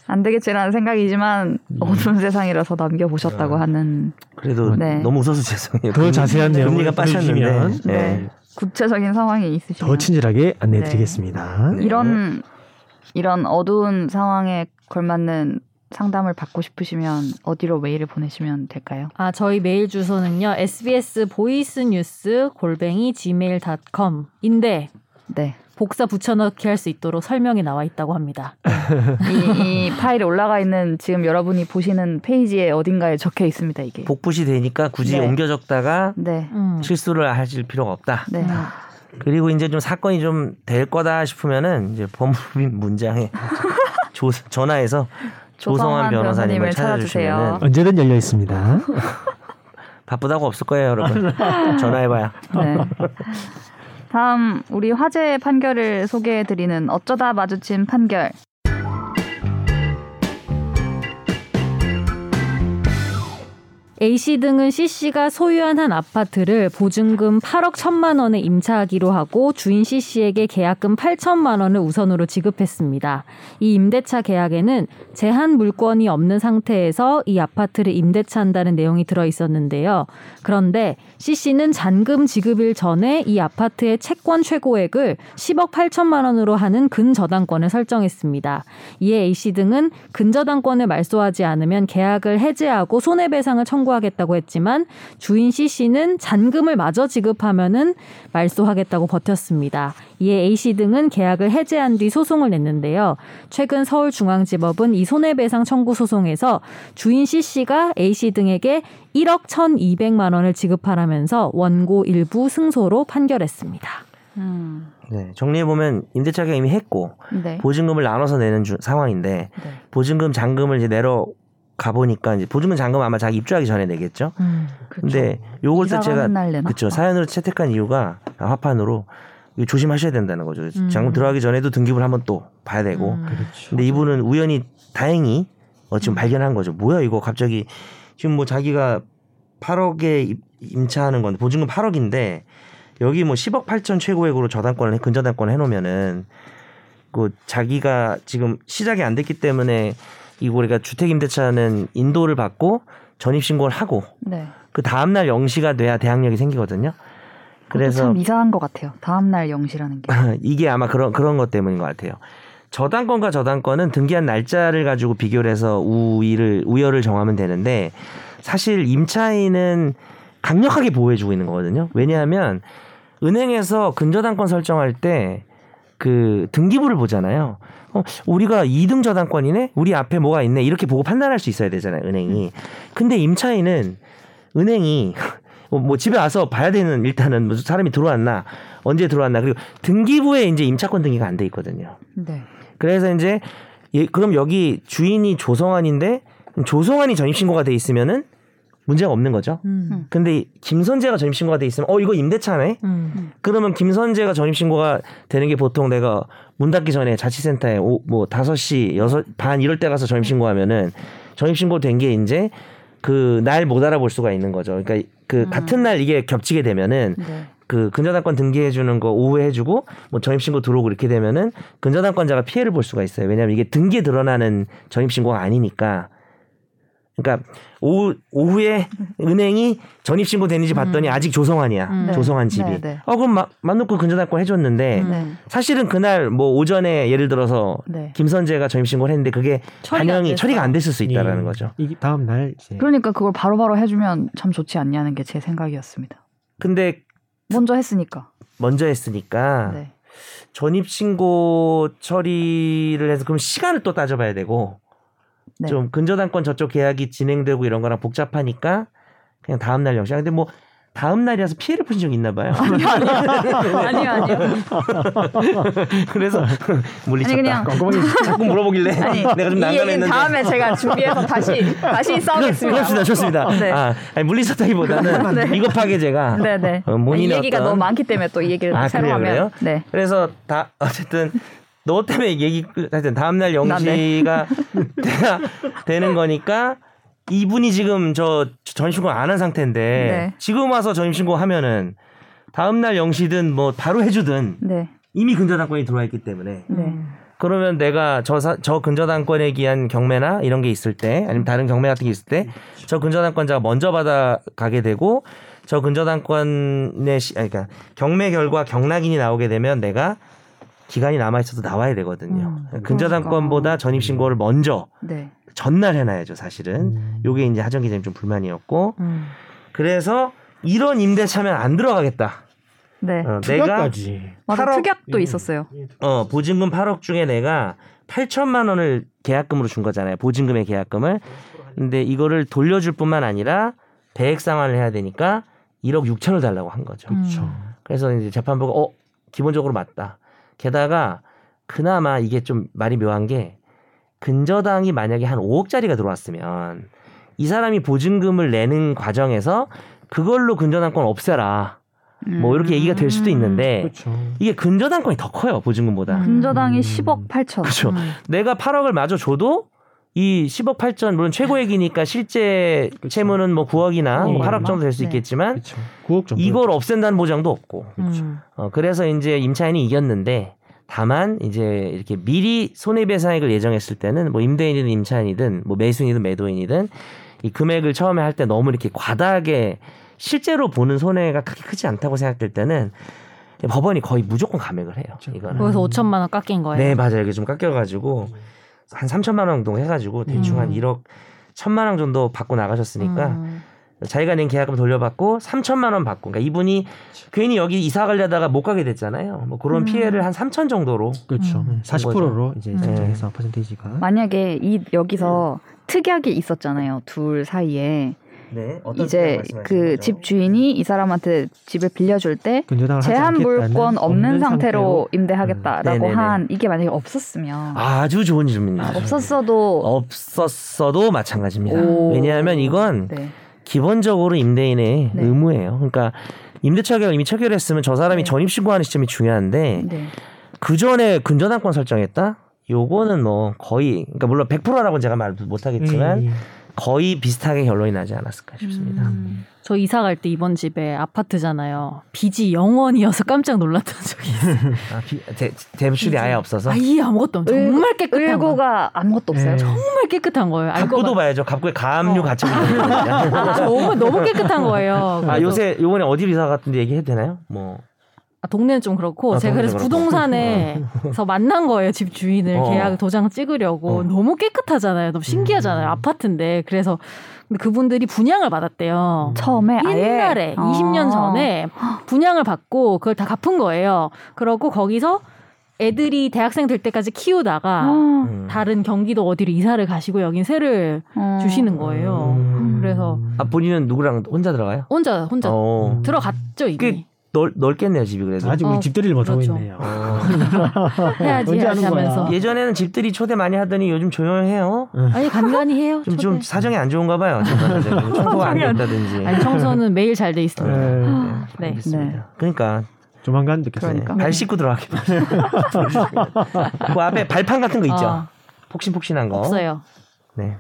[SPEAKER 1] 안 되겠지라는 생각이지만 어두운 세상이라서 남겨보셨다고 하는
[SPEAKER 3] 그래도
[SPEAKER 1] 네.
[SPEAKER 3] 너무 웃어서 죄송해요.
[SPEAKER 2] 더
[SPEAKER 3] 금리-
[SPEAKER 2] 자세한 내용을
[SPEAKER 3] 금리가 빠졌는데.
[SPEAKER 2] 보내주시면
[SPEAKER 3] 네.
[SPEAKER 1] 네. 구체적인 상황이
[SPEAKER 2] 더
[SPEAKER 1] 있으시면
[SPEAKER 2] 친절하게 안내해드리겠습니다.
[SPEAKER 3] 네.
[SPEAKER 1] 이런 이런 어두운 상황에 걸맞는 상담을 받고 싶으시면 어디로 메일을 보내시면 될까요?
[SPEAKER 4] 아 저희 메일 주소는요 sbs 보이스뉴스 골뱅이 gmail.com인데
[SPEAKER 1] 네.
[SPEAKER 4] 복사 붙여넣기 할 수 있도록 설명이 나와 있다고 합니다.
[SPEAKER 1] 이, 이 파일이 올라가 있는 지금 여러분이 보시는 페이지에 어딘가에 적혀 있습니다, 이게.
[SPEAKER 3] 복붙이 되니까 굳이
[SPEAKER 1] 네.
[SPEAKER 3] 옮겨 적다가
[SPEAKER 1] 네.
[SPEAKER 4] 음.
[SPEAKER 3] 실수를 하실 필요가 없다.
[SPEAKER 1] 네.
[SPEAKER 4] 음.
[SPEAKER 3] 그리고 이제 좀 사건이 좀 될 거다 싶으면은 이제 법무부인 문장에 조, 전화해서 조성한
[SPEAKER 1] 조성한
[SPEAKER 3] 변호사님을
[SPEAKER 1] 변호사님을 찾아주세요.
[SPEAKER 3] 찾아주시면
[SPEAKER 2] 언제든 열려
[SPEAKER 3] 네.
[SPEAKER 2] 있습니다.
[SPEAKER 3] 바쁘다고 없을 거예요, 여러분. 전화해봐요.
[SPEAKER 1] 네. 다음 우리 화제 판결을 소개해드리는 어쩌다 마주친 판결.
[SPEAKER 4] A씨 등은 C씨가 소유한 한 아파트를 보증금 8억 1천만 원에 임차하기로 하고 주인 C씨에게 계약금 8천만 원을 우선으로 지급했습니다. 이 임대차 계약에는 제한 물권이 없는 상태에서 이 아파트를 임대차한다는 내용이 들어 있었는데요. 그런데 C씨는 잔금 지급일 전에 이 아파트의 채권 최고액을 10억 8천만 원으로 하는 근저당권을 설정했습니다. 예, 이에 A씨 등은 근저당권을 말소하지 않으면 계약을 해지하고 손해배상을 청구하겠다고 했지만 주인 C씨는 잔금을 마저 지급하면은 말소하겠다고 버텼습니다. 이에 A씨 등은 계약을 해지한 뒤 소송을 냈는데요. 최근 서울중앙지법은 이 손해배상 청구 소송에서 주인 C씨가 A씨 등에게 1억 1,200만 원을 지급하라면서 원고 일부 승소로 판결했습니다.
[SPEAKER 1] 음.
[SPEAKER 3] 네, 정리해보면 임대차 계약 이미 했고
[SPEAKER 1] 네.
[SPEAKER 3] 보증금을 나눠서 내는 주- 상황인데
[SPEAKER 1] 네.
[SPEAKER 3] 보증금 잔금을 이제 내러 가보니까 이제 보증금 잔금 아마 자기 입주하기 전에 내겠죠.
[SPEAKER 4] 음.
[SPEAKER 1] 그렇죠.
[SPEAKER 3] 근데 요걸 또
[SPEAKER 1] 이사가
[SPEAKER 3] 제가
[SPEAKER 1] 날 내나?
[SPEAKER 3] 그쵸 사연으로 채택한 이유가 아, 화판으로 이거 조심하셔야 된다는 거죠.
[SPEAKER 4] 음.
[SPEAKER 3] 잔금 들어가기 전에도 등기부를 한번 또 봐야 되고.
[SPEAKER 2] 그렇죠.
[SPEAKER 3] 근데 이분은 우연히 다행히 어, 지금 발견한 거죠. 뭐야 이거 갑자기 지금 뭐 자기가 8억에 임차하는 건데 보증금 8억인데 여기 뭐 10억 8천 최고액으로 저당권을 근저당권 해놓으면은 그 자기가 지금 시작이 안 됐기 때문에 이거 우리가 주택임대차는 인도를 받고 전입신고를 하고
[SPEAKER 1] 네.
[SPEAKER 3] 그 다음날 영시가 돼야 대항력이 생기거든요.
[SPEAKER 1] 그래서
[SPEAKER 3] 그래서
[SPEAKER 1] 참 이상한 것 같아요. 다음 날 영시라는 게.
[SPEAKER 3] 이게 아마 그런 그런 것 때문인 것 같아요. 저당권과 저당권은 등기한 날짜를 가지고 비교를 해서 우위를 우열을 정하면 되는데 사실 임차인은 강력하게 보호해주고 있는 거거든요. 왜냐하면 은행에서 근저당권 설정할 때 그 등기부를 보잖아요. 어, 우리가 2등 저당권이네? 우리 앞에 뭐가 있네? 이렇게 보고 판단할 수 있어야 되잖아요, 은행이. 근데 임차인은 은행이 뭐- 뭐 집에 와서 봐야 되는 일단은 무슨 사람이 들어왔나 언제 들어왔나 그리고 등기부에 이제 임차권 등기가 안 돼 있거든요.
[SPEAKER 1] 네.
[SPEAKER 3] 그래서 이제 예, 그럼 여기 주인이 조성환인데 그럼 조성환이 전입신고가 돼 있으면은 문제가 없는 거죠.
[SPEAKER 4] 음.
[SPEAKER 3] 근데 김선재가 전입신고가 돼 있으면 어 이거 임대차네.
[SPEAKER 4] 음.
[SPEAKER 3] 그러면 김선재가 전입신고가 되는 게 보통 내가 문 닫기 전에 자치센터에 오, 뭐 5시, 6반 이럴 때 가서 전입신고하면은 전입신고 된 게 이제 그 날 못 알아볼 수가 있는 거죠. 그러니까 그 같은 날 이게 겹치게 되면은
[SPEAKER 1] 네.
[SPEAKER 3] 그 근저당권 등기해 주는 거 오후에 해 주고 뭐 전입신고 들어오고 이렇게 되면은 근저당권자가 피해를 볼 수가 있어요. 왜냐하면 이게 등기에 드러나는 전입신고가 아니니까. 그러니까 오후 오후에 은행이 전입신고 되는지 봤더니 아직 조성환이야.
[SPEAKER 4] 음.
[SPEAKER 3] 조성환 집이.
[SPEAKER 1] 네, 네.
[SPEAKER 3] 어 그럼 마, 맞놓고 근저당권 해줬는데
[SPEAKER 4] 음.
[SPEAKER 1] 네.
[SPEAKER 3] 사실은 그날 뭐 오전에 예를 들어서
[SPEAKER 1] 네.
[SPEAKER 3] 김선재가 전입신고를 했는데 그게
[SPEAKER 4] 처리가 안 예.
[SPEAKER 3] 반영이
[SPEAKER 4] 됐어.
[SPEAKER 3] 처리가 안 됐을 수 있다라는 거죠.
[SPEAKER 2] 네. 이 다음 날 이제
[SPEAKER 1] 그러니까 그걸 바로바로 해주면 참 좋지 않냐는 게 제 생각이었습니다.
[SPEAKER 3] 근데
[SPEAKER 1] 먼저 했으니까.
[SPEAKER 3] 먼저 했으니까
[SPEAKER 1] 네.
[SPEAKER 3] 전입신고 처리를 해서 그럼 시간을 또 따져봐야 되고
[SPEAKER 1] 네.
[SPEAKER 3] 좀 근저당권 저쪽 계약이 진행되고 이런 거랑 복잡하니까 그냥 다음 날 역시 근데 뭐 다음 날이라서 피해를 본 적이 있나 봐요.
[SPEAKER 1] 어, 아니요, 아니요.
[SPEAKER 3] 그래서 물리쳤다.
[SPEAKER 1] 아니, 그냥-
[SPEAKER 3] 꼼꼼하게 자꾸 물어보길래 내가 좀
[SPEAKER 1] 이 얘기는
[SPEAKER 3] 난감했는데.
[SPEAKER 1] 다음에 제가 준비해서 다시 다시 싸우겠습니다.
[SPEAKER 3] 그렇습니다. 좋습니다.
[SPEAKER 1] 네.
[SPEAKER 3] 아, 아니, 물리쳤다기보다는
[SPEAKER 1] 네.
[SPEAKER 3] 미급하게 제가
[SPEAKER 1] 네네.
[SPEAKER 3] 어, 본인의
[SPEAKER 1] 이 얘기가
[SPEAKER 3] 어떤-
[SPEAKER 1] 너무 많기 때문에 또 이 얘기를
[SPEAKER 3] 아,
[SPEAKER 1] 새로
[SPEAKER 3] 그래요,
[SPEAKER 1] 하면 네.
[SPEAKER 3] 그래서 다 어쨌든 너 때문에 얘기 하여튼 다음 날 영시가 돼야 되는 거니까 이분이 지금 저 전입신고 안 한 상태인데
[SPEAKER 1] 네.
[SPEAKER 3] 지금 와서 전입신고 하면은 다음 날 영시든 뭐 바로 해주든
[SPEAKER 1] 네.
[SPEAKER 3] 이미 근저당권이 들어와 있기 때문에
[SPEAKER 1] 네.
[SPEAKER 3] 그러면 내가 저, 사- 저 근저당권에 기한 경매나 이런 게 있을 때 아니면 다른 경매 같은 게 있을 때 저 근저당권자가 먼저 받아가게 되고 저 근저당권의 시, 아니, 그러니까 경매 결과 경락인이 나오게 되면 내가 기간이 남아 있어서 나와야 되거든요. 근저당권보다 전입 신고를 먼저
[SPEAKER 1] 네.
[SPEAKER 3] 전날 해놔야죠 사실은.
[SPEAKER 2] 음.
[SPEAKER 3] 요게 이제 하정 기자님 좀 불만이었고
[SPEAKER 4] 음.
[SPEAKER 3] 그래서 이런 임대차면 안 들어가겠다.
[SPEAKER 1] 네.
[SPEAKER 3] 어, 내가
[SPEAKER 2] 투자까지
[SPEAKER 1] 맞아
[SPEAKER 3] 팔억- 음.
[SPEAKER 1] 특약도
[SPEAKER 2] 예.
[SPEAKER 1] 있었어요.
[SPEAKER 3] 어, 보증금 8억 중에 내가 8천만 원을 계약금으로 준 거잖아요. 보증금의 계약금을. 근데 이거를 돌려줄 뿐만 아니라 배액 상환을 해야 되니까 1억 6천을 달라고 한 거죠.
[SPEAKER 4] 음.
[SPEAKER 2] 그렇죠.
[SPEAKER 3] 그래서 이제 재판부가 어 기본적으로 맞다. 게다가 그나마 이게 좀 말이 묘한 게 근저당이 만약에 한 5억짜리가 들어왔으면 이 사람이 보증금을 내는 과정에서 그걸로 근저당권 없애라. 뭐
[SPEAKER 1] 음.
[SPEAKER 3] 이렇게 얘기가 될 수도 있는데
[SPEAKER 2] 그렇죠.
[SPEAKER 3] 이게 근저당권이 더 커요 보증금보다.
[SPEAKER 4] 음.
[SPEAKER 1] 근저당이
[SPEAKER 2] 음.
[SPEAKER 1] 10억 8천.
[SPEAKER 3] 그렇죠. 내가 8억을 마저 줘도 이 10억 8천 물론 최고액이니까 실제 채무는 뭐 9억이나
[SPEAKER 2] 예.
[SPEAKER 3] 8억 정도 될 수
[SPEAKER 1] 네.
[SPEAKER 3] 있겠지만
[SPEAKER 2] 그렇죠. 9억 정도.
[SPEAKER 3] 이걸 없앤다는 보장도 없고
[SPEAKER 4] 음.
[SPEAKER 3] 어, 그래서 이제 임차인이 이겼는데 다만 이제 이렇게 미리 손해배상액을 예정했을 때는 뭐 임대인이든 임차인이든 뭐 매수인이든 매도인이든 이 금액을 처음에 할 때 너무 이렇게 과다하게 실제로 보는 손해가 크게 크지 않다고 생각될 때는 법원이 거의 무조건 감액을 해요.
[SPEAKER 2] 그렇죠.
[SPEAKER 3] 이거는.
[SPEAKER 4] 거기서 5천만 원 깎인 거예요.
[SPEAKER 3] 네 맞아요. 이게 좀
[SPEAKER 1] 음.
[SPEAKER 3] 깎여가지고 한 3천만 원 정도 해가지고 대충
[SPEAKER 4] 음.
[SPEAKER 3] 한 1억 천만 원 정도 받고 나가셨으니까
[SPEAKER 4] 음.
[SPEAKER 3] 자기가 낸 계약금 돌려받고 3천만 원 받고 그러니까 이분이 괜히 여기 이사 가려다가 못 가게 됐잖아요. 뭐 그런
[SPEAKER 1] 음.
[SPEAKER 3] 피해를 한 3천 정도로
[SPEAKER 2] 그렇죠.
[SPEAKER 4] 음.
[SPEAKER 2] 40%로 이제
[SPEAKER 4] 음.
[SPEAKER 3] 네.
[SPEAKER 2] 증정해서 퍼센테이지가.
[SPEAKER 1] 만약에 이 여기서 특약이 있었잖아요. 둘 사이에
[SPEAKER 3] 네,
[SPEAKER 1] 이제 그 집 주인이 이 사람한테 집을 빌려줄 때
[SPEAKER 2] 근저당을 아, 하지
[SPEAKER 1] 제한
[SPEAKER 2] 않겠다는
[SPEAKER 1] 물권 없는 상태로
[SPEAKER 3] 음.
[SPEAKER 1] 임대하겠다라고
[SPEAKER 3] 네네네.
[SPEAKER 1] 한 이게 만약에 없었으면
[SPEAKER 3] 아주 좋은 질문입니다.
[SPEAKER 1] 없었어도
[SPEAKER 3] 없었어도 마찬가지입니다.
[SPEAKER 1] 오.
[SPEAKER 3] 왜냐하면 이건
[SPEAKER 1] 네.
[SPEAKER 3] 기본적으로 임대인의
[SPEAKER 1] 네.
[SPEAKER 3] 의무예요. 그러니까 임대차 계약 이미 체결했으면 저
[SPEAKER 1] 네.
[SPEAKER 3] 사람이 전입신고하는 시점이 중요한데
[SPEAKER 1] 네.
[SPEAKER 3] 그 전에 근저당권 설정했다? 요거는 뭐 거의 그러니까 물론 100%라고 제가 말 못하겠지만
[SPEAKER 2] 네.
[SPEAKER 3] 거의 비슷하게 결론이 나지 않았을까 싶습니다.
[SPEAKER 4] 음. 저 이사 갈 때 이번 집에 아파트잖아요. 빚이 0원이어서 깜짝 놀랐던 적이 있어요.
[SPEAKER 3] 아, 비, 대, 대출이 아예 없어서
[SPEAKER 4] 음. 아, 이게 아무것도 없 정말 깨끗한 거.
[SPEAKER 1] 을고가 아무것도 없어요.
[SPEAKER 2] 네.
[SPEAKER 4] 정말 깨끗한 거예요. 알고
[SPEAKER 3] 갑구도 봐야죠. 갑구의 가압류
[SPEAKER 4] 어.
[SPEAKER 3] 같이 보는
[SPEAKER 4] 아,
[SPEAKER 3] 거잖아요.
[SPEAKER 4] 너무 너무 깨끗한 거예요.
[SPEAKER 3] 아
[SPEAKER 4] 그래서-
[SPEAKER 3] 요새 요번에 어디 이사 갔던데 얘기해도 되나요? 뭐
[SPEAKER 4] 아, 동네는 좀 그렇고
[SPEAKER 3] 아,
[SPEAKER 4] 제가
[SPEAKER 3] 동네는
[SPEAKER 4] 그래서
[SPEAKER 3] 그렇고.
[SPEAKER 4] 부동산에서 만난 거예요 집 주인을
[SPEAKER 3] 어.
[SPEAKER 4] 계약 도장 찍으려고
[SPEAKER 3] 어.
[SPEAKER 4] 너무 깨끗하잖아요 너무 신기하잖아요
[SPEAKER 2] 음.
[SPEAKER 4] 아파트인데 그래서 근데 그분들이 분양을 받았대요
[SPEAKER 1] 처음에 아예
[SPEAKER 4] 옛날에
[SPEAKER 1] 어.
[SPEAKER 4] 20년 전에 분양을 받고 그걸 다 갚은 거예요 그러고 거기서 애들이 대학생 될 때까지 키우다가
[SPEAKER 1] 아,
[SPEAKER 3] 음.
[SPEAKER 4] 어, 다른 경기도 어디로 이사를 가시고 여긴 세를
[SPEAKER 1] 어.
[SPEAKER 4] 주시는 거예요
[SPEAKER 2] 음.
[SPEAKER 4] 그래서
[SPEAKER 3] 아 본인은 누구랑 혼자 들어가요?
[SPEAKER 4] 혼자 혼자 음.
[SPEAKER 3] 어.
[SPEAKER 4] 들어갔죠 이미
[SPEAKER 3] 꽤 넓, 넓겠네요 집이 그래도.
[SPEAKER 2] 아직 우리
[SPEAKER 4] 어,
[SPEAKER 2] 집들이를 못하고
[SPEAKER 4] 그렇죠.
[SPEAKER 2] 있네요.
[SPEAKER 3] 어.
[SPEAKER 4] 해야지
[SPEAKER 2] 언제
[SPEAKER 4] 해야지
[SPEAKER 2] 하는 거야?
[SPEAKER 4] 하면서
[SPEAKER 3] 예전에는 집들이 초대 많이 하더니 요즘 조용해요.
[SPEAKER 4] 아니 간간히 해요
[SPEAKER 3] 좀,
[SPEAKER 4] 저도.
[SPEAKER 3] 좀 사정이 안 좋은가 봐요. 지금 청소가 안 된다든지.
[SPEAKER 4] 아니 청소는 매일 잘 돼 있습니다.
[SPEAKER 3] 아,
[SPEAKER 2] 네.
[SPEAKER 4] 네.
[SPEAKER 3] 알겠습니다. 그러니까, 네.
[SPEAKER 2] 조만간 듣겠습니다.
[SPEAKER 1] 그러니까.
[SPEAKER 3] 발 씻고 들어가겠다. 그 앞에 발판 같은 거 있죠.
[SPEAKER 4] 어.
[SPEAKER 3] 폭신폭신한 거.
[SPEAKER 4] 없어요.
[SPEAKER 3] 네.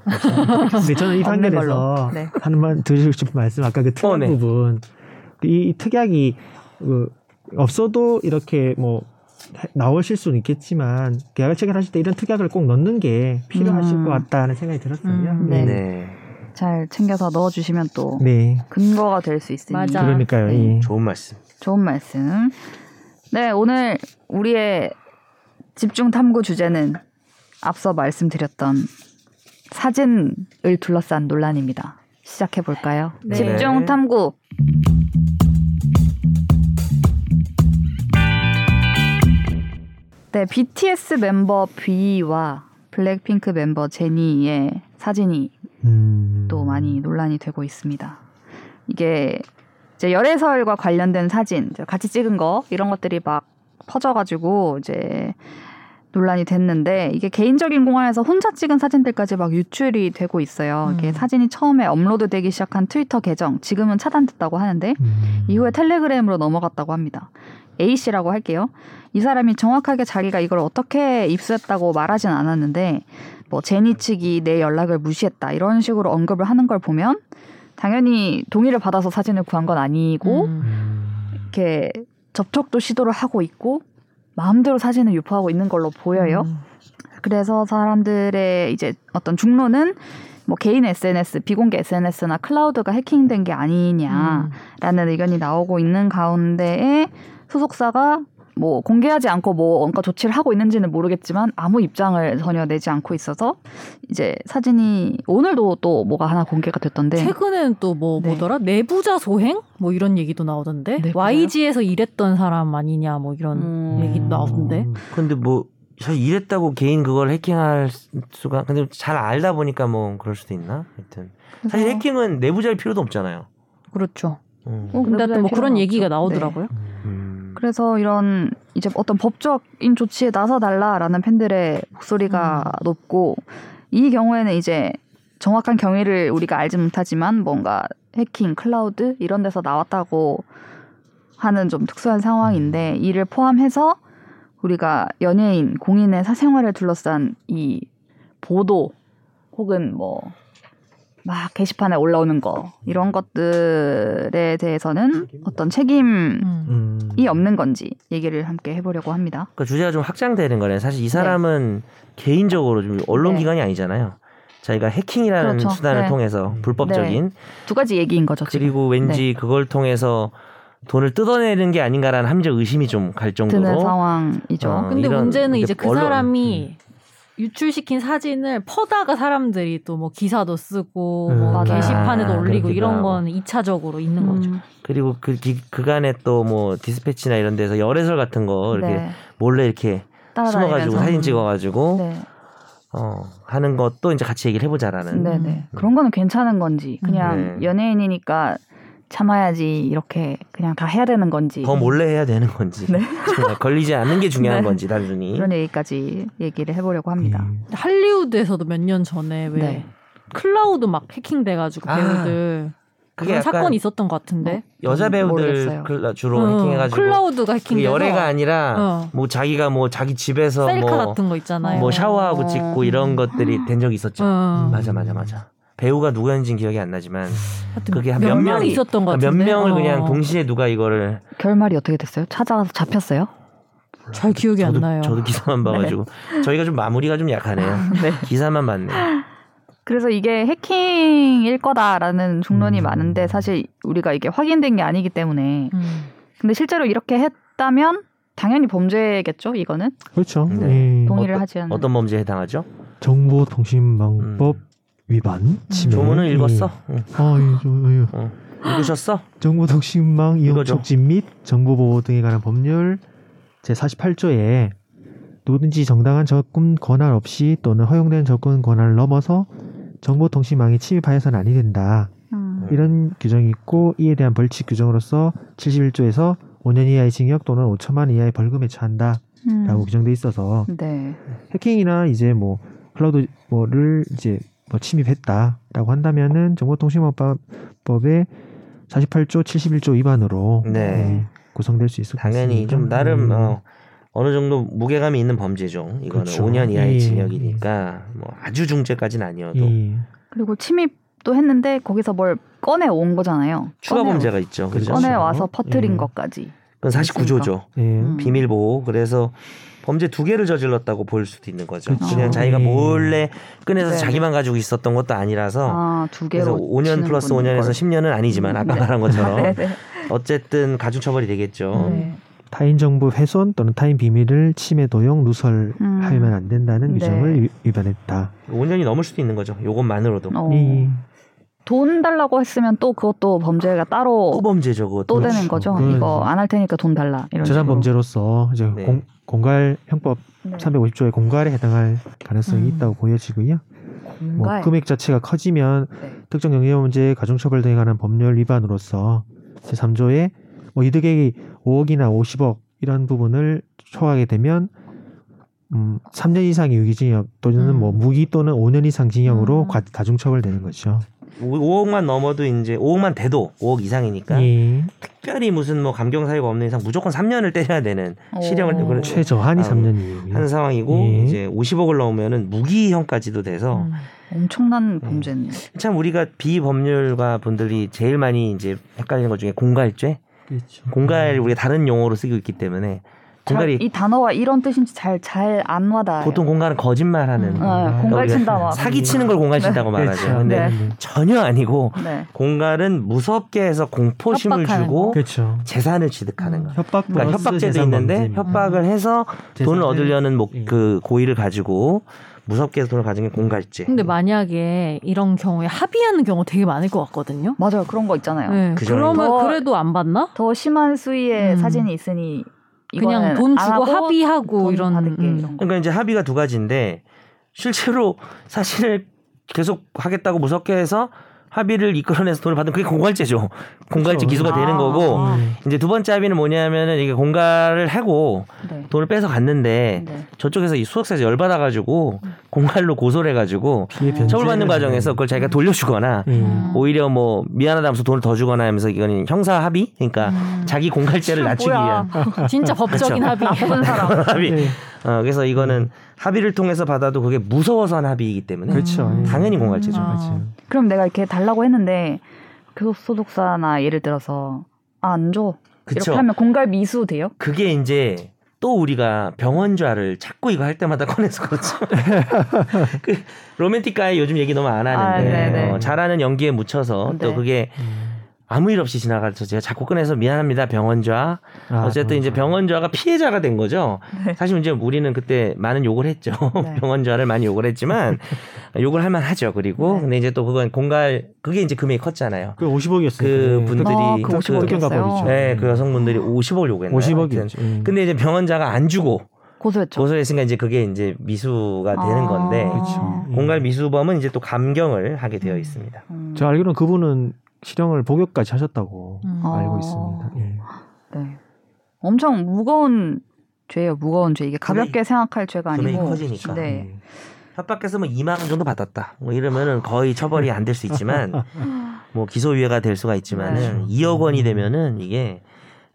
[SPEAKER 2] 근데 저는 이
[SPEAKER 1] 없는 걸로.
[SPEAKER 2] 판결에서
[SPEAKER 1] 네.
[SPEAKER 2] 하는 말 드리고 싶은 말씀 아까 그 특약
[SPEAKER 3] 어, 네.
[SPEAKER 2] 부분 이, 이 특약이 그 없어도 이렇게 뭐 해- 나오실 수는 있겠지만 계약 체결하실 때 이런 특약을 꼭 넣는 게 필요하실
[SPEAKER 1] 음.
[SPEAKER 2] 것 같다는 생각이 들었어요.
[SPEAKER 4] 음,
[SPEAKER 1] 네.
[SPEAKER 3] 네.
[SPEAKER 1] 잘 챙겨서 넣어주시면 또
[SPEAKER 2] 네.
[SPEAKER 1] 근거가 될 수 있으니
[SPEAKER 4] 맞아.
[SPEAKER 2] 그러니까요.
[SPEAKER 1] 네.
[SPEAKER 2] 이
[SPEAKER 3] 좋은 말씀.
[SPEAKER 1] 좋은 말씀. 네 오늘 우리의 집중 탐구 주제는 앞서 말씀드렸던 사진을 둘러싼 논란입니다. 시작해 볼까요?
[SPEAKER 4] 네.
[SPEAKER 1] 집중 탐구. 네, BTS 멤버 B와 블랙핑크 멤버 제니의 사진이
[SPEAKER 2] 음.
[SPEAKER 1] 또 많이 논란이 되고 있습니다. 이게 이제 열애설과 관련된 사진, 이제 같이 찍은 거 이런 것들이 막 퍼져가지고 이제 논란이 됐는데 이게 개인적인 공간에서 혼자 찍은 사진들까지 막 유출이 되고 있어요. 이게
[SPEAKER 4] 음.
[SPEAKER 1] 사진이 처음에 업로드되기 시작한 트위터 계정, 지금은 차단됐다고 하는데
[SPEAKER 2] 음.
[SPEAKER 1] 이후에 텔레그램으로 넘어갔다고 합니다. A 씨라고 할게요. 이 사람이 정확하게 자기가 이걸 어떻게 입수했다고 말하진 않았는데 뭐 제니 측이 내 연락을 무시했다 이런 식으로 언급을 하는 걸 보면 당연히 동의를 받아서 사진을 구한 건 아니고
[SPEAKER 4] 음.
[SPEAKER 2] 음.
[SPEAKER 1] 이렇게 접촉도 시도를 하고 있고 마음대로 사진을 유포하고 있는 걸로 보여요.
[SPEAKER 4] 음.
[SPEAKER 1] 그래서 사람들의 이제 어떤 중론은 뭐 개인 SNS, 비공개 SNS나 클라우드가 해킹된 게 아니냐 라는 의견이 나오고 있는 가운데에 소속사가 뭐 공개하지 않고 뭐 원가 조치를 하고 있는지는 모르겠지만 아무 입장을 전혀 내지 않고 있어서 이제 사진이 오늘도 또 뭐가 하나 공개가 됐던데
[SPEAKER 4] 최근에는 또 뭐
[SPEAKER 1] 네.
[SPEAKER 4] 뭐더라 내부자 소행 뭐 이런 얘기도 나오던데
[SPEAKER 1] 내부자요?
[SPEAKER 4] YG에서 일했던 사람 아니냐 뭐 이런
[SPEAKER 1] 음,
[SPEAKER 4] 얘기 나오던데
[SPEAKER 3] 근데 뭐, 사실 이랬다고 개인 그걸 해킹할 수가, 근데 잘 알다 보니까 뭐 그럴 수도 있나? 하여튼. 사실
[SPEAKER 1] 그래서-
[SPEAKER 3] 해킹은 내부자일 필요도 없잖아요.
[SPEAKER 4] 그렇죠.
[SPEAKER 3] 음.
[SPEAKER 1] 어,
[SPEAKER 4] 근데 또 뭐
[SPEAKER 1] 내부자일
[SPEAKER 4] 그런
[SPEAKER 1] 필요는
[SPEAKER 4] 얘기가
[SPEAKER 1] 없죠. 네.
[SPEAKER 4] 나오더라고요.
[SPEAKER 3] 음.
[SPEAKER 1] 그래서 이런 이제 어떤 법적인 조치에 나서달라라는 팬들의 목소리가 높고 이 경우에는 이제 정확한 경위를 우리가 알지 못하지만 뭔가 해킹, 클라우드 이런 데서 나왔다고 하는 좀 특수한 상황인데 이를 포함해서 우리가 연예인, 공인의 사생활을 둘러싼 이 보도 혹은 뭐 막 게시판에 올라오는 거 이런 것들에 대해서는 어떤 책임
[SPEAKER 4] 음.
[SPEAKER 2] 음.
[SPEAKER 1] 이 없는 건지 얘기를 함께 해보려고 합니다.
[SPEAKER 3] 그 주제가 좀 확장되는 거네. 사실 이 사람은 개인적으로 좀 언론
[SPEAKER 1] 네.
[SPEAKER 3] 기관이 아니잖아요. 자기가 해킹이라는
[SPEAKER 1] 그렇죠.
[SPEAKER 3] 수단을
[SPEAKER 1] 네.
[SPEAKER 3] 통해서
[SPEAKER 2] 음.
[SPEAKER 3] 불법적인
[SPEAKER 1] 두 가지 얘기인 거죠. 지금.
[SPEAKER 3] 그리고 왠지 그걸 통해서 돈을 뜯어내는 게 아닌가라는 함정 의심이 좀 갈
[SPEAKER 1] 드는
[SPEAKER 3] 정도로
[SPEAKER 1] 상황이죠.
[SPEAKER 3] 어.
[SPEAKER 4] 근데
[SPEAKER 3] 이런-
[SPEAKER 4] 문제는
[SPEAKER 3] 근데
[SPEAKER 4] 이제 그
[SPEAKER 3] 언론- 음.
[SPEAKER 4] 사람이 유출시킨 사진을 퍼다가 사람들이 또 뭐 기사도 쓰고
[SPEAKER 2] 음.
[SPEAKER 4] 뭐
[SPEAKER 1] 맞아요.
[SPEAKER 4] 게시판에도
[SPEAKER 3] 아,
[SPEAKER 4] 올리고
[SPEAKER 3] 그렇기도
[SPEAKER 4] 이런
[SPEAKER 3] 하고.
[SPEAKER 4] 건 2차적으로 있는
[SPEAKER 1] 음,
[SPEAKER 4] 거죠.
[SPEAKER 3] 그리고 그 기- 그간에 또 뭐 디스패치나 이런 데서 열애설 같은 거뭐 이렇게
[SPEAKER 1] 네.
[SPEAKER 3] 몰래 이렇게 숨어가지고
[SPEAKER 1] 따라다니면서.
[SPEAKER 3] 사진 찍어가지고
[SPEAKER 1] 네.
[SPEAKER 3] 어, 하는 것도 이제 같이 얘기를 해보자라는
[SPEAKER 1] 네, 네. 그런 거는 괜찮은 건지
[SPEAKER 4] 음.
[SPEAKER 1] 그냥
[SPEAKER 3] 네.
[SPEAKER 1] 연예인이니까 참아야지 이렇게 그냥 다 해야 되는 건지
[SPEAKER 3] 더 몰래 해야 되는 건지
[SPEAKER 1] 네.
[SPEAKER 3] 정말 걸리지 않는 게 중요한
[SPEAKER 1] 네.
[SPEAKER 3] 건지 단순히
[SPEAKER 1] 이런 얘기까지 얘기를 해보려고 합니다.
[SPEAKER 2] 음.
[SPEAKER 4] 할리우드에서도 몇 년 전에 왜
[SPEAKER 1] 네.
[SPEAKER 4] 클라우드 막 해킹돼가지고
[SPEAKER 3] 아,
[SPEAKER 4] 배우들
[SPEAKER 3] 그게
[SPEAKER 4] 그런
[SPEAKER 3] 약간
[SPEAKER 4] 사건이 있었던 것 같은데
[SPEAKER 3] 여자 배우들
[SPEAKER 1] 모르겠어요.
[SPEAKER 3] 클라- 주로
[SPEAKER 4] 응,
[SPEAKER 3] 해킹해가지고
[SPEAKER 4] 클라우드가
[SPEAKER 3] 그게
[SPEAKER 4] 해킹돼서
[SPEAKER 3] 열애가 아니라
[SPEAKER 4] 어.
[SPEAKER 3] 뭐 자기가 뭐 자기 집에서
[SPEAKER 4] 셀카
[SPEAKER 3] 뭐,
[SPEAKER 4] 같은 거 있잖아요.
[SPEAKER 3] 뭐 샤워하고
[SPEAKER 1] 어.
[SPEAKER 3] 찍고 이런 것들이 된 적이 있었죠.
[SPEAKER 4] 어.
[SPEAKER 3] 맞아 맞아 맞아. 배우가 누구였는지 기억이 안 나지만
[SPEAKER 4] 하여튼
[SPEAKER 3] 그게 한
[SPEAKER 4] 몇
[SPEAKER 3] 몇
[SPEAKER 4] 명이
[SPEAKER 3] 명이-
[SPEAKER 4] 있었던 것
[SPEAKER 3] 몇
[SPEAKER 4] 음. 같은데
[SPEAKER 3] 명을
[SPEAKER 4] 어.
[SPEAKER 3] 그냥 동시에 누가 이거를
[SPEAKER 1] 결말이 어떻게 됐어요? 찾아가서 잡혔어요?
[SPEAKER 4] 잘 기억이
[SPEAKER 3] 저도,
[SPEAKER 4] 안 나요.
[SPEAKER 3] 저도 기사만 봐가지고
[SPEAKER 4] 네.
[SPEAKER 3] 저희가 좀 마무리가 좀 약하네요.
[SPEAKER 4] 음.
[SPEAKER 1] 네.
[SPEAKER 3] 기사만 봤네. 요
[SPEAKER 1] 그래서 이게 해킹일 거다라는 중론이
[SPEAKER 2] 음.
[SPEAKER 1] 많은데 사실 우리가 이게 확인된 게 아니기 때문에
[SPEAKER 4] 음.
[SPEAKER 1] 근데 실제로 이렇게 했다면 당연히 범죄겠죠 이거는
[SPEAKER 2] 그렇죠.
[SPEAKER 3] 네.
[SPEAKER 2] 예.
[SPEAKER 1] 동의를
[SPEAKER 3] 어떤-
[SPEAKER 1] 하지 않는
[SPEAKER 3] 어떤 범죄에 해당하죠?
[SPEAKER 2] 정보통신망법
[SPEAKER 3] 음.
[SPEAKER 2] 위반 침해.
[SPEAKER 3] 조문을
[SPEAKER 2] 예.
[SPEAKER 3] 읽었어? 응.
[SPEAKER 2] 아, 예, 저, 예.
[SPEAKER 4] 음.
[SPEAKER 3] 어. 읽으셨어?
[SPEAKER 2] 정보통신망 이용
[SPEAKER 3] 이거죠.
[SPEAKER 2] 촉진 및 정보보호 등에 관한 법률 제 48조에 누구든지 정당한 접근 권한 없이 또는 허용된 접근 권한을 넘어서 정보통신망에 침입하여서는 아니 된다.
[SPEAKER 1] 음.
[SPEAKER 2] 이런 규정이 있고 이에 대한 벌칙 규정으로서 71조에서 5년 이하의 징역 또는 5천만 이하의 벌금에 처한다라고
[SPEAKER 1] 음.
[SPEAKER 2] 규정돼 있어서
[SPEAKER 1] 네.
[SPEAKER 2] 해킹이나 이제 뭐 클라우드 뭐를 이제 뭐 침입했다라고 한다면은 정보통신망법의 48조 71조 위반으로
[SPEAKER 3] 네.
[SPEAKER 2] 네, 구성될 수 있을 것
[SPEAKER 3] 당연히
[SPEAKER 2] 같습니다.
[SPEAKER 3] 좀 나름
[SPEAKER 2] 음.
[SPEAKER 3] 어, 어느 정도 무게감이 있는 범죄죠. 이거는
[SPEAKER 2] 그렇죠.
[SPEAKER 3] 5년 이하의
[SPEAKER 2] 예,
[SPEAKER 3] 징역이니까 뭐 아주 중죄까지는 아니어도
[SPEAKER 2] 예.
[SPEAKER 1] 그리고 침입도 했는데 거기서 뭘 꺼내 온 거잖아요.
[SPEAKER 4] 어,
[SPEAKER 3] 추가
[SPEAKER 4] 네.
[SPEAKER 3] 음.
[SPEAKER 1] 꺼내-
[SPEAKER 3] 범죄가 있죠. 그죠?
[SPEAKER 1] 꺼내 와서 퍼뜨린
[SPEAKER 2] 예.
[SPEAKER 1] 것까지.
[SPEAKER 3] 그건
[SPEAKER 4] 그러니까.
[SPEAKER 3] 49조죠.
[SPEAKER 2] 예.
[SPEAKER 1] 음.
[SPEAKER 3] 비밀 보호. 그래서 범죄 두 개를 저질렀다고 볼 수도 있는 거죠.
[SPEAKER 2] 그렇죠.
[SPEAKER 3] 그냥 자기가
[SPEAKER 2] 음.
[SPEAKER 3] 몰래 꺼내서
[SPEAKER 1] 네.
[SPEAKER 3] 자기만 가지고 있었던 것도 아니라서
[SPEAKER 1] 아두
[SPEAKER 3] 그래서
[SPEAKER 1] 개로.
[SPEAKER 3] 5년 플러스
[SPEAKER 1] 치는군,
[SPEAKER 3] 5년에서 10년은 아니지만 아까
[SPEAKER 1] 네.
[SPEAKER 3] 말한
[SPEAKER 1] 이걸.
[SPEAKER 3] 것처럼
[SPEAKER 1] 네, 네.
[SPEAKER 3] 어쨌든 가중처벌이 되겠죠.
[SPEAKER 1] 네.
[SPEAKER 2] 타인 정보 훼손 또는 타인 비밀을 침해 도용
[SPEAKER 1] 음.
[SPEAKER 2] 누설하면 안
[SPEAKER 1] 네.
[SPEAKER 2] 된다는 규정을 위- 위반했다.
[SPEAKER 3] 5년이 넘을 수도 있는 거죠. 요것만으로도
[SPEAKER 1] 음. 어.
[SPEAKER 2] 예.
[SPEAKER 1] 돈 달라고 했으면 또 그것도 범죄가 따로
[SPEAKER 3] 또범죄죠. 어, 뭐, 음.
[SPEAKER 1] 또
[SPEAKER 3] 그것도.
[SPEAKER 1] 네.
[SPEAKER 2] 그렇죠.
[SPEAKER 1] 되는 거죠.
[SPEAKER 2] 그건
[SPEAKER 1] 이거 안 할 테니까 돈 달라. 이런
[SPEAKER 2] 재산
[SPEAKER 1] 식으로.
[SPEAKER 2] 범죄로서 이제
[SPEAKER 3] 네.
[SPEAKER 2] 공, 공갈 형법
[SPEAKER 1] 네.
[SPEAKER 2] 350조의 공갈에 해당할 가능성이
[SPEAKER 4] 음.
[SPEAKER 2] 있다고 보여지고요. 뭐
[SPEAKER 1] 공갈.
[SPEAKER 2] 금액 자체가 커지면
[SPEAKER 1] 네.
[SPEAKER 2] 특정 경제 문제 가중처벌 등에 관한 법률 위반으로서 제3조에 뭐 이득액이 5억이나 50억 이런 부분을 초과하게 되면 음, 3년 이상의 유기징역 또는
[SPEAKER 4] 음.
[SPEAKER 2] 뭐 무기 또는 5년 이상 징역으로
[SPEAKER 1] 음.
[SPEAKER 2] 과- 가중처벌되는 거죠.
[SPEAKER 3] 5억만 넘어도 이제 5억만 돼도 5억 이상이니까
[SPEAKER 2] 예.
[SPEAKER 3] 특별히 무슨 뭐 감경 사유가 없는 이상 무조건 3년을 때려야 되는
[SPEAKER 1] 오.
[SPEAKER 3] 실형을 때- 그래-
[SPEAKER 2] 최저한이
[SPEAKER 3] 아,
[SPEAKER 2] 3년이에요.
[SPEAKER 3] 하는 상황이고
[SPEAKER 2] 예.
[SPEAKER 3] 이제 50억을 넘으면은 무기형까지 도 돼서
[SPEAKER 4] 음.
[SPEAKER 1] 엄청난 범죄네요.
[SPEAKER 3] 참 우리가 비법률가 분들이 제일 많이 이제 헷갈리는 것 중에 공갈죄, 공갈 우리가 다른 용어로 쓰고 있기 때문에
[SPEAKER 1] 잘,
[SPEAKER 3] 공갈이
[SPEAKER 1] 이 단어가 이런 뜻인지 잘 잘 안 와닿아요.
[SPEAKER 3] 보통 공갈은 거짓말하는
[SPEAKER 4] 음.
[SPEAKER 1] 네, 공갈 친다 막.
[SPEAKER 3] 사기 치는 걸 공갈 친다고
[SPEAKER 2] 그렇죠.
[SPEAKER 3] 말하죠. 근데
[SPEAKER 1] 네.
[SPEAKER 3] 전혀 아니고
[SPEAKER 1] 네.
[SPEAKER 3] 공갈은 무섭게 해서 공포심을
[SPEAKER 4] 협박하는
[SPEAKER 3] 주고
[SPEAKER 2] 그렇죠.
[SPEAKER 3] 재산을 취득하는 거.
[SPEAKER 2] 협박
[SPEAKER 3] 그러니까
[SPEAKER 2] 플러스
[SPEAKER 3] 협박죄도
[SPEAKER 2] 뭐 재산
[SPEAKER 3] 있는데
[SPEAKER 2] 범죄입니다.
[SPEAKER 3] 협박을 해서 돈을
[SPEAKER 2] 재산을-
[SPEAKER 3] 얻으려는 목,
[SPEAKER 2] 예.
[SPEAKER 3] 그 고의를 가지고 무섭게 해서 돈을 가진 게 공갈죄.
[SPEAKER 1] 네.
[SPEAKER 4] 근데 만약에 이런 경우에 합의하는 경우 되게 많을 것 같거든요.
[SPEAKER 1] 맞아요. 그런 거 있잖아요.
[SPEAKER 4] 네.
[SPEAKER 3] 그
[SPEAKER 4] 그러면
[SPEAKER 1] 정도.
[SPEAKER 4] 그래도 안 받나?
[SPEAKER 1] 더 심한 수위의
[SPEAKER 4] 음.
[SPEAKER 1] 사진이 있으니
[SPEAKER 4] 그냥
[SPEAKER 1] 이거는
[SPEAKER 4] 돈
[SPEAKER 1] 안
[SPEAKER 4] 주고
[SPEAKER 1] 하고
[SPEAKER 4] 합의하고
[SPEAKER 1] 돈
[SPEAKER 4] 이런
[SPEAKER 1] 받을게
[SPEAKER 4] 음.
[SPEAKER 1] 이런 거.
[SPEAKER 3] 그러니까 이제 합의가 두 가지인데 실제로 사실을 계속 하겠다고 무섭게 해서 합의를 이끌어내서 돈을 받으면 그게 공갈죄죠.
[SPEAKER 2] 그렇죠.
[SPEAKER 3] 공갈죄 기소가 되는 거고
[SPEAKER 1] 아,
[SPEAKER 3] 이제 두 번째 합의는 뭐냐면은 이게 공갈을 하고
[SPEAKER 1] 네.
[SPEAKER 3] 돈을 뺏어 갔는데
[SPEAKER 1] 네.
[SPEAKER 3] 저쪽에서 이 수석사에서 열받아가지고 공갈로 고소를 해가지고
[SPEAKER 2] 피해 변제.
[SPEAKER 3] 처벌받는 과정에서 그걸 자기가 돌려주거나
[SPEAKER 2] 음.
[SPEAKER 3] 오히려 뭐 미안하다면서 돈을 더 주거나 하면서 이건 형사 합의 그러니까
[SPEAKER 2] 음.
[SPEAKER 3] 자기
[SPEAKER 2] 아,
[SPEAKER 3] 공갈죄를 낮추기
[SPEAKER 1] 뭐야.
[SPEAKER 3] 위한
[SPEAKER 4] 음. 진짜 법적인
[SPEAKER 3] 그렇죠.
[SPEAKER 4] 합의.
[SPEAKER 1] 나쁜 사람.
[SPEAKER 3] 합의.
[SPEAKER 2] 네.
[SPEAKER 3] 어, 그래서 이거는 합의를 통해서 받아도 그게 무서워서 한 합의이기 때문에
[SPEAKER 2] 음. 그렇죠. 예.
[SPEAKER 3] 음. 당연히
[SPEAKER 1] 음.
[SPEAKER 3] 공갈죄죠.
[SPEAKER 4] 아.
[SPEAKER 2] 맞아요.
[SPEAKER 1] 그럼 내가 이렇게 달라고 했는데 교섭 소독사나 예를 들어서 아, 안 줘.
[SPEAKER 3] 그쵸.
[SPEAKER 1] 이렇게 하면 공갈 미수 돼요?
[SPEAKER 3] 그게 이제 또 우리가 병원좌를 자꾸 이거 할 때마다 꺼내서 그렇죠. 그 로맨틱가에 요즘 얘기 너무 안
[SPEAKER 1] 아,
[SPEAKER 3] 하는데
[SPEAKER 1] 네네.
[SPEAKER 3] 어, 잘하는 연기에 묻혀서 또
[SPEAKER 1] 네.
[SPEAKER 3] 그게
[SPEAKER 2] 예.
[SPEAKER 3] 아무 일 없이 지나가서 제가 자꾸 꺼내서 미안합니다 병원좌
[SPEAKER 2] 아,
[SPEAKER 3] 어쨌든 이제 병원좌가 피해자가 된 거죠. 사실 이제 우리는 그때 많은 욕을 했죠.
[SPEAKER 1] 네.
[SPEAKER 3] 병원좌를 많이 욕을 했지만 욕을 할 만하죠. 그리고
[SPEAKER 1] 네.
[SPEAKER 3] 근데 이제 또 그건 공갈 그게 이제 금액이 컸잖아요.
[SPEAKER 2] 그 50억이었어요.
[SPEAKER 3] 그 분들이
[SPEAKER 1] 아,
[SPEAKER 3] 그-
[SPEAKER 1] 그 50억 이었어요?
[SPEAKER 2] 깜깜이죠.
[SPEAKER 3] 네, 그 여성분들이 50억을 요구했나요?
[SPEAKER 2] 50억이었죠. 음.
[SPEAKER 3] 근데 이제 병원자가 안 주고
[SPEAKER 1] 고소했죠.
[SPEAKER 3] 고소했으니까 이제 그게 이제 미수가 되는
[SPEAKER 1] 아.
[SPEAKER 3] 건데
[SPEAKER 1] 그렇죠.
[SPEAKER 2] 음.
[SPEAKER 3] 공갈 미수범은 이제 또 감경을 하게 되어 있습니다.
[SPEAKER 1] 음.
[SPEAKER 2] 제가 알기로는 그분은 실형을 복역까지 하셨다고
[SPEAKER 4] 음.
[SPEAKER 2] 알고
[SPEAKER 1] 어.
[SPEAKER 2] 있습니다. 예.
[SPEAKER 1] 네. 엄청 무거운 죄예요. 무거운 죄. 이게 가볍게
[SPEAKER 3] 금액이-
[SPEAKER 1] 생각할 죄가
[SPEAKER 3] 금액이
[SPEAKER 1] 아니고.
[SPEAKER 3] 커지니까.
[SPEAKER 1] 네.
[SPEAKER 3] 협박해서 뭐 2만 원 정도 받았다. 뭐 이러면은 거의 처벌이 안 될 수 있지만 뭐 기소유예가 될 수가 있지만은
[SPEAKER 2] 네.
[SPEAKER 3] 2억 원이 되면은 이게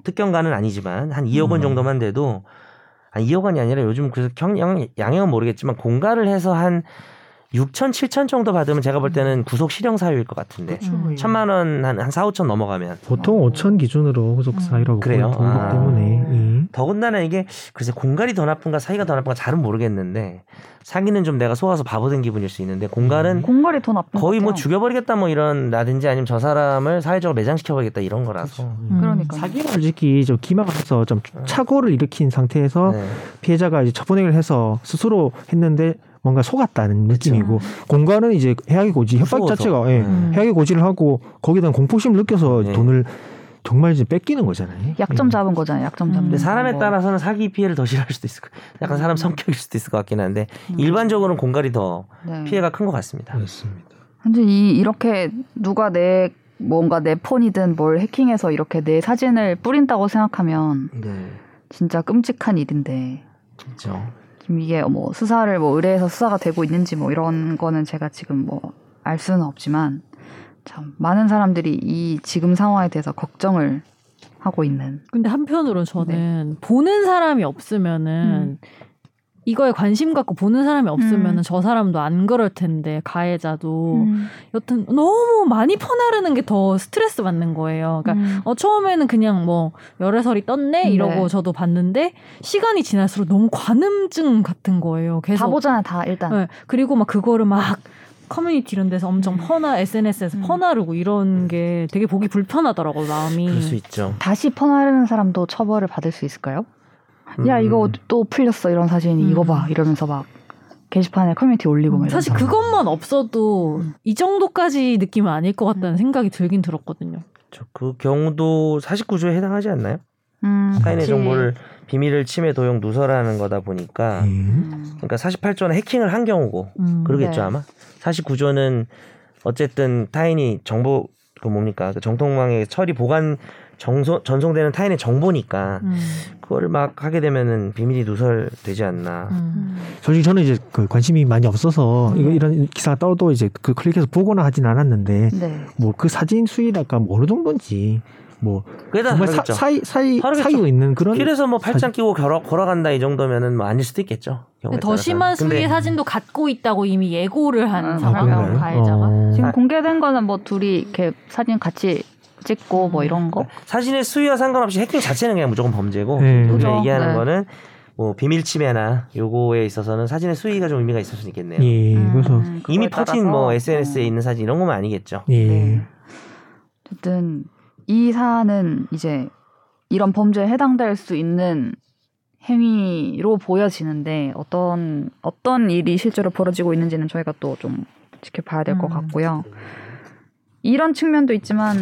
[SPEAKER 3] 특경가는 아니지만 한 2억 원
[SPEAKER 2] 음.
[SPEAKER 3] 정도만 돼도 아니 2억 원이 아니라 요즘 그래서 경양 양형은 모르겠지만 공갈을 해서 한 6천 7천 정도 받으면 제가 볼 때는 구속 실형 사유일 것
[SPEAKER 1] 네.
[SPEAKER 3] 같은데
[SPEAKER 4] 음.
[SPEAKER 3] 천만 원한한 4, 5천 넘어가면
[SPEAKER 2] 예. 보통 5천 기준으로
[SPEAKER 1] 음.
[SPEAKER 2] 후속 사이라고
[SPEAKER 3] 그래요?
[SPEAKER 2] 보는 거기
[SPEAKER 3] 아.
[SPEAKER 2] 때문에 예.
[SPEAKER 3] 더군다나 이게 글쎄 공갈이 더 나쁜가 사기가 더 나쁜가 잘은 모르겠는데 사기는 좀 내가 속아서 바보 된 기분일 수 있는데 공갈은
[SPEAKER 1] 공갈이 더 나쁜
[SPEAKER 3] 음. 거의
[SPEAKER 1] 것
[SPEAKER 3] 뭐
[SPEAKER 1] 같아요.
[SPEAKER 3] 죽여버리겠다 뭐 이런 나든지 아니면 저 사람을 사회적으로 매장시켜버리겠다 이런 거라서
[SPEAKER 2] 음.
[SPEAKER 1] 그러니까.
[SPEAKER 2] 사기 솔직히 좀 기망해서 좀 착오를 일으킨 상태에서
[SPEAKER 3] 네.
[SPEAKER 2] 피해자가 이제 처분행위를 해서 스스로 했는데 뭔가 속았다는 느낌이고 공갈은 이제 해악의 고지 협박
[SPEAKER 3] 무서워서.
[SPEAKER 2] 자체가 예,
[SPEAKER 3] 음.
[SPEAKER 2] 해악의 고지를 하고 거기에 대한 공포심을 느껴서
[SPEAKER 3] 네.
[SPEAKER 2] 돈을 정말 이제 뺏기는 거잖아요.
[SPEAKER 1] 약점
[SPEAKER 2] 예.
[SPEAKER 1] 잡은 거잖아요. 약점
[SPEAKER 4] 음.
[SPEAKER 1] 잡은
[SPEAKER 3] 근데
[SPEAKER 1] 거.
[SPEAKER 3] 사람에 따라서는 사기 피해를 더 싫어할 수도 있을 것 같아요. 약간 사람 성격일 수도 있을 것 같긴 한데 일반적으로는 공갈이 더
[SPEAKER 1] 네.
[SPEAKER 3] 피해가 큰 것
[SPEAKER 2] 예.
[SPEAKER 3] 같습니다.
[SPEAKER 2] 그렇습니다.
[SPEAKER 1] 근데 이 이렇게 누가 내 뭔가 내 폰이든 뭘 해킹해서 이렇게 내 사진을 뿌린다고 생각하면
[SPEAKER 3] 네,
[SPEAKER 1] 진짜 끔찍한 일인데
[SPEAKER 3] 그렇죠.
[SPEAKER 1] 지금 이게 뭐 수사를 뭐 의뢰해서 수사가 되고 있는지 뭐 이런 거는 제가 지금 뭐 알 수는 없지만 참 많은 사람들이 이 지금 상황에 대해서 걱정을 하고 있는
[SPEAKER 4] 근데 한편으로 저는
[SPEAKER 1] 네.
[SPEAKER 4] 보는 사람이 없으면은 이거에 관심 갖고 보는 사람이 없으면은
[SPEAKER 1] 음.
[SPEAKER 4] 저 사람도 안 그럴 텐데 가해자도 여튼 너무 많이 퍼나르는 게 더 스트레스 받는 거예요. 그러니까 어, 처음에는 그냥 뭐 열애설이 떴네
[SPEAKER 1] 네.
[SPEAKER 4] 이러고 저도 봤는데 시간이 지날수록 너무 관음증 같은 거예요. 계속
[SPEAKER 1] 다 보잖아 다 일단
[SPEAKER 4] 네, 그리고 막 그거를 막 커뮤니티 이런 데서 엄청
[SPEAKER 1] 음.
[SPEAKER 4] 퍼나 SNS에서
[SPEAKER 1] 음.
[SPEAKER 4] 퍼나르고 이런 게 되게 보기 불편하더라고요 마음이.
[SPEAKER 3] 음. 그럴 수 있죠.
[SPEAKER 1] 다시 퍼나르는 사람도 처벌을 받을 수 있을까요? 야
[SPEAKER 3] 음.
[SPEAKER 1] 이거 또 풀렸어 이런 사진
[SPEAKER 4] 음.
[SPEAKER 1] 이거 봐 이러면서 막 게시판에 커뮤니티 올리고 막
[SPEAKER 4] 사실
[SPEAKER 1] 이러면서.
[SPEAKER 4] 그것만 없어도
[SPEAKER 1] 음.
[SPEAKER 4] 이 정도까지 느낌은 아닐 것 같다는 생각이 들긴 들었거든요.
[SPEAKER 3] 저그 경우도 49조에 해당하지 않나요?
[SPEAKER 1] 음,
[SPEAKER 3] 타인의
[SPEAKER 1] 그치.
[SPEAKER 3] 정보를 비밀을 침해 도용 누설하는 거다 보니까
[SPEAKER 2] 예.
[SPEAKER 1] 음.
[SPEAKER 3] 그러니까 48조는 해킹을 한 경우고
[SPEAKER 4] 음.
[SPEAKER 3] 그러겠죠
[SPEAKER 1] 네.
[SPEAKER 3] 아마 49조는 어쨌든 타인이 정보 그 뭡니까 그 정통망에 처리 보관 정소, 전송되는 타인의 정보니까
[SPEAKER 4] 음.
[SPEAKER 3] 그거를 막 하게 되면은 비밀이 누설되지 않나
[SPEAKER 4] 음.
[SPEAKER 2] 솔직히 저는 이제 그 관심이 많이 없어서
[SPEAKER 4] 음.
[SPEAKER 2] 이거 이런 기사가 떠도 이제 그 클릭해서 보거나 하진 않았는데
[SPEAKER 1] 네.
[SPEAKER 3] 아.
[SPEAKER 2] 뭐 그 사진 수위가 아까 뭐 어느 정도인지 뭐
[SPEAKER 3] 그래다
[SPEAKER 2] 정말 사,
[SPEAKER 3] 다르겠죠
[SPEAKER 2] 사이 사이
[SPEAKER 3] 다르겠죠.
[SPEAKER 2] 사이가 있는 그런
[SPEAKER 3] 길에서 뭐 팔짱
[SPEAKER 2] 사진-
[SPEAKER 3] 끼고 걸어, 걸어간다 이 정도면은 뭐 아닐 수도 있겠죠 경우에
[SPEAKER 4] 근데 더 심한
[SPEAKER 3] 따라서는. 근데
[SPEAKER 4] 수위의 사진도 갖고 있다고 이미 예고를 한
[SPEAKER 1] 아,
[SPEAKER 4] 상황
[SPEAKER 1] 그런가요?
[SPEAKER 4] 가해자가.
[SPEAKER 2] 어.
[SPEAKER 1] 지금
[SPEAKER 3] 아.
[SPEAKER 1] 공개된 거는 뭐 둘이 이렇게 사진 같이 찍고 뭐 이런 거.
[SPEAKER 3] 사진의 수위와 상관없이 해킹 자체는 그냥 무조건 범죄고
[SPEAKER 2] 네.
[SPEAKER 3] 우리가
[SPEAKER 1] 그죠.
[SPEAKER 3] 얘기하는
[SPEAKER 1] 네.
[SPEAKER 3] 거는 뭐 비밀 침해나 요거에 있어서는 사진의 수위가 좀 의미가 있을 수 있겠네요
[SPEAKER 2] 예 그래서
[SPEAKER 1] 음, 그거에
[SPEAKER 3] 이미 퍼진
[SPEAKER 1] 따라서,
[SPEAKER 3] 뭐 SNS에
[SPEAKER 1] 음,
[SPEAKER 3] 있는 사진 이런 거면 아니겠죠
[SPEAKER 2] 예
[SPEAKER 1] 네. 어쨌든 이 사안은 이제 이런 범죄에 해당될 수 있는 행위로 보여지는데 어떤 어떤 일이 실제로 벌어지고 있는지는 저희가 또 좀 지켜봐야 될 것
[SPEAKER 4] 음.
[SPEAKER 1] 같고요. 이런 측면도 있지만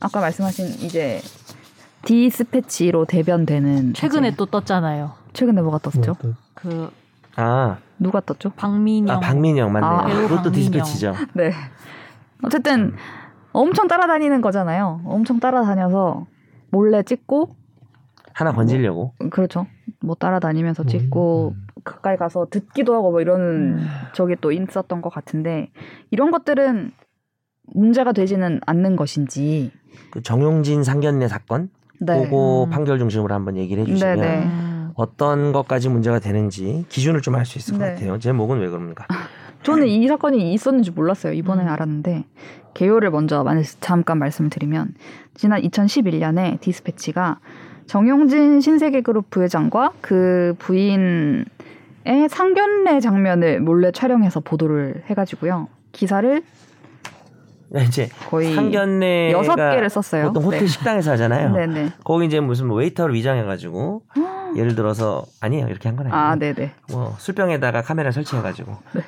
[SPEAKER 1] 아까 말씀하신 이제 디스패치로 대변되는
[SPEAKER 4] 최근에
[SPEAKER 1] 이제
[SPEAKER 4] 또 떴잖아요.
[SPEAKER 1] 최근에 뭐가 떴죠?
[SPEAKER 2] 뭐
[SPEAKER 4] 그
[SPEAKER 3] 아
[SPEAKER 1] 누가 떴죠?
[SPEAKER 4] 박민영.
[SPEAKER 3] 아 박민영 맞네.
[SPEAKER 1] 아,
[SPEAKER 3] 요
[SPEAKER 4] 배우
[SPEAKER 3] 그것도
[SPEAKER 4] 박민영.
[SPEAKER 3] 디스패치죠.
[SPEAKER 1] 네. 어쨌든 엄청 따라다니는 거잖아요. 엄청 따라다녀서 몰래 찍고
[SPEAKER 3] 하나 건지려고.
[SPEAKER 1] 그렇죠. 뭐
[SPEAKER 3] 음.
[SPEAKER 1] 따라다니면서
[SPEAKER 2] 뭐, 음.
[SPEAKER 1] 찍고 가까이 가서 듣기도 하고 뭐
[SPEAKER 4] 음.
[SPEAKER 1] 이런 저게 또 있었던 것 같은데 이런 것들은 문제가 되지는 않는 것인지.
[SPEAKER 3] 그 정용진 상견례 사건
[SPEAKER 1] 네.
[SPEAKER 3] 보고
[SPEAKER 4] 음.
[SPEAKER 3] 판결 중심으로 한번 얘기를 해주시면
[SPEAKER 1] 네, 네.
[SPEAKER 4] 아,
[SPEAKER 3] 어떤 것까지 문제가 되는지 기준을 좀 알 수 있을 것
[SPEAKER 1] 네.
[SPEAKER 3] 같아요. 제목은 왜 그럽니까?
[SPEAKER 1] 저는 이 사건이 있었는지 몰랐어요. 이번에
[SPEAKER 4] 음.
[SPEAKER 1] 알았는데 개요를 먼저 말- 잠깐 말씀드리면 지난 2011년에 디스패치가 정용진 신세계 그룹 부회장과 그 부인의 상견례 장면을 몰래 촬영해서 보도를 해가지고요. 기사를
[SPEAKER 3] 네, 이제
[SPEAKER 1] 거의
[SPEAKER 3] 상견례
[SPEAKER 1] 여섯 개를 썼어요.
[SPEAKER 3] 네, 그러니까 보통 호텔 식당에서 하잖아요.
[SPEAKER 1] 네. 네네.
[SPEAKER 3] 거기 이제 무슨 뭐 웨이터를 위장해가지고 예를 들어서 아니에요 이렇게 한 건 아니에요.
[SPEAKER 1] 아, 네네.
[SPEAKER 3] 뭐 술병에다가 카메라 설치해가지고
[SPEAKER 1] 네.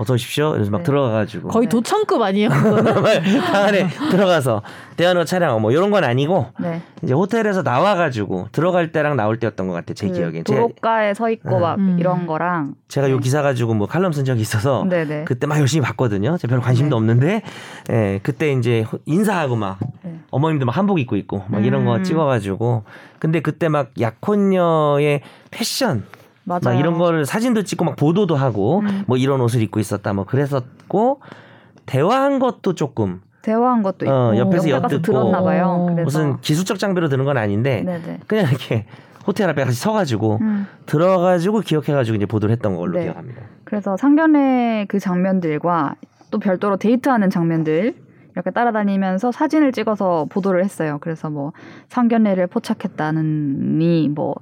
[SPEAKER 3] 어서 오십시오. 이러면서 막
[SPEAKER 1] 네.
[SPEAKER 3] 들어가가지고
[SPEAKER 4] 거의 도청급 아니에요?
[SPEAKER 3] 방 안에 들어가서 대한호 차량 뭐 이런 건 아니고
[SPEAKER 1] 네.
[SPEAKER 3] 이제 호텔에서 나와가지고 들어갈 때랑 나올 때였던 것 같아 요제
[SPEAKER 1] 그
[SPEAKER 3] 기억엔 제,
[SPEAKER 1] 도로가에 서 있고
[SPEAKER 3] 음.
[SPEAKER 1] 막 이런 거랑
[SPEAKER 3] 제가 요 기사 가지고 뭐 칼럼 쓴 적이 있어서
[SPEAKER 1] 네. 네네.
[SPEAKER 3] 그때 막 열심히 봤거든요. 제가 별로 관심도
[SPEAKER 1] 네.
[SPEAKER 3] 없는데 예 그때 이제 호- 인사하고 막
[SPEAKER 1] 네.
[SPEAKER 3] 어머님도 막 한복 입고 있고 막 이런 거
[SPEAKER 1] 음.
[SPEAKER 3] 찍어가지고 근데 그때 막 약혼녀의 패션
[SPEAKER 1] 맞아요.
[SPEAKER 3] 막 이런 거를 사진도 찍고 막 보도도 하고
[SPEAKER 1] 음.
[SPEAKER 3] 뭐 이런 옷을 입고 있었다 뭐 그랬었고 대화한 것도 조금
[SPEAKER 1] 대화한 것도 있고
[SPEAKER 3] 어, 옆에서
[SPEAKER 1] 옆에 가서
[SPEAKER 3] 엿듣고
[SPEAKER 1] 들었나 봐요. 그래서
[SPEAKER 3] 무슨 기술적 장비로 드는 건 아닌데
[SPEAKER 1] 네네.
[SPEAKER 3] 그냥 이렇게 호텔 앞에 같이 서가지고
[SPEAKER 1] 음.
[SPEAKER 3] 들어가지고 기억해가지고 이제 보도를 했던 걸로
[SPEAKER 1] 네.
[SPEAKER 3] 기억합니다.
[SPEAKER 1] 그래서 상견례 그 장면들과 또 별도로 데이트하는 장면들 이렇게 따라다니면서 사진을 찍어서 보도를 했어요. 그래서 뭐 상견례를 포착했다느니 뭐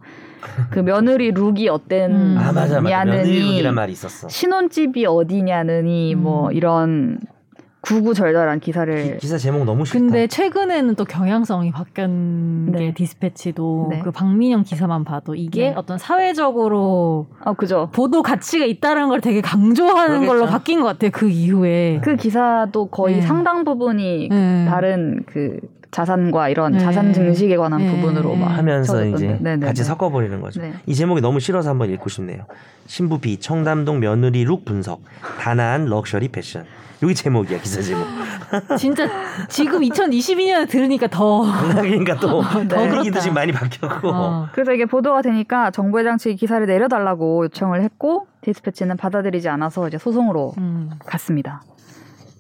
[SPEAKER 1] 그 며느리 룩이
[SPEAKER 4] 음.
[SPEAKER 3] 아 맞아 맞아
[SPEAKER 1] 어땠냐느니
[SPEAKER 3] 며느리룩이란 말이 있었어.
[SPEAKER 1] 신혼집이 어디냐느니 뭐
[SPEAKER 4] 음.
[SPEAKER 1] 이런 구구절절한 기사를
[SPEAKER 3] 기, 기사 제목 너무 싫다.
[SPEAKER 4] 근데 최근에는 또 경향성이 바뀐
[SPEAKER 1] 네.
[SPEAKER 4] 게 디스패치도
[SPEAKER 1] 네.
[SPEAKER 4] 그 박민영 기사만 봐도 이게
[SPEAKER 1] 네.
[SPEAKER 4] 어떤 사회적으로
[SPEAKER 1] 아 그죠.
[SPEAKER 4] 보도 가치가 있다는 걸 되게 강조하는
[SPEAKER 3] 그러겠죠.
[SPEAKER 4] 걸로 바뀐 것 같아요. 그 이후에.
[SPEAKER 1] 그 기사도 거의
[SPEAKER 4] 네.
[SPEAKER 1] 상당 부분이
[SPEAKER 4] 네.
[SPEAKER 1] 다른 그 자산과 이런
[SPEAKER 4] 네.
[SPEAKER 1] 자산 증식에 관한
[SPEAKER 4] 네.
[SPEAKER 1] 부분으로 막
[SPEAKER 3] 하면서
[SPEAKER 1] 쳐줬던데.
[SPEAKER 3] 이제
[SPEAKER 1] 네네네.
[SPEAKER 3] 같이 섞어버리는 거죠.
[SPEAKER 1] 네.
[SPEAKER 3] 이 제목이 너무 싫어서 한번 읽고 싶네요. 신부 비 청담동 며느리 룩 분석 단아한 럭셔리 패션. 여기 제목이야 기사 제목.
[SPEAKER 4] 진짜 지금 2022년에 들으니까 더 어.
[SPEAKER 3] 그러니까
[SPEAKER 1] 어,
[SPEAKER 3] 또
[SPEAKER 1] 네.
[SPEAKER 3] 분위기도
[SPEAKER 4] 그렇다.
[SPEAKER 3] 지금 많이 바뀌었고.
[SPEAKER 4] 어.
[SPEAKER 1] 그래서 이게 보도가 되니까 정부회장 측이 기사를 내려달라고 요청을 했고 디스패치는 받아들이지 않아서 이제 소송으로
[SPEAKER 4] 음.
[SPEAKER 1] 갔습니다.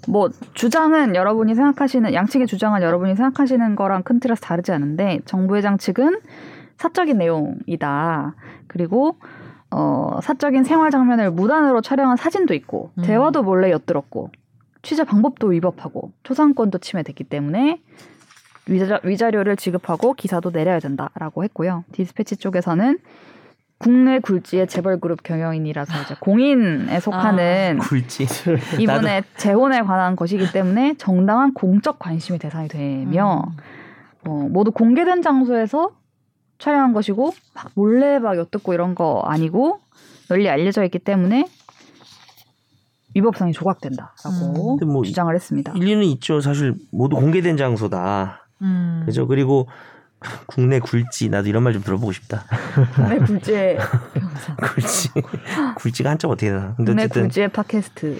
[SPEAKER 1] 뭐 주장은 여러분이 생각하시는 양측의 주장은 여러분이 생각하시는 거랑 큰 틀에서 다르지 않은데 정부회장 측은 사적인 내용이다. 그리고 어, 사적인 생활 장면을 무단으로 촬영한 사진도 있고
[SPEAKER 4] 음.
[SPEAKER 1] 대화도 몰래 엿들었고 취재 방법도 위법하고 초상권도 침해됐기 때문에 위자, 위자료를 지급하고 기사도 내려야 된다라고 했고요. 디스패치 쪽에서는 국내 굴지의 재벌 그룹 경영인이라서 이제 공인에
[SPEAKER 3] 아.
[SPEAKER 1] 속하는
[SPEAKER 3] 굴지.
[SPEAKER 1] 이분의 재혼에 관한 것이기 때문에 정당한 공적 관심이 대상이 되며 어, 모두 공개된 장소에서 촬영한 것이고 막 몰래 막 엿듣고 이런 거 아니고 널리 알려져 있기 때문에 위법성이 조각된다라고
[SPEAKER 3] 근데 뭐 이-
[SPEAKER 1] 주장을 했습니다.
[SPEAKER 3] 일리는 있죠. 사실 모두 공개된 장소다.
[SPEAKER 4] 음.
[SPEAKER 3] 그죠. 그리고 국내 굴지 나도 이런 말 좀 들어보고 싶다.
[SPEAKER 1] 국내 굴지의
[SPEAKER 3] 굴지 굴지가 한자 어떻게 되나. 근데
[SPEAKER 1] 국내
[SPEAKER 3] 어쨌든
[SPEAKER 1] 네, 굴지의 팟캐스트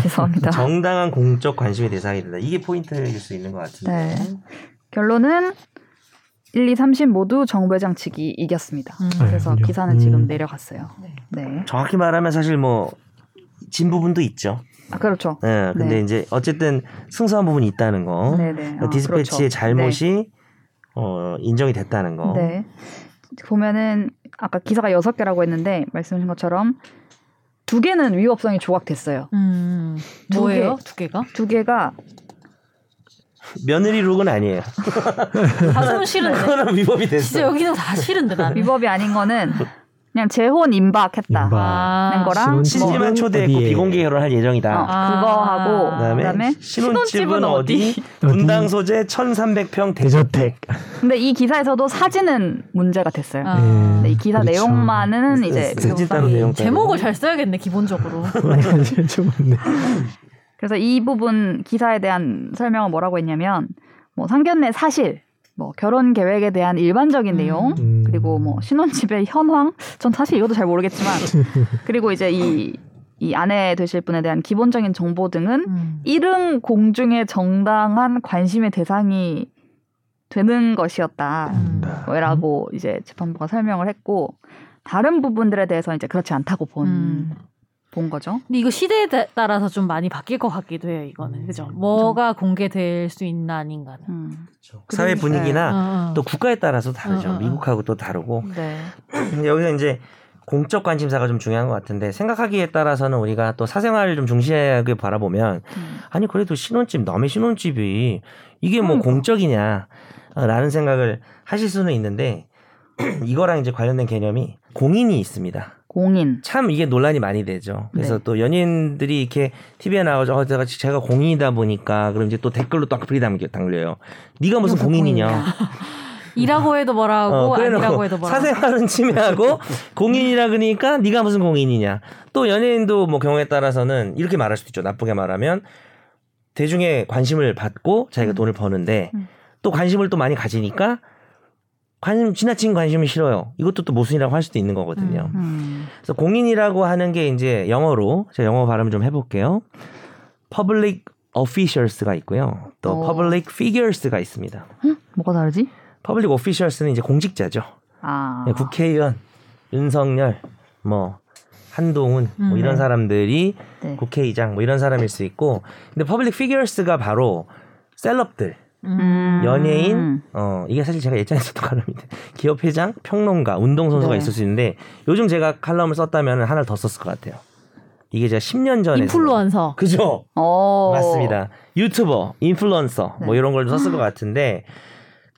[SPEAKER 1] 죄송합니다.
[SPEAKER 3] 정당한 공적 관심의 대상이 된다. 이게 포인트일 수 있는 것 같은데.
[SPEAKER 1] 네. 결론은 1, 2, 3심 모두 정부회장 측이 이겼습니다.
[SPEAKER 4] 음.
[SPEAKER 1] 그래서
[SPEAKER 2] 그렇군요.
[SPEAKER 1] 기사는
[SPEAKER 2] 음.
[SPEAKER 1] 지금 내려갔어요. 네.
[SPEAKER 3] 정확히 말하면 사실 뭐 진 부분도 있죠.
[SPEAKER 1] 아, 그렇죠.
[SPEAKER 3] 예, 근데
[SPEAKER 1] 네.
[SPEAKER 3] 이제 어쨌든 승소한 부분이 있다는 거.
[SPEAKER 1] 네네. 아,
[SPEAKER 3] 어? 디스패치의
[SPEAKER 1] 그렇죠.
[SPEAKER 3] 잘못이 어, 인정이 됐다는 거.
[SPEAKER 1] 네. 보면은 아까 기사가 여섯 개라고 했는데 말씀하신 것처럼 두 개는 위법성이 조각됐어요.
[SPEAKER 4] 음.
[SPEAKER 1] 두
[SPEAKER 4] 뭐예요?
[SPEAKER 1] 개.
[SPEAKER 4] 두 개가?
[SPEAKER 1] 두 개가
[SPEAKER 3] 며느리 룩은 아니에요.
[SPEAKER 4] 다좀 싫은데.
[SPEAKER 3] 그거는 위법이 됐어.
[SPEAKER 4] 아, 진짜 여기는 다 싫은데
[SPEAKER 3] 네.
[SPEAKER 4] 나는.
[SPEAKER 1] 네. 위법이 아닌 거는 그냥 재혼 임박했다.
[SPEAKER 2] 임박.
[SPEAKER 4] 아,
[SPEAKER 1] 낸 거랑
[SPEAKER 2] 신혼집은
[SPEAKER 3] 신지만 초대했고
[SPEAKER 2] 어디에?
[SPEAKER 3] 그 비공개 결혼할 예정이다.
[SPEAKER 1] 어, 그거하고
[SPEAKER 4] 아.
[SPEAKER 3] 아. 그다음에,
[SPEAKER 1] 그다음에
[SPEAKER 3] 신혼집은 어디?
[SPEAKER 2] 어디?
[SPEAKER 3] 분당 소재 1,300평 대저.
[SPEAKER 2] 대저택.
[SPEAKER 1] 근데 이 기사에서도 사진은 문제가 됐어요.
[SPEAKER 4] 아.
[SPEAKER 2] 예.
[SPEAKER 1] 근데 네, 이 기사
[SPEAKER 2] 그렇죠.
[SPEAKER 1] 내용만은 이제
[SPEAKER 3] 사진
[SPEAKER 1] 위법성이-
[SPEAKER 3] 따로 내용 따로.
[SPEAKER 4] 제목을 잘 써야겠네 기본적으로.
[SPEAKER 2] 아니, 좀 네.
[SPEAKER 1] 그래서 이 부분 기사에 대한 설명은 뭐라고 했냐면 뭐 상견례 사실, 뭐 결혼 계획에 대한 일반적인
[SPEAKER 4] 음.
[SPEAKER 1] 내용, 뭐
[SPEAKER 2] 음.
[SPEAKER 1] 그리고 뭐 신혼집의 현황, 전 사실 이것도 잘 모르겠지만 그리고 이제 이 이 아내 되실 분에 대한 기본적인 정보 등은 일응 공중의 정당한 관심의 대상이 되는 것이었다.
[SPEAKER 2] 음.
[SPEAKER 1] 라고 이제 재판부가 설명을 했고 다른 부분들에 대해서 이제 그렇지 않다고 본 본
[SPEAKER 4] 음.
[SPEAKER 1] 거죠.
[SPEAKER 4] 근데 이거 시대에 따- 따라서 좀 많이 바뀔 것 같기도 해요. 이거는 그죠?
[SPEAKER 3] 음.
[SPEAKER 4] 뭐가 공개될 수 있나 아닌가는.
[SPEAKER 1] 음.
[SPEAKER 3] 사회
[SPEAKER 1] 그러니까-
[SPEAKER 3] 분위기나
[SPEAKER 4] 어, 어.
[SPEAKER 3] 아, 또 국가에 따라서 다르죠.
[SPEAKER 4] 어, 어, 어.
[SPEAKER 3] 미국하고 또 다르고
[SPEAKER 1] 네.
[SPEAKER 3] 근데 여기서 이제 공적 관심사가 좀 중요한 것 같은데 생각하기에 따라서는 우리가 또 사생활을 좀 중시하게 바라보면
[SPEAKER 1] 음.
[SPEAKER 3] 아니 그래도 신혼집 남의 신혼집이 이게 뭐
[SPEAKER 1] 음.
[SPEAKER 3] 공적이냐라는 생각을 하실 수는 있는데 이거랑 이제 관련된 개념이 공인이 있습니다.
[SPEAKER 1] 공인.
[SPEAKER 3] 참 이게 논란이 많이 되죠. 그래서
[SPEAKER 1] 네.
[SPEAKER 3] 또 연인들이 이렇게 TV에 나와서 어, 제가, 제가 공인이다 보니까 그럼 이제 또 댓글로 또 악플이 담겨, 당겨요. 네가 무슨 공인이냐.
[SPEAKER 4] 이라고 해도 뭐라고
[SPEAKER 3] 어, 그래놓고
[SPEAKER 4] 아니라고 해도 뭐라고.
[SPEAKER 3] 사생활은 침해하고 공인이라 그러니까 네가 무슨 공인이냐. 또 연예인도 뭐 경우에 따라서는 이렇게 말할 수도 있죠. 나쁘게 말하면 대중의 관심을 받고 자기가 돈을 버는데
[SPEAKER 1] 음.
[SPEAKER 3] 또 관심을 또 많이 가지니까 관심 지나친 관심이 싫어요. 이것도 또 모순이라고 할 수도 있는 거거든요.
[SPEAKER 1] 음.
[SPEAKER 3] 그래서 공인이라고 하는 게 이제 영어로 제가 영어 발음 좀 해볼게요. Public officials가 있고요. 또
[SPEAKER 1] 어.
[SPEAKER 3] public figures가 있습니다.
[SPEAKER 1] 뭐가 다르지?
[SPEAKER 3] public officials는 이제 공직자죠.
[SPEAKER 1] 아.
[SPEAKER 3] 네, 국회의원, 윤석열, 뭐 한동훈 뭐
[SPEAKER 4] 음.
[SPEAKER 3] 이런 사람들이
[SPEAKER 1] 네.
[SPEAKER 3] 국회의장 뭐 이런 사람일 수 있고 근데 퍼블릭 피규어스가 바로 셀럽들
[SPEAKER 1] 음.
[SPEAKER 3] 연예인 어 이게 사실 제가 예전에 썼던 칼럼인데 기업 회장 평론가 운동 선수가
[SPEAKER 1] 네.
[SPEAKER 3] 있을 수 있는데 요즘 제가 칼럼을 썼다면 하나를 더 썼을 것 같아요 이게 제가 10년 전에
[SPEAKER 4] 인플루언서.
[SPEAKER 3] 그죠
[SPEAKER 1] 어.
[SPEAKER 3] 맞습니다. 유튜버, 인플루언서 뭐
[SPEAKER 1] 네.
[SPEAKER 3] 이런 걸 썼을 것 같은데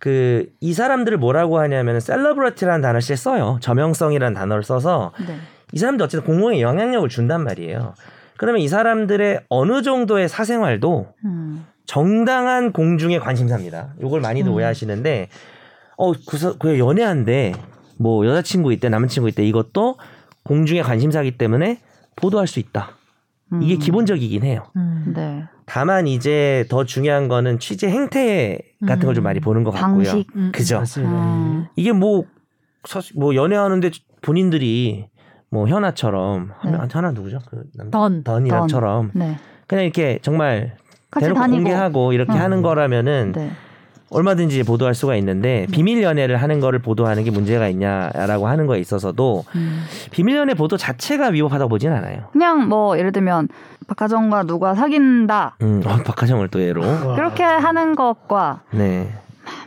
[SPEAKER 3] 그 이 사람들을 뭐라고 하냐면 셀러브리티라는 단어를 실 써요. 저명성이라는 단어를 써서
[SPEAKER 1] 네.
[SPEAKER 3] 이 사람들 어쨌든 공공에 영향력을 준단 말이에요. 그러면 이 사람들의 어느 정도의 사생활도
[SPEAKER 1] 음.
[SPEAKER 3] 정당한 공중의 관심사입니다. 요걸 많이들
[SPEAKER 4] 음.
[SPEAKER 3] 오해하시는데 어그 그 연애한데 뭐 여자친구 있대 남자친구 있대 이것도 공중의 관심사기 때문에 보도할 수 있다.
[SPEAKER 1] 음.
[SPEAKER 3] 이게 기본적이긴 해요.
[SPEAKER 4] 음.
[SPEAKER 1] 네.
[SPEAKER 3] 다만 이제 더 중요한 거는 취재 행태 같은 걸 좀
[SPEAKER 4] 음.
[SPEAKER 3] 많이 보는 것 같고요. 네.
[SPEAKER 1] 방식.
[SPEAKER 4] 음.
[SPEAKER 3] 그죠.
[SPEAKER 2] 맞습니다.
[SPEAKER 1] 음.
[SPEAKER 3] 이게 뭐 사실 뭐 연애하는데 본인들이 뭐 현아처럼 하면-
[SPEAKER 1] 네.
[SPEAKER 3] 현아 누구죠? 그 남,
[SPEAKER 4] 던.
[SPEAKER 3] 던이랑처럼
[SPEAKER 1] 네.
[SPEAKER 3] 그냥 이렇게 정말
[SPEAKER 1] 같이
[SPEAKER 3] 대놓고
[SPEAKER 1] 다니고.
[SPEAKER 3] 공개하고 이렇게
[SPEAKER 1] 음.
[SPEAKER 3] 하는 거라면은
[SPEAKER 1] 네.
[SPEAKER 3] 얼마든지 보도할 수가 있는데 비밀 연애를 하는 거를 보도하는 게 문제가 있냐라고 하는 거에 있어서도
[SPEAKER 1] 음.
[SPEAKER 3] 비밀 연애 보도 자체가 위법하다고 보진 않아요.
[SPEAKER 1] 그냥 뭐 예를 들면 박하정과 누가 사귄다
[SPEAKER 3] 음, 어, 박하정을 또 예로.
[SPEAKER 2] 와.
[SPEAKER 1] 그렇게
[SPEAKER 3] 아.
[SPEAKER 1] 하는 것과
[SPEAKER 3] 네.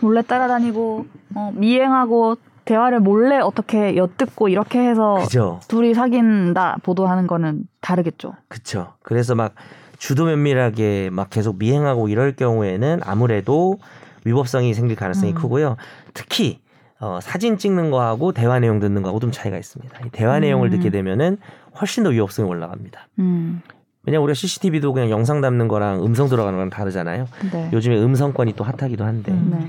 [SPEAKER 1] 몰래 따라다니고 어, 미행하고 대화를 몰래 어떻게 엿듣고 이렇게 해서
[SPEAKER 3] 그죠.
[SPEAKER 1] 둘이 사귄다 보도하는 거는 다르겠죠.
[SPEAKER 3] 그쵸. 그래서 막 주도 면밀하게 막 계속 미행하고 이럴 경우에는 아무래도 위법성이 생길 가능성이
[SPEAKER 4] 음.
[SPEAKER 3] 크고요. 특히 어, 사진 찍는 거하고 대화 내용 듣는 거하고 좀 차이가 있습니다. 이 대화 내용을
[SPEAKER 1] 음.
[SPEAKER 3] 듣게 되면은 훨씬 더 위법성이 올라갑니다.
[SPEAKER 1] 음,
[SPEAKER 3] 왜냐 우리가 CCTV도 그냥 영상 담는 거랑 음성 들어가는 거랑 다르잖아요.
[SPEAKER 1] 네.
[SPEAKER 3] 요즘에 음성권이 또 핫하기도 한데
[SPEAKER 4] 음.
[SPEAKER 1] 네.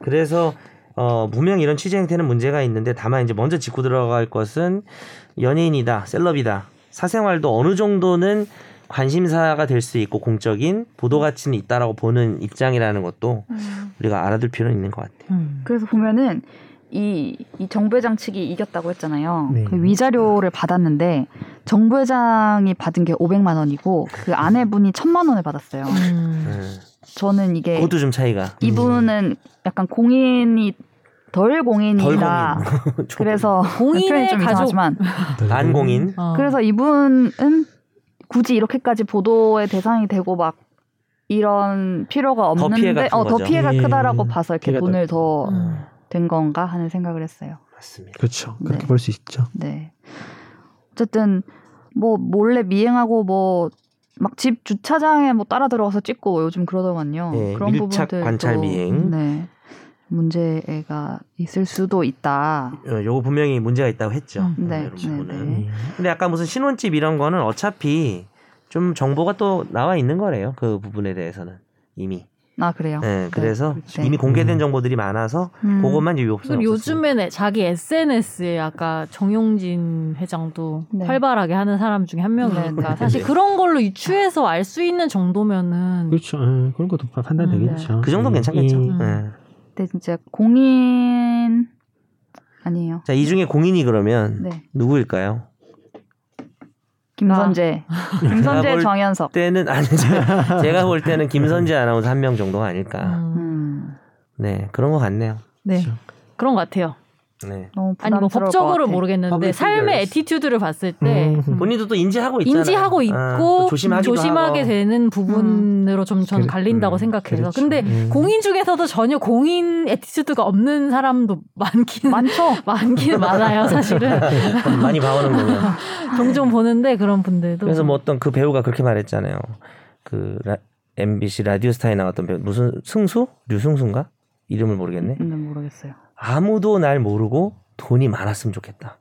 [SPEAKER 3] 그래서 어, 분명 이런 취재 행태는 문제가 있는데 다만 이제 먼저 짚고 들어갈 것은 연예인이다, 셀럽이다, 사생활도 어느 정도는 관심사가 될 수 있고 공적인 보도 가치는 있다라고 보는 입장이라는 것도 우리가 알아둘 필요는 있는 것 같아요.
[SPEAKER 4] 음.
[SPEAKER 1] 그래서 보면은 이, 이 정부회장 측이 이겼다고 했잖아요.
[SPEAKER 2] 네.
[SPEAKER 1] 그 위자료를 받았는데 정부회장이 받은 게 500만 원이고 그 아내분이 1000만 원을 받았어요.
[SPEAKER 4] 음.
[SPEAKER 3] 음,
[SPEAKER 1] 저는 이게
[SPEAKER 3] 그것도 좀 차이가
[SPEAKER 1] 이분은 약간 공인이 덜
[SPEAKER 3] 덜
[SPEAKER 1] 공인이다.
[SPEAKER 3] 공인.
[SPEAKER 1] 음. 아, 그래서 음.
[SPEAKER 4] 공인의
[SPEAKER 1] 표현이 좀
[SPEAKER 4] 가족.
[SPEAKER 1] 이상하지만
[SPEAKER 2] 네.
[SPEAKER 3] 반공인.
[SPEAKER 4] 어.
[SPEAKER 1] 그래서 이분은 굳이 이렇게까지 보도의 대상이 되고 막 이런 필요가
[SPEAKER 3] 더
[SPEAKER 1] 없는데
[SPEAKER 3] 피해가 큰
[SPEAKER 1] 어, 더
[SPEAKER 3] 거죠. 네.
[SPEAKER 1] 피해가
[SPEAKER 2] 음,
[SPEAKER 1] 크다라고 봐서 이렇게
[SPEAKER 2] 피해가
[SPEAKER 1] 돈을 더
[SPEAKER 2] 더-
[SPEAKER 1] 된
[SPEAKER 4] 음.
[SPEAKER 1] 건가 하는 생각을 했어요.
[SPEAKER 3] 맞습니다.
[SPEAKER 2] 그렇죠. 그렇게
[SPEAKER 1] 네.
[SPEAKER 2] 볼 수 있죠.
[SPEAKER 1] 네. 어쨌든 뭐 몰래 미행하고 뭐 막 집 주차장에 뭐 따라 들어가서 찍고 요즘 그러더만요.
[SPEAKER 3] 네,
[SPEAKER 1] 그런
[SPEAKER 3] 밀착
[SPEAKER 1] 부분들도
[SPEAKER 3] 관찰 미행.
[SPEAKER 1] 네. 문제가 있을 수도 있다.
[SPEAKER 3] 어, 요거 분명히 문제가 있다고 했죠.
[SPEAKER 4] 음.
[SPEAKER 1] 네,
[SPEAKER 3] 이런
[SPEAKER 1] 네,
[SPEAKER 3] 부분은.
[SPEAKER 1] 네.
[SPEAKER 3] 근데 아까 무슨 신혼집 이런 거는 어차피 좀 정보가 또 나와 있는 거래요. 그 부분에 대해서는 이미.
[SPEAKER 1] 아 그래요.
[SPEAKER 3] 네, 그래서
[SPEAKER 1] 그렇죠.
[SPEAKER 3] 이미 공개된
[SPEAKER 2] 음.
[SPEAKER 3] 정보들이 많아서
[SPEAKER 1] 음.
[SPEAKER 3] 그것만 이제 없어요.
[SPEAKER 4] 그리고 요즘에 내- 자기 SNS에 아까 정용진 회장도
[SPEAKER 1] 네.
[SPEAKER 4] 활발하게 하는 사람 중에 한 명이니까
[SPEAKER 3] 네.
[SPEAKER 4] 사실
[SPEAKER 3] 네.
[SPEAKER 4] 그런 걸로 유추해서 알 수 있는 정도면은
[SPEAKER 2] 그렇죠. 예, 그런 것도
[SPEAKER 1] 음,
[SPEAKER 2] 파-
[SPEAKER 1] 네.
[SPEAKER 2] 판단되겠죠.
[SPEAKER 3] 그 정도 는
[SPEAKER 2] 예,
[SPEAKER 3] 괜찮겠죠.
[SPEAKER 2] 예.
[SPEAKER 3] 네.
[SPEAKER 1] 근데 진짜 공인 아니에요.
[SPEAKER 3] 자, 이 중에 공인이 그러면
[SPEAKER 1] 네.
[SPEAKER 3] 누구일까요?
[SPEAKER 1] 김선재,
[SPEAKER 3] 제가
[SPEAKER 4] 아.
[SPEAKER 1] 김선재,
[SPEAKER 3] 볼
[SPEAKER 1] 정현석.
[SPEAKER 3] 때는 아니 제가, 제가 볼 때는 김선재 아나운서 한 명 정도가 아닐까.
[SPEAKER 4] 음,
[SPEAKER 1] 음,
[SPEAKER 3] 네 그런 것 같네요.
[SPEAKER 4] 네.
[SPEAKER 2] 그렇죠.
[SPEAKER 4] 그런 것 같아요.
[SPEAKER 3] 네
[SPEAKER 1] 너무
[SPEAKER 4] 아니
[SPEAKER 1] 부담스러울
[SPEAKER 4] 뭐 법적으로
[SPEAKER 1] 것 같아.
[SPEAKER 4] 모르겠는데
[SPEAKER 3] Public
[SPEAKER 4] 삶의
[SPEAKER 3] figures.
[SPEAKER 4] 에티튜드를 봤을 때
[SPEAKER 2] 음.
[SPEAKER 3] 본인도 또 인지하고 있잖아요.
[SPEAKER 4] 인지하고 있고
[SPEAKER 3] 아, 또 조심하기도
[SPEAKER 4] 조심하게
[SPEAKER 3] 하고.
[SPEAKER 4] 되는 부분으로 좀 저는
[SPEAKER 2] 그래,
[SPEAKER 4] 갈린다고
[SPEAKER 3] 음,
[SPEAKER 4] 생각해서
[SPEAKER 2] 그렇죠.
[SPEAKER 4] 근데
[SPEAKER 2] 음.
[SPEAKER 4] 공인 중에서도 전혀 공인 에티튜드가 없는 사람도 많긴
[SPEAKER 1] 많죠.
[SPEAKER 4] 많긴 많아요 사실은
[SPEAKER 3] 많이 봐오는군요.
[SPEAKER 4] 종종 보는데 그런 분들도
[SPEAKER 3] 그래서 뭐 어떤 그 배우가 그렇게 말했잖아요. 그 라- MBC 라디오스타에 나왔던 배우 무슨 승수 류승수인가 이름을 모르겠네.
[SPEAKER 1] 음, 모르겠어요.
[SPEAKER 3] 그, 아무도 날 모르고 돈이 많았으면 좋겠다.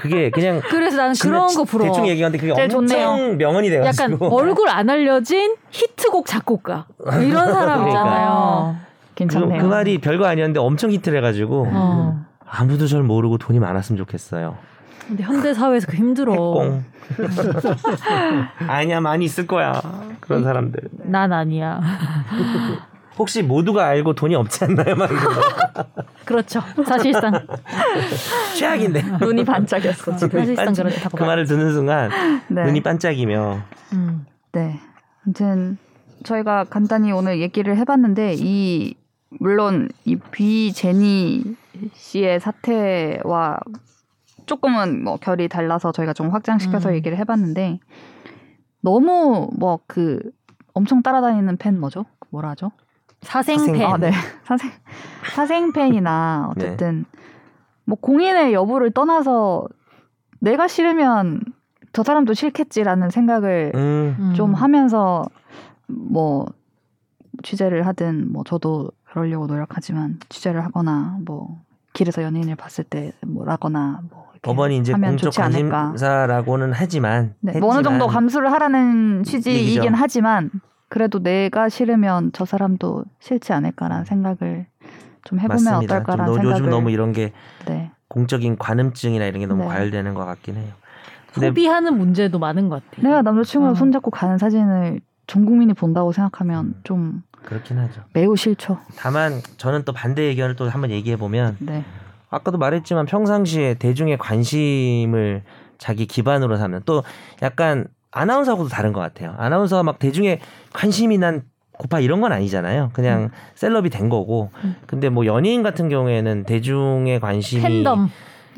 [SPEAKER 3] 그게 그냥
[SPEAKER 4] 그래서 나는
[SPEAKER 3] 진짜
[SPEAKER 4] 그런
[SPEAKER 3] 지-
[SPEAKER 4] 거 부러워
[SPEAKER 3] 대충 얘기하는데 그게
[SPEAKER 1] 제일
[SPEAKER 3] 엄청
[SPEAKER 1] 좋네요.
[SPEAKER 3] 명언이 돼가지고
[SPEAKER 4] 약간 얼굴 안 알려진 히트곡 작곡가 이런 사람 있잖아요
[SPEAKER 3] 그,
[SPEAKER 1] 괜찮네요.
[SPEAKER 3] 그 말이 별거 아니었는데 엄청 히트를 해가지고
[SPEAKER 1] 음.
[SPEAKER 4] 어.
[SPEAKER 3] 아무도 절 모르고 돈이 많았으면 좋겠어요.
[SPEAKER 4] 근데 현대 사회에서 그 힘들어
[SPEAKER 3] 꽁. 아니야 많이 있을 거야 그런 사람들.
[SPEAKER 4] 난 아니야
[SPEAKER 3] 혹시 모두가 알고 돈이 없지 않나요? 막 이런 거.
[SPEAKER 4] 그렇죠 사실상
[SPEAKER 3] 최악인데.
[SPEAKER 1] 눈이 반짝였어. 지금.
[SPEAKER 4] 사실상
[SPEAKER 3] 반짝-
[SPEAKER 4] 그렇다고
[SPEAKER 3] 그 말을 듣는 순간
[SPEAKER 1] 네.
[SPEAKER 3] 눈이 반짝이며
[SPEAKER 4] 음.
[SPEAKER 1] 네. 아무튼 저희가 간단히 오늘 얘기를 해봤는데 이 물론 이 비 제니 씨의 사태와 조금은 뭐 결이 달라서 저희가 좀 확장시켜서
[SPEAKER 4] 음.
[SPEAKER 1] 얘기를 해봤는데 너무 뭐 그 엄청 따라다니는 팬 뭐죠? 그 뭐라 하죠?
[SPEAKER 4] 사생팬
[SPEAKER 1] 아, 네. 사생 사생 팬이나 어쨌든 뭐 공인의 여부를 떠나서 내가 싫으면 저 사람도 싫겠지라는 생각을
[SPEAKER 3] 음,
[SPEAKER 4] 음.
[SPEAKER 1] 좀 하면서 뭐 취재를 하든 뭐 저도 그러려고 노력하지만 취재를 하거나 뭐 길에서 연인을 봤을 때 뭐라거나 뭐 이렇게
[SPEAKER 3] 법원이 이제
[SPEAKER 1] 하면
[SPEAKER 3] 공적
[SPEAKER 1] 좋지 않을까.
[SPEAKER 3] 관심사라고는 하지만
[SPEAKER 1] 네,
[SPEAKER 3] 했지만
[SPEAKER 1] 뭐 어느 정도 감수를 하라는 취지이긴
[SPEAKER 3] 얘기죠.
[SPEAKER 1] 하지만 그래도 내가 싫으면 저 사람도 싫지 않을까라는 생각을 좀 해보면
[SPEAKER 3] 맞습니다.
[SPEAKER 1] 어떨까라는
[SPEAKER 3] 좀 너-
[SPEAKER 1] 생각을
[SPEAKER 3] 요즘 너무 이런 게
[SPEAKER 1] 네.
[SPEAKER 3] 공적인 관음증이나 이런 게 너무
[SPEAKER 1] 네.
[SPEAKER 3] 과열되는 것 같긴 해요. 근데
[SPEAKER 4] 소비하는 문제도 많은 것 같아요.
[SPEAKER 1] 내가 남자친구랑
[SPEAKER 4] 어.
[SPEAKER 1] 손잡고 가는 사진을 전 국민이 본다고 생각하면
[SPEAKER 3] 음.
[SPEAKER 1] 좀
[SPEAKER 3] 그렇긴 하죠.
[SPEAKER 1] 매우 싫죠.
[SPEAKER 3] 다만 저는 또 반대 의견을 또 한번 얘기해 보면
[SPEAKER 1] 네.
[SPEAKER 3] 아까도 말했지만 평상시에 대중의 관심을 자기 기반으로 삼는 또 약간 아나운서하고도 다른 것 같아요. 아나운서가 막 대중의 관심이 난 고파 이런 건 아니잖아요. 그냥
[SPEAKER 1] 음.
[SPEAKER 3] 셀럽이 된 거고.
[SPEAKER 4] 음.
[SPEAKER 3] 근데 뭐 연예인 같은 경우에는 대중의 관심이
[SPEAKER 4] 팬덤.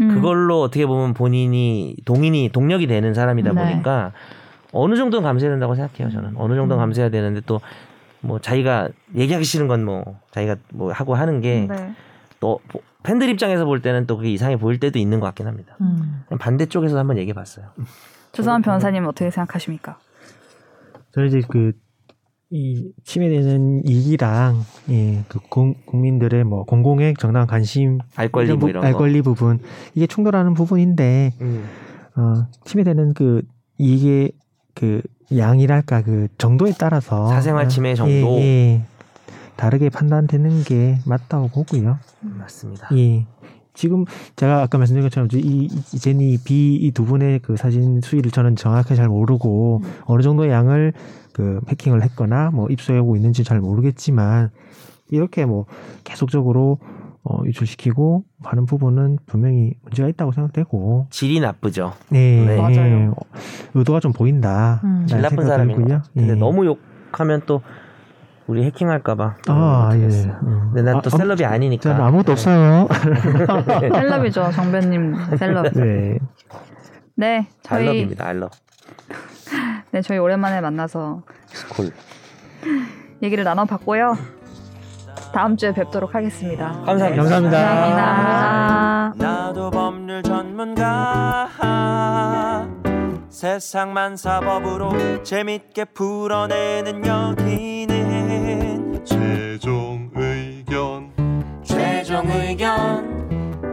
[SPEAKER 1] 음.
[SPEAKER 3] 그걸로 어떻게 보면 본인이 동인이 동력이 되는 사람이다
[SPEAKER 1] 네.
[SPEAKER 3] 보니까 어느 정도는 감수해야 된다고 생각해요. 저는 어느 정도는
[SPEAKER 4] 음.
[SPEAKER 3] 감수해야 되는데 또 뭐 자기가 얘기하기 싫은 건 뭐 자기가 뭐 하고 하는 게 또
[SPEAKER 1] 네.
[SPEAKER 3] 팬들 입장에서 볼 때는 또 그게 이상해 보일 때도 있는 것 같긴 합니다.
[SPEAKER 4] 음.
[SPEAKER 3] 그냥 반대쪽에서 한번 얘기해 봤어요.
[SPEAKER 2] 음,
[SPEAKER 1] 조성한 변호사님 어떻게 생각하십니까?
[SPEAKER 2] 저는 이제 그, 이 침해되는 이기랑, 예, 그 공, 국민들의 뭐 공공액 정당 관심,
[SPEAKER 3] 알 권리 뭐
[SPEAKER 2] 부-
[SPEAKER 3] 이런
[SPEAKER 2] 알
[SPEAKER 3] 거.
[SPEAKER 2] 권리 부분, 이게 충돌하는 부분인데,
[SPEAKER 3] 음.
[SPEAKER 2] 어, 침해되는 그, 이게 그 양이랄까 그 정도에 따라서.
[SPEAKER 3] 사생활 침해
[SPEAKER 2] 아,
[SPEAKER 3] 정도.
[SPEAKER 2] 예, 예. 다르게 판단되는 게 맞다고 보고요.
[SPEAKER 3] 음, 맞습니다.
[SPEAKER 2] 예. 지금 제가 아까 말씀드린 것처럼 이, 이- 이 제니 B 이 두 분의 그 사진 수위를 저는 정확하게 잘 모르고
[SPEAKER 3] 음.
[SPEAKER 2] 어느 정도 양을 그 해킹을 했거나 뭐 입수하고 있는지 잘 모르겠지만 이렇게 뭐 계속적으로 어, 유출시키고 하는 부분은 분명히 문제가 있다고 생각되고
[SPEAKER 3] 질이 나쁘죠.
[SPEAKER 2] 네,
[SPEAKER 3] 네.
[SPEAKER 1] 맞아요.
[SPEAKER 2] 어, 의도가 좀 보인다.
[SPEAKER 4] 음.
[SPEAKER 3] 질 나쁜 사람인 것
[SPEAKER 2] 요 예.
[SPEAKER 3] 같아요. 근데 너무 욕하면 또 우리 해킹할까봐.
[SPEAKER 2] 아 예. 음.
[SPEAKER 3] 근데 난 또
[SPEAKER 2] 아, 아무-
[SPEAKER 3] 셀럽이 아니니까. 네.
[SPEAKER 2] 저는 아무것도 없어요.
[SPEAKER 1] 셀럽이죠, 정변님 셀럽.
[SPEAKER 2] 네.
[SPEAKER 1] 네, 저희
[SPEAKER 3] 알럽입니다. 알럽.
[SPEAKER 1] 네 저희 오랜만에 만나서
[SPEAKER 3] 콜.
[SPEAKER 1] 얘기를 나눠봤고요. 다음 주에 뵙도록 하겠습니다.
[SPEAKER 3] 감사합니다.
[SPEAKER 2] 감사합니다.
[SPEAKER 1] 감사합니다.
[SPEAKER 5] 나도 법률 전문가 세상만 사법으로 재밌게 풀어내는 여기는
[SPEAKER 6] 최종 의견
[SPEAKER 5] 최종 의견